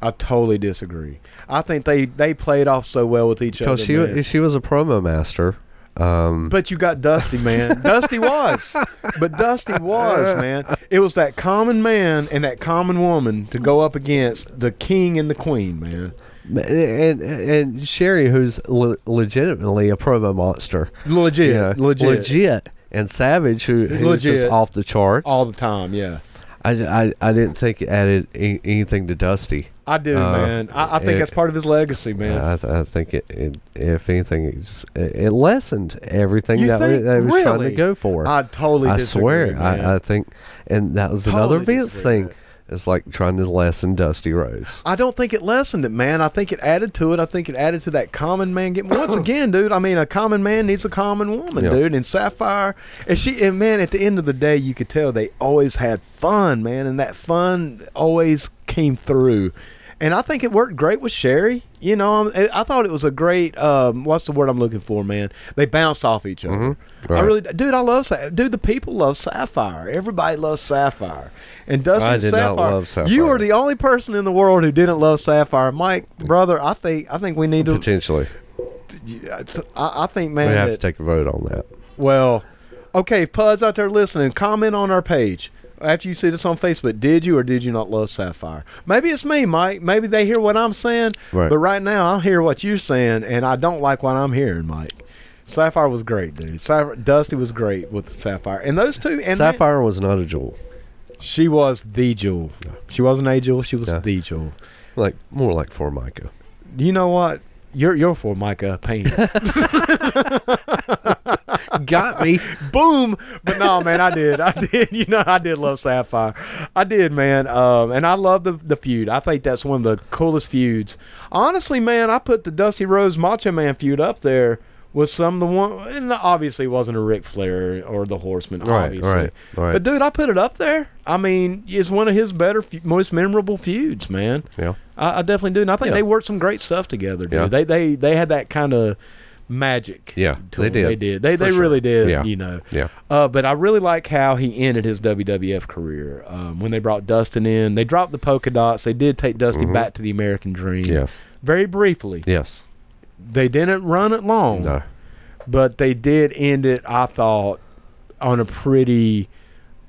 I totally disagree. I think they they played off so well with each other.
because she
man.
wa- she was a promo master. Um,
But you got
[laughs]
Dusty, man. Dusty was. But Dusty was, man. It was that common man and that common woman to go up against the king and the queen, man.
and and Sherry, who's le- legitimately a promo monster,
Legit.
you know,
legit.
legit, and Savage, who who's just
Legit.
off the charts.
All the time, yeah.
I, I, I didn't think it added a- anything to Dusty.
I do,
Uh,
man. I, I think
it-
that's part of his legacy, man.
I, th- I think it, it, if anything, it, just- it it lessened everything
You
that we,
think?
they was trying to
Really?
go for.
I totally
I
disagree,
swear,
man.
I, I think, and that was another
Totally
Vince
disagree
thing.
with
It's like trying to lessen Dusty Rhodes.
I don't think it lessened it, man. I think it added to it. I think it added to that common man
[coughs]
getting once again, dude. I mean, a common man needs a common woman,
Yeah.
dude. And Sapphire and she and man, at the end of the day, you could tell they always had fun, man, and that fun always came through. And I think it worked great with Sherry. You know, um, I I thought it was a great. Um, what's the word I'm looking for, man? They bounced off each other. I
Mm-hmm. Right.
really, dude. I love, Sa- dude. The people love Sapphire. Everybody loves Sapphire. And Dusty
I
and
did not
Sapphire,
love Sapphire.
You are the the only person in the world who didn't love Sapphire, Mike, brother, I think I think we need to.
Potentially,
I, I think
we
man,
have to
that-
take a vote on that.
well, okay, Puds out there listening, comment on our page after you see this on Facebook. Did you or did you not love Sapphire? Maybe it's me, Mike. Maybe they hear what I'm saying,
Right.
but right now I hear what you're saying, and I don't like what I'm hearing, Mike. Sapphire was great, dude. Sapphire, Dusty was great with Sapphire, and those two. And man-
Sapphire was not a jewel,
she was the jewel. She wasn't a jewel. She was
Yeah.
the jewel.
like more like Formica.
You know what? You're you're for Micah
[laughs]
Payne.
Got me.
Boom! But no, man, I did, I did. You know, I did love Sapphire. I did, man. Um, and I love the the feud. I think that's one of the coolest feuds. Honestly, man, I put the Dusty Rose Macho Man feud up there with some of the one. And obviously, it wasn't a Ric Flair or the Horseman.
Right,
obviously.
right, right.
But dude, I put it up there. I mean, it's one of his better, fe- most memorable feuds, man.
[laughs] Yeah.
I, I definitely do, and I think
Yeah.
they worked some great stuff together. Dude.
Yeah.
They they they had that kind of magic.
Yeah,
to
they
them. They
did,
did. They
for
they
sure.
really did.
Yeah.
You know.
Yeah.
Uh, but I really like how he ended his WWF career um, when they brought Dustin in. They dropped the polka dots. They did take Dusty back to the American Dream.
Mm-hmm. Yes.
Very briefly.
Yes.
They didn't run it long
No.
but they did end it. I thought on a pretty.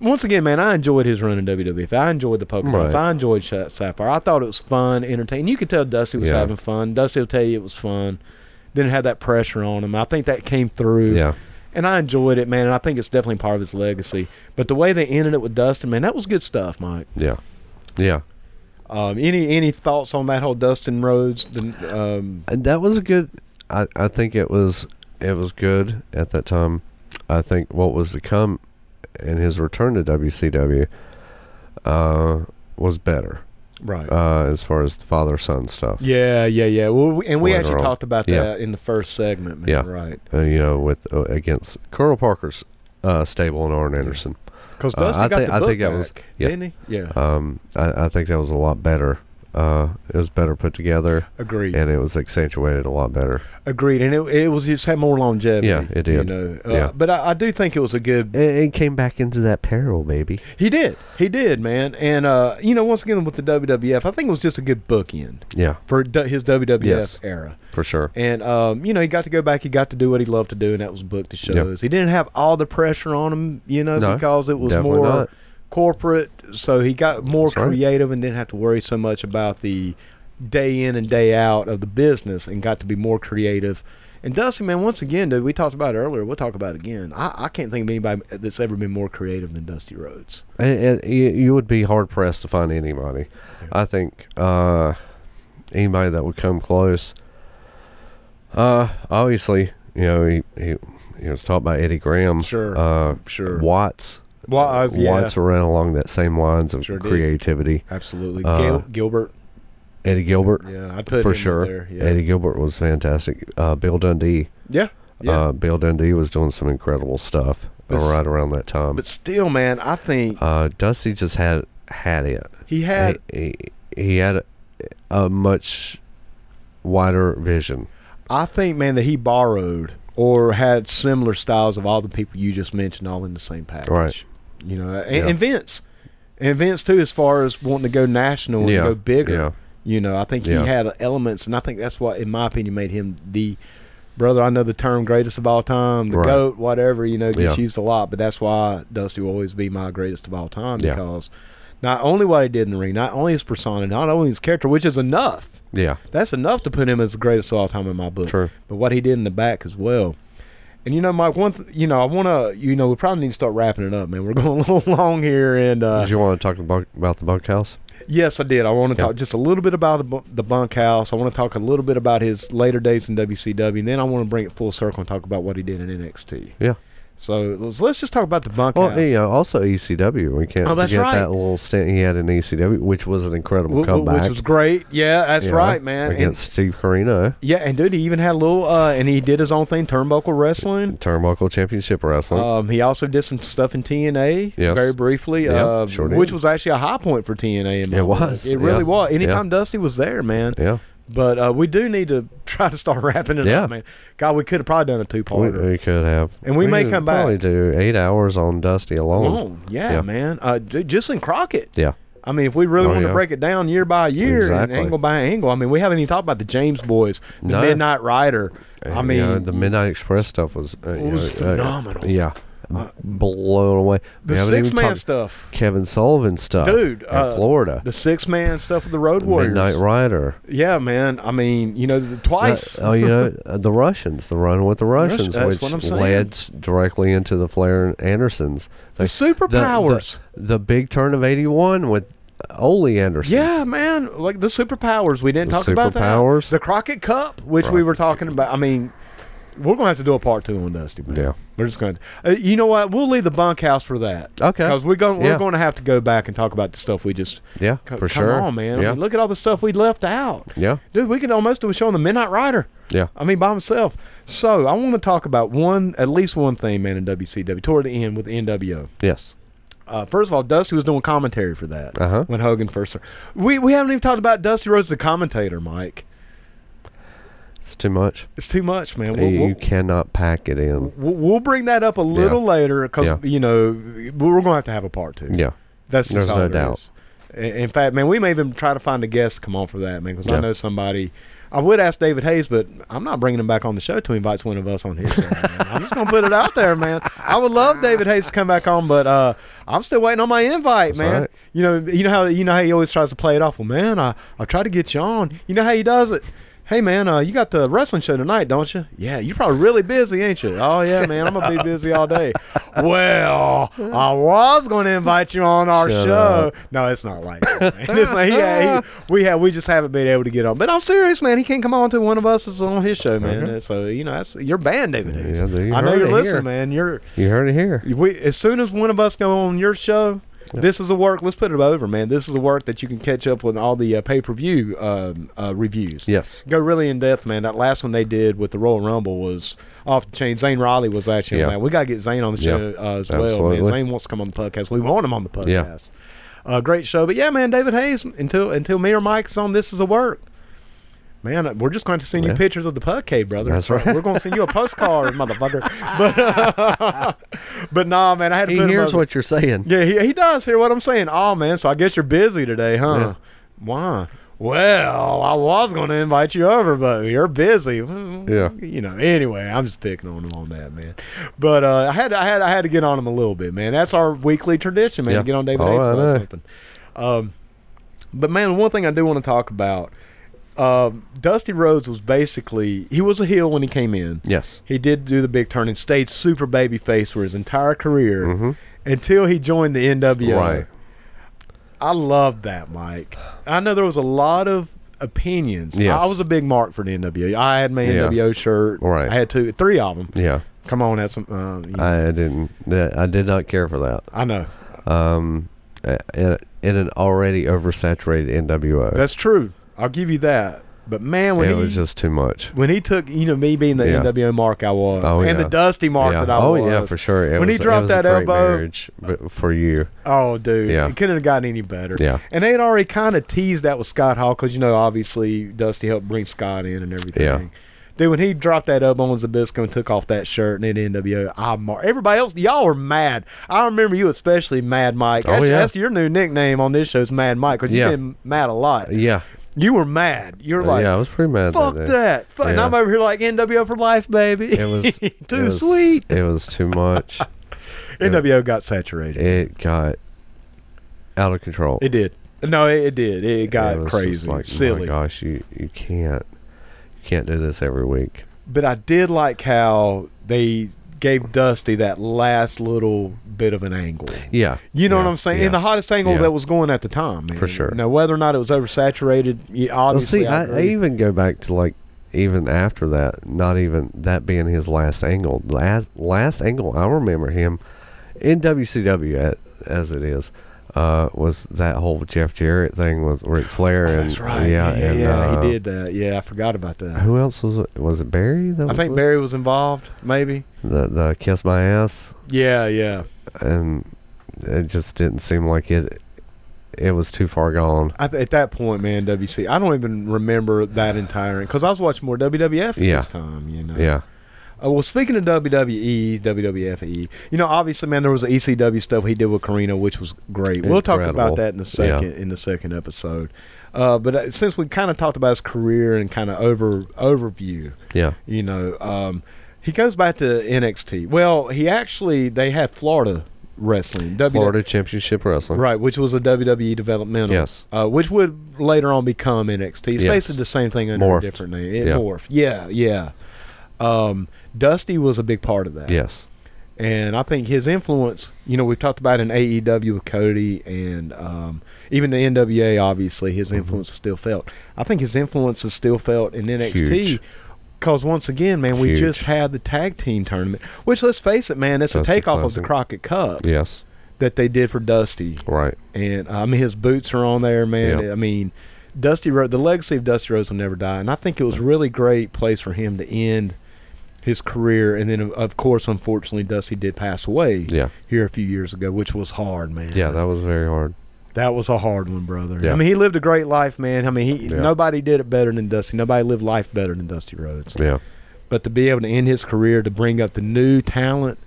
Once again, man, I enjoyed his run in WWF. I enjoyed the polka dots.
Right.
I enjoyed Sha- Sapphire. I thought it was fun, entertaining. You could tell Dusty was
Yeah.
having fun. Dusty will tell you it was fun. Didn't have that pressure on him. I think that came through.
Yeah.
And I enjoyed it, man. And I think it's definitely part of his legacy. But the way they ended it with Dustin, man, that was good stuff, Mike.
Yeah. Yeah.
Um, any any thoughts on that whole Dustin Rhodes? The, um,
And that was a good. I, I think it was it was good at that time. I think what was to come in his return to WCW uh, was better
right.
uh, as far as the father son stuff.
Yeah, yeah, yeah. Well, we, and we
Later
actually
on.
talked about
Yeah.
that in the first segment, man.
Yeah.
Right.
Uh, you know, with uh, against Colonel Parker's uh, stable and Arn Anderson.
Because
Uh,
Dusty
I
got
think-
the
I
book
think
back,
that was- yeah.
didn't he? Yeah.
Um, I, I think that was a lot better. Uh, it was better put together,
agreed.
and it was accentuated a lot better.
agreed. And it, it was just had more longevity.
Yeah, it
You
did.
know. Uh,
Yeah.
But I, I do think it was a good.
It, it came back into that peril, baby.
He did. He did, man. And uh, you know, once again with the WWF, I think it was just a good bookend
Yeah,
for du- his WWF
Yes.
era.
for sure.
And um, you know, he got to go back. He got to do what he loved to do, and that was book to shows. He didn't have all the pressure on him, you know,
No,
because it was
definitely
more
not.
corporate. So he got more
That's right.
creative and didn't have to worry so much about the day in and day out of the business, and got to be more creative. And Dusty, man, once again, dude, we talked about it earlier. We'll talk about it again. I, I can't think of anybody that's ever been more creative than Dusty Rhodes.
It, it, Eh, you you would be hard pressed to find anybody. I think uh, anybody that would come close. Uh, obviously, you know he he, he was taught by Eddie Graham.
Sure,
uh,
sure. uh,
Watts.
Well, I,
Watts ran along that same lines of
Sure did.
creativity.
absolutely.
Uh,
Gil, Gilbert,
Eddie Gilbert,
yeah, I put
for
him
sure.
Up there. Yeah,
Eddie Gilbert was fantastic. Uh, Bill Dundee.
yeah, yeah.
Uh, Bill Dundee was doing some incredible stuff
But s-
right around that time.
but still, man, I think
uh, Dusty just had had it.
He had.
he, he, he had a, a much wider vision.
I think, man, that he borrowed or had similar styles of all the people you just mentioned, all in the same package.
Right.
you know, and,
Yeah.
and Vince, and Vince too, as far as wanting to go national and
Yeah,
go bigger.
yeah.
You know, I think he
Yeah.
had elements, and I think that's what, in my opinion, made him the brother. I know the term "greatest of all time," the
Right.
goat, whatever. You know, gets
Yeah.
used a lot, but that's why Dusty will always be my greatest of all time
Yeah.
because not only what he did in the ring, not only his persona, not only his character, which is enough.
Yeah.
That's enough to put him as the greatest of all time in my book.
True.
But what he did in the back as well. And you know, Mike, one, th- you know, I want to, you know, we probably need to start wrapping it up, man. We're [laughs] going a little long here, and uh,
Did you want to talk about, about the bunkhouse?
yes, I did. I want to
Yeah.
talk just a little bit about the, bu- the bunkhouse. I want to talk a little bit about his later days in WCW, and then I want to bring it full circle and talk about what he did in NXT.
Yeah.
So let's, let's just talk about the bunkhouse.
Well, uh, you know, also ECW. We can't
Oh, that's
forget
right.
that little stint he had in ECW, which was an incredible
Wh- wh-
comeback.
which was great. Yeah, that's
you know,
right, man. And-
Against Steve Carino,
yeah, and dude, he even had a little, uh, and he did his own thing, turnbuckle wrestling.
Turnbuckle Championship Wrestling.
Um, he also did some stuff in TNA
Mm-hmm. Yes.
very briefly,
Yeah,
uh,
sure did.
which was actually a high point for TNA. In my
It
book.
was,
It really
yeah,
was.
yeah.
Anytime Dusty was there, man.
yeah.
But uh, we do need to [laughs] try to start wrapping it
Yeah.
up, man. God, we could have probably done
We,
a two-parter.
we could have.
And we may
could
come
probably
back.
do eight hours on Dusty alone.
Long. Yeah,
Yeah.
man. Uh, dude, just in Crockett.
Yeah.
I mean, if we really
Oh,
want to
yeah.
break it down year by year
Exactly.
and angle by angle, I mean, we haven't even talked about the James boys, the
No.
Midnight Rider. I
And, you
mean,
know, the Midnight Express stuff was, uh, you
was
know, uh,
phenomenal. Uh,
yeah, blown away. We
the
haven't even
six-man
talked
stuff.
Kevin Sullivan stuff,
Dude,
in
uh,
Florida,
The six-man stuff of the Road Warriors.
Midnight Rider.
Yeah, man. I mean, you know, the, twice.
Uh, oh, you know, [laughs] uh, the Russians, the run with the Russians,
that's
which
what I'm saying.
led s- directly into the Flair and Andersons.
The superpowers.
The, the big turn of 81 with Ole Anderson.
yeah, man. Like the superpowers. We didn't
The
talk about that.
superpowers.
The Crockett Cup, which we were talking about. I mean, we're gonna have to do a part two on Dusty. Man.
Yeah.
We're just gonna. Uh, you know what? We'll leave the bunkhouse for that.
Okay.
Because we're going. to We're
Yeah.
going to have to go back and talk about the stuff we just.
Yeah,
Co-
for
come
sure.
on, man.
Yeah.
I mean, look at all the stuff we left out.
Yeah.
Dude, we could almost do a show on the Midnight Rider.
Yeah.
I mean, by himself. So I want to talk about one, at least one thing, man, in WCW toward the end with the NWO.
Yes.
Uh, first of all, Dusty was doing commentary for that
Uh-huh.
when Hogan first. started. We we haven't even talked about Dusty Rhodes as a commentator, Mike.
It's too much.
It's too much, man.
you
We'll,
you
we'll,
cannot pack it in.
we'll- we'll bring that up a little later because
Yeah.
you know we- we're going to have to have a part two.
Yeah.
that's
There's
just all
no
it
doubt.
is. I- In fact, man, we may even try to find a guest to come on for that, man, because I
Yeah.
know somebody. I would ask David Hayes, but I'm not bringing him back on the show to invite one of us on his
[laughs]
show. man. I'm just gonna put it out there, man. I would love David Hayes to come back on, but uh, I'm still waiting on my invite, man.
right.
You know, you know how you know how he always tries to play it off. Well, man, I I try to get you on. You know how he does it. Hey man, uh, you got the wrestling show tonight, don't you? Yeah, you're probably really busy, ain't you? Oh yeah, man, I'm gonna be busy all
[laughs]
day. Well, I was gonna invite you on our
Shut
show.
up.
No, it's not like that. Man. [laughs] It's not, yeah, he, we have we just haven't been able to get on. But I'm serious, man. He can't come on to one of us is on his show, man.
Okay.
So you know, that's you're banned, David. Hayes.
Yeah, there you
I know
heard
you're
it
listening,
here.
man. You're
You heard it here.
we as soon as one of us go on your show, this is the work. Let's put it over, man. This is the work that you can catch up with all the uh, pay per view um, uh, reviews.
Yes.
Go really in depth, man. That last one they did with the Royal Rumble was off the chain. Zane Riley was actually,
Yeah.
man. We got to get Zane on the show
Yeah.
uh, as well, man.
Absolutely.
Zane wants to come on the podcast. We want him on the podcast.
Yeah.
Uh, great show. But yeah, man, David Hayes, until until me or Mike's on, this is the work. Man, uh, we're just going to send you
Yeah.
pictures of the pub cave, brother.
That's right.
We're going to
[laughs]
send you a postcard, motherfucker. But, uh, but nah, man, I had to
He
put him
hears
over.
what you're saying.
Yeah, he, he does hear what I'm saying. Oh man, so I guess you're busy today, huh?
Yeah.
Why? Well, I was going to invite you over, but you're busy. Well,
Yeah.
You know. Anyway, I'm just picking on him on that, man. But uh, I had I had I had to get on him a little bit, man. That's our weekly tradition, man. To
Yeah.
get on David
Oh,
Hayes
I
about
know.
something. Um, but man, one thing I do want to talk about. Um, Dusty Rhodes was basically he was a heel when he came in.
Yes.
He did do the big turn and stayed super babyface for his entire career until he joined the NWO.
Mm-hmm. Right.
I love that, Mike. I know there was a lot of opinions.
Yes.
I was a big mark for the NWO. I had my
Yeah.
NWO shirt.
Right.
I had two, three of them.
Yeah.
Come on, that's some. Uh, you-
I didn't. that- I did not care for that.
I know.
Um, uh, in, in an already oversaturated NWO,
That's true. I'll give you that. But man, when
it
he
was just too much.
when he took you know me being the
Yeah.
NWO mark I was
Oh,
and
yeah.
the Dusty mark
yeah.
that I
oh
was.
yeah, for sure. It
when
was,
he dropped
it was
that
a great
elbow,
marriage, but for you,
Oh, dude,
Yeah.
it couldn't have gotten any better.
Yeah.
and they had already kind of teased that with Scott Hall because you know obviously Dusty helped bring Scott in and everything.
Yeah.
Dude, when he dropped that up on Zabisco and took off that shirt and then NWO, I mar- everybody else, y'all were mad. I remember you especially, Mad Mike.
Oh,
that's,
yeah.
that's your new nickname on this show is Mad Mike because
Yeah.
you've been mad a lot.
Yeah.
You were mad. You're like,
Uh, yeah, I was pretty mad.
fuck
that.
that.
day.
Fuck. And
Yeah.
I'm over here like NWO for life, baby.
It
[laughs]
was
too
it was-
sweet.
It was too
[laughs]
much.
NWO got saturated. It,
it got out of control.
did. No, it, it did. It got
was just
crazy,
Like, My
silly.
gosh, you you can't you can't do this every week.
But I did like how they gave Dusty that last little bit of an angle.
Yeah.
You know
yeah,
what I'm saying?
Yeah.
And the hottest angle
Yeah.
that was going at the time, man.
For sure.
Now, whether or not it was oversaturated, yeah,
well,
obviously,
see, I, I
agree.
even go back to like even after that, not even that being his last angle. Last last angle I remember him in WCW at, as it is. Uh, was that whole Jeff Jarrett thing with Ric Flair? And,
Oh, that's right.
Yeah,
Yeah, yeah,
and, uh,
he did that. Yeah, I forgot about that.
Who else was it? Was it Barry? That
I
was
think
with-
Barry was involved, maybe.
the the kiss my ass
Yeah, yeah.
and it just didn't seem like it it was too far gone
I th- at that point, man, WC, I don't even remember that entire because I was watching more WWF at
Yeah.
this time. You know.
yeah
Uh, well, speaking of E, WWE, WWFE, you know, obviously, man, there was the ECW stuff he did with Karina, which was great. We'll talk
Incredible.
about that in
Yeah.
a second in the second episode. Uh, but uh, since we kind of talked about his career and kind of over overview,
yeah
you know, um, he goes back to NXT. Well, he actually they had Florida wrestling, E. WW
Florida Championship Wrestling
Right, which was a WWE developmental.
Yes.
Uh, which would later on become NXT. It's
Yes.
basically the same thing under
Morphed.
a different name. It
Yeah.
morphed. Yeah, yeah. Um, Dusty was a big part of that.
yes
And I think his influence, you know, we've talked about in AEW with Cody and um, even the NWA, obviously, his
Mm-hmm.
influence is still felt. I think his influence is still felt in NXT.
Huge.
Because once again, man, we
Huge.
just had the tag team tournament, which let's face it, man, it's a
Dusty
takeoff of the
Classic.
Crockett Cup
yes
that they did for Dusty
right
and uh, I mean his boots are on there, man.
Yep.
I mean, Dusty Rhodes, the legacy of Dusty Rhodes will never die, and I think it was a really great place for him to end his career. And then, of course, unfortunately, Dusty did pass away
yeah
here a few years ago, which was hard, man.
yeah that was very hard
That was a hard one, brother.
Yeah.
I mean, he lived a great life, man. I mean, he
Yeah.
nobody did it better than Dusty. Nobody lived life better than Dusty Rhodes.
yeah
But to be able to end his career, to bring up the new talent,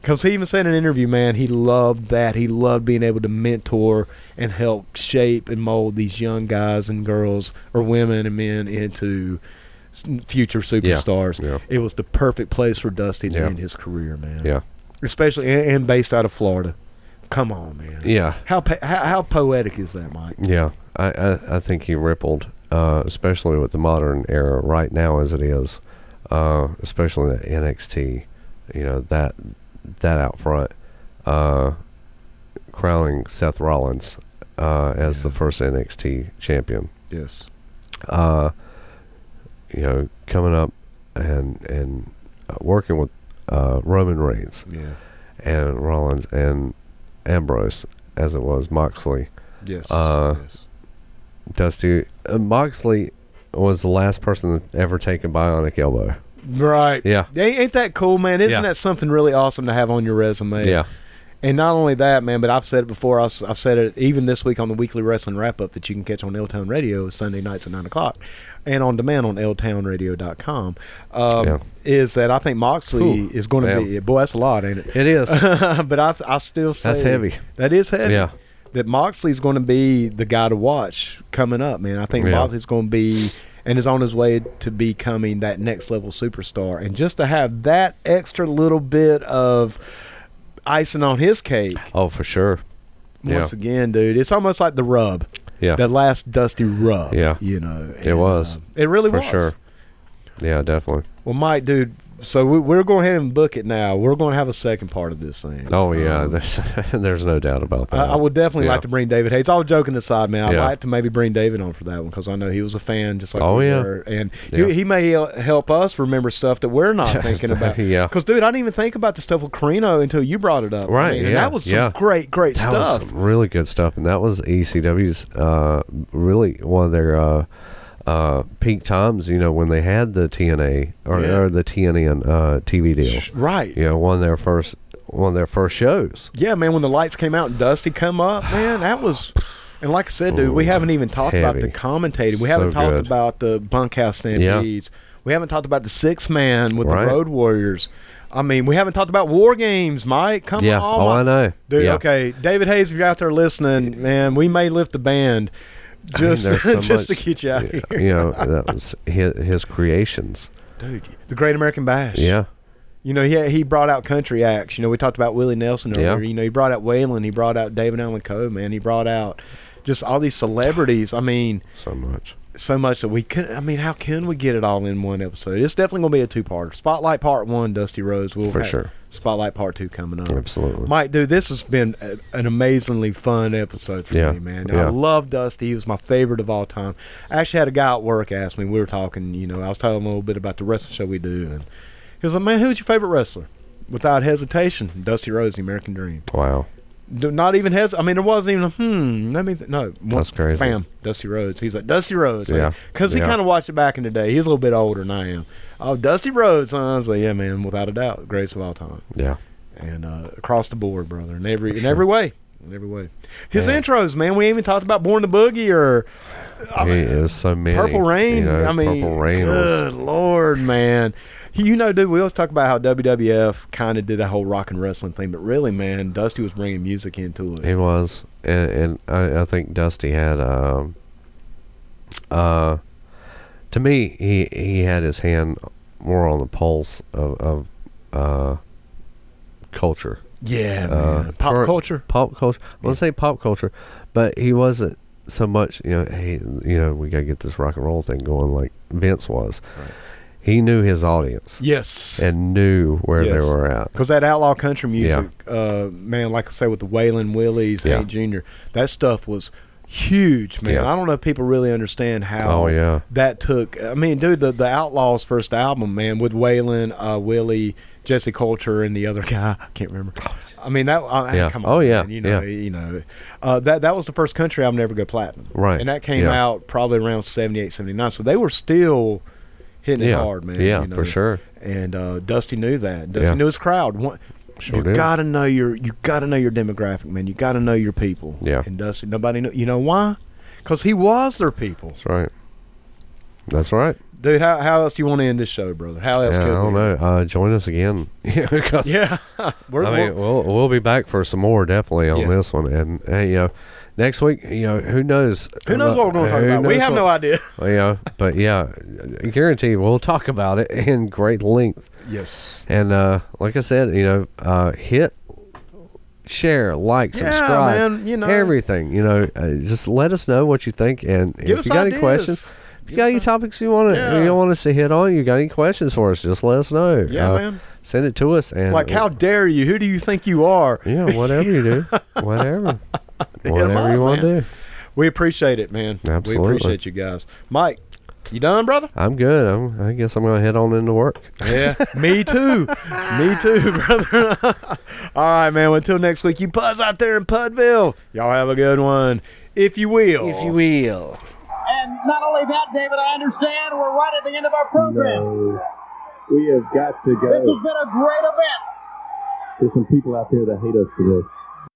because he even said in an interview, man, he loved that. He loved being able to mentor and help shape and mold these young guys and girls or women and men into s- future superstars.
yeah.
It was the perfect place for Dusty to
Yeah.
end his career, man.
yeah
Especially and, and based out of Florida. Come on, man.
yeah
How, pa- how how poetic is that, Mike?
yeah I I, I think he rippled uh, especially with the modern era right now as it is uh, especially the NXT you know that that out front uh, crowning Seth Rollins uh, as the
Yeah.
first NXT champion
Yes.
uh, you know, coming up and and uh, working with uh, Roman Reigns
Yeah.
and Rollins and Ambrose, as it was Moxley.
Yes.
Uh,
yes.
Dusty uh, Moxley was the last person to ever take a bionic elbow.
Right.
Yeah.
Ain't- Ain't that cool, man? Isn't
Yeah.
that something really awesome to have on your resume?
Yeah,
And not only that, man, but I've said it before. I've, I've said it even this week on the weekly wrestling wrap up that you can catch on L Town Radio Sunday nights at 9 o'clock and on demand on ltownradio.com. Um,
Yeah.
Is that I think Moxley
Whew,
is going to
damn.
be, boy, that's a lot, ain't it?
it is.
[laughs] but I, I still say
That's heavy.
That is heavy.
Yeah.
That Moxley's going to be the guy to watch coming up, man. I think
Yeah.
Moxley's going to be and is on his way to becoming that next level superstar. And just to have that extra little bit of icing on his cake
[laughs] oh, for sure. Yeah.
once again, dude, it's almost like the rub,
Yeah,
that last dusty rub.
Yeah.
You know,
It was.
uh, it really
for
was.
sure. Yeah, definitely.
Well, Mike, dude. So we, we're going ahead and book it now. We're going to have a second part of this thing.
Oh yeah, [laughs]
Um,
there's there's no doubt about that.
I, I would definitely
yeah.
like to bring David Hayes. All joking aside, man, I'd
Yeah.
like to maybe bring David on for that one because I know he was a fan, just like
Oh,
we
yeah.
were. And
Yeah.
he, he may hel- help us remember stuff that
[laughs]
we're not thinking about.
Yeah.
Because, dude, I didn't even think about the stuff with Carino until you brought it up. I
Right,
mean, And
yeah,
that was some
yeah.
great, great
That
stuff.
was some really good stuff, and that was ECW's uh, really one of their uh, uh, peak times. You know when they had the TNA or,
Yeah.
or the TNN uh, TV deal.
Right.
You know one of their first one of their first shows. [laughs]
Yeah, man, when the lights came out and Dusty come up, man, that was and like I said, dude, we
Ooh,
haven't even talked about
heavy.
the commentating. We
So
haven't talked
good.
about the bunkhouse stampedes. We haven't talked about the six man with
Right.
the Road Warriors. I mean, we haven't talked about war games, Mike. Come
Yeah.
on.
Oh, I know.
Dude,
Yeah.
okay. David Hayes, if you're out there listening, man, we may lift the band
I mean,
just, [laughs]
there's so
just to
much-
get you out of here.
You know, that was his, his creations.
Dude, the Great American Bash.
Yeah.
You know, he he brought out country acts. You know, we talked about Willie Nelson
Yeah.
earlier. You know, he brought out Waylon. He brought out David Allen Coe, man. He brought out just all these celebrities. I mean,
So much.
so much that we couldn't. I mean, how can we get it all in one episode? It's definitely going to be a two-parter. Spotlight Part One, Dusty Rose. We'll
For
have
sure.
Spotlight Part Two coming up.
Absolutely.
Mike, dude, this has been a, an amazingly fun episode for
Yeah,
me, man. I
yeah.
love Dusty. He was my favorite of all time. I actually had a guy at work ask me, we were talking, you know, I was telling him a little bit about the wrestling show we do. And he was like, man, who's your favorite wrestler? Without hesitation, Dusty Rose, The American Dream.
wow.
Do not even hes. I mean, there wasn't even a hmm. Let me. Th- no,
That's crazy.
Bam, Dusty Rhodes. He's like Dusty Rhodes.
Yeah,
because he
yeah.
kind of watched it back in the day. He's a little bit older than I am. Oh, Dusty Rhodes. Huh? I was like, yeah, man, without a doubt, greatest of all time,
Yeah.
and uh, across the board, brother, in every in every way, in every way. His
Yeah.
intros, man. We ain't even talked about Born to Boogie or I
he
mean,
is so many.
Purple Rain.
you know,
I mean,
Purple Rain was
good lord, man. You know, dude, we always talk about how WWF kind of did that whole rock and wrestling thing, but really, man, Dusty was bringing music into it.
He was, and, and I, I think Dusty had, um, uh, to me, he he had his hand more on the pulse of of uh, culture,
Yeah,
uh,
man. pop
current-
culture.
pop culture. I want to say pop culture, but he wasn't so much. You know, hey, you know, we gotta get this rock and roll thing going like Vince was. He knew his audience
Yes,
and knew where they
Yes.
were at.
because that outlaw country music, uh, man, like I say with the Waylon Willies,
Yeah.
Hank Jr., that stuff was huge, man.
Yeah.
I don't know if people really understand how.
Oh, yeah.
that took. I mean, dude, the the Outlaws' first album, man, with Waylon, uh, Willie, Jesse Coulter, and the other [laughs] guy, I can't remember. I mean, that. I,
Yeah.
Come on,
Oh, yeah,
man, you know,
yeah.
you know, uh, that that was the first country album to ever go platinum,
Right,
And that came
yeah.
out probably around 78, 79. So they were still. Hitting it
Yeah,
hard, man.
yeah,
you know.
for sure.
And uh, Dusty knew that. Dusty
Yeah.
knew his crowd. One,
Sure
you
did.
gotta know your you gotta know your demographic, man. You gotta know your people.
Yeah.
And Dusty, nobody knew. You know why? Because he was their people,
That's right. That's right.
dude. How, how else do you want to end this show, brother? How else?
Yeah, I
could
don't
we?
know. Uh, join us again. [laughs] Yeah, 'cause-
[laughs] Yeah. we're,
I
we're-
mean, we'll we'll be back for some more definitely on
Yeah.
this one, and hey, you know, next week, you know, who knows?
who knows what we're going to talk
Who
about? We
knows
have
what-
no idea. [laughs]
Well, yeah, but yeah, I guarantee we'll talk about it in great length.
Yes.
And uh, like I said, you know, uh, hit, share, like,
Yeah,
subscribe,
man, you know.
everything. You know, uh, just let us know what you think, and
Give
if
us
you got
ideas.
any questions. If you
Give
got
us
any
a-
topics you want to
Yeah.
you want us to hit on? You got any questions for us? Just let us know.
Yeah,
Uh,
man.
Send it to us and
Like, how dare you? Who do you think you are?
yeah, whatever you
[laughs]
do, whatever, whatever
up,
you want
man.
to do.
We appreciate it, man.
Absolutely.
We appreciate you guys. Mike, you done, brother?
I'm good. I'm, I guess I'm gonna head on into work.
Yeah. [laughs] Me too. Me too, [laughs] brother. All right, man. Well, Until next week, you puzz out there in Pudville. Y'all have a good one. If you will. If
will.
And not only that, David, I understand we're right at the end of our program.
We have got to
This
go.
has been a great event.
There's some people out there that hate us for this.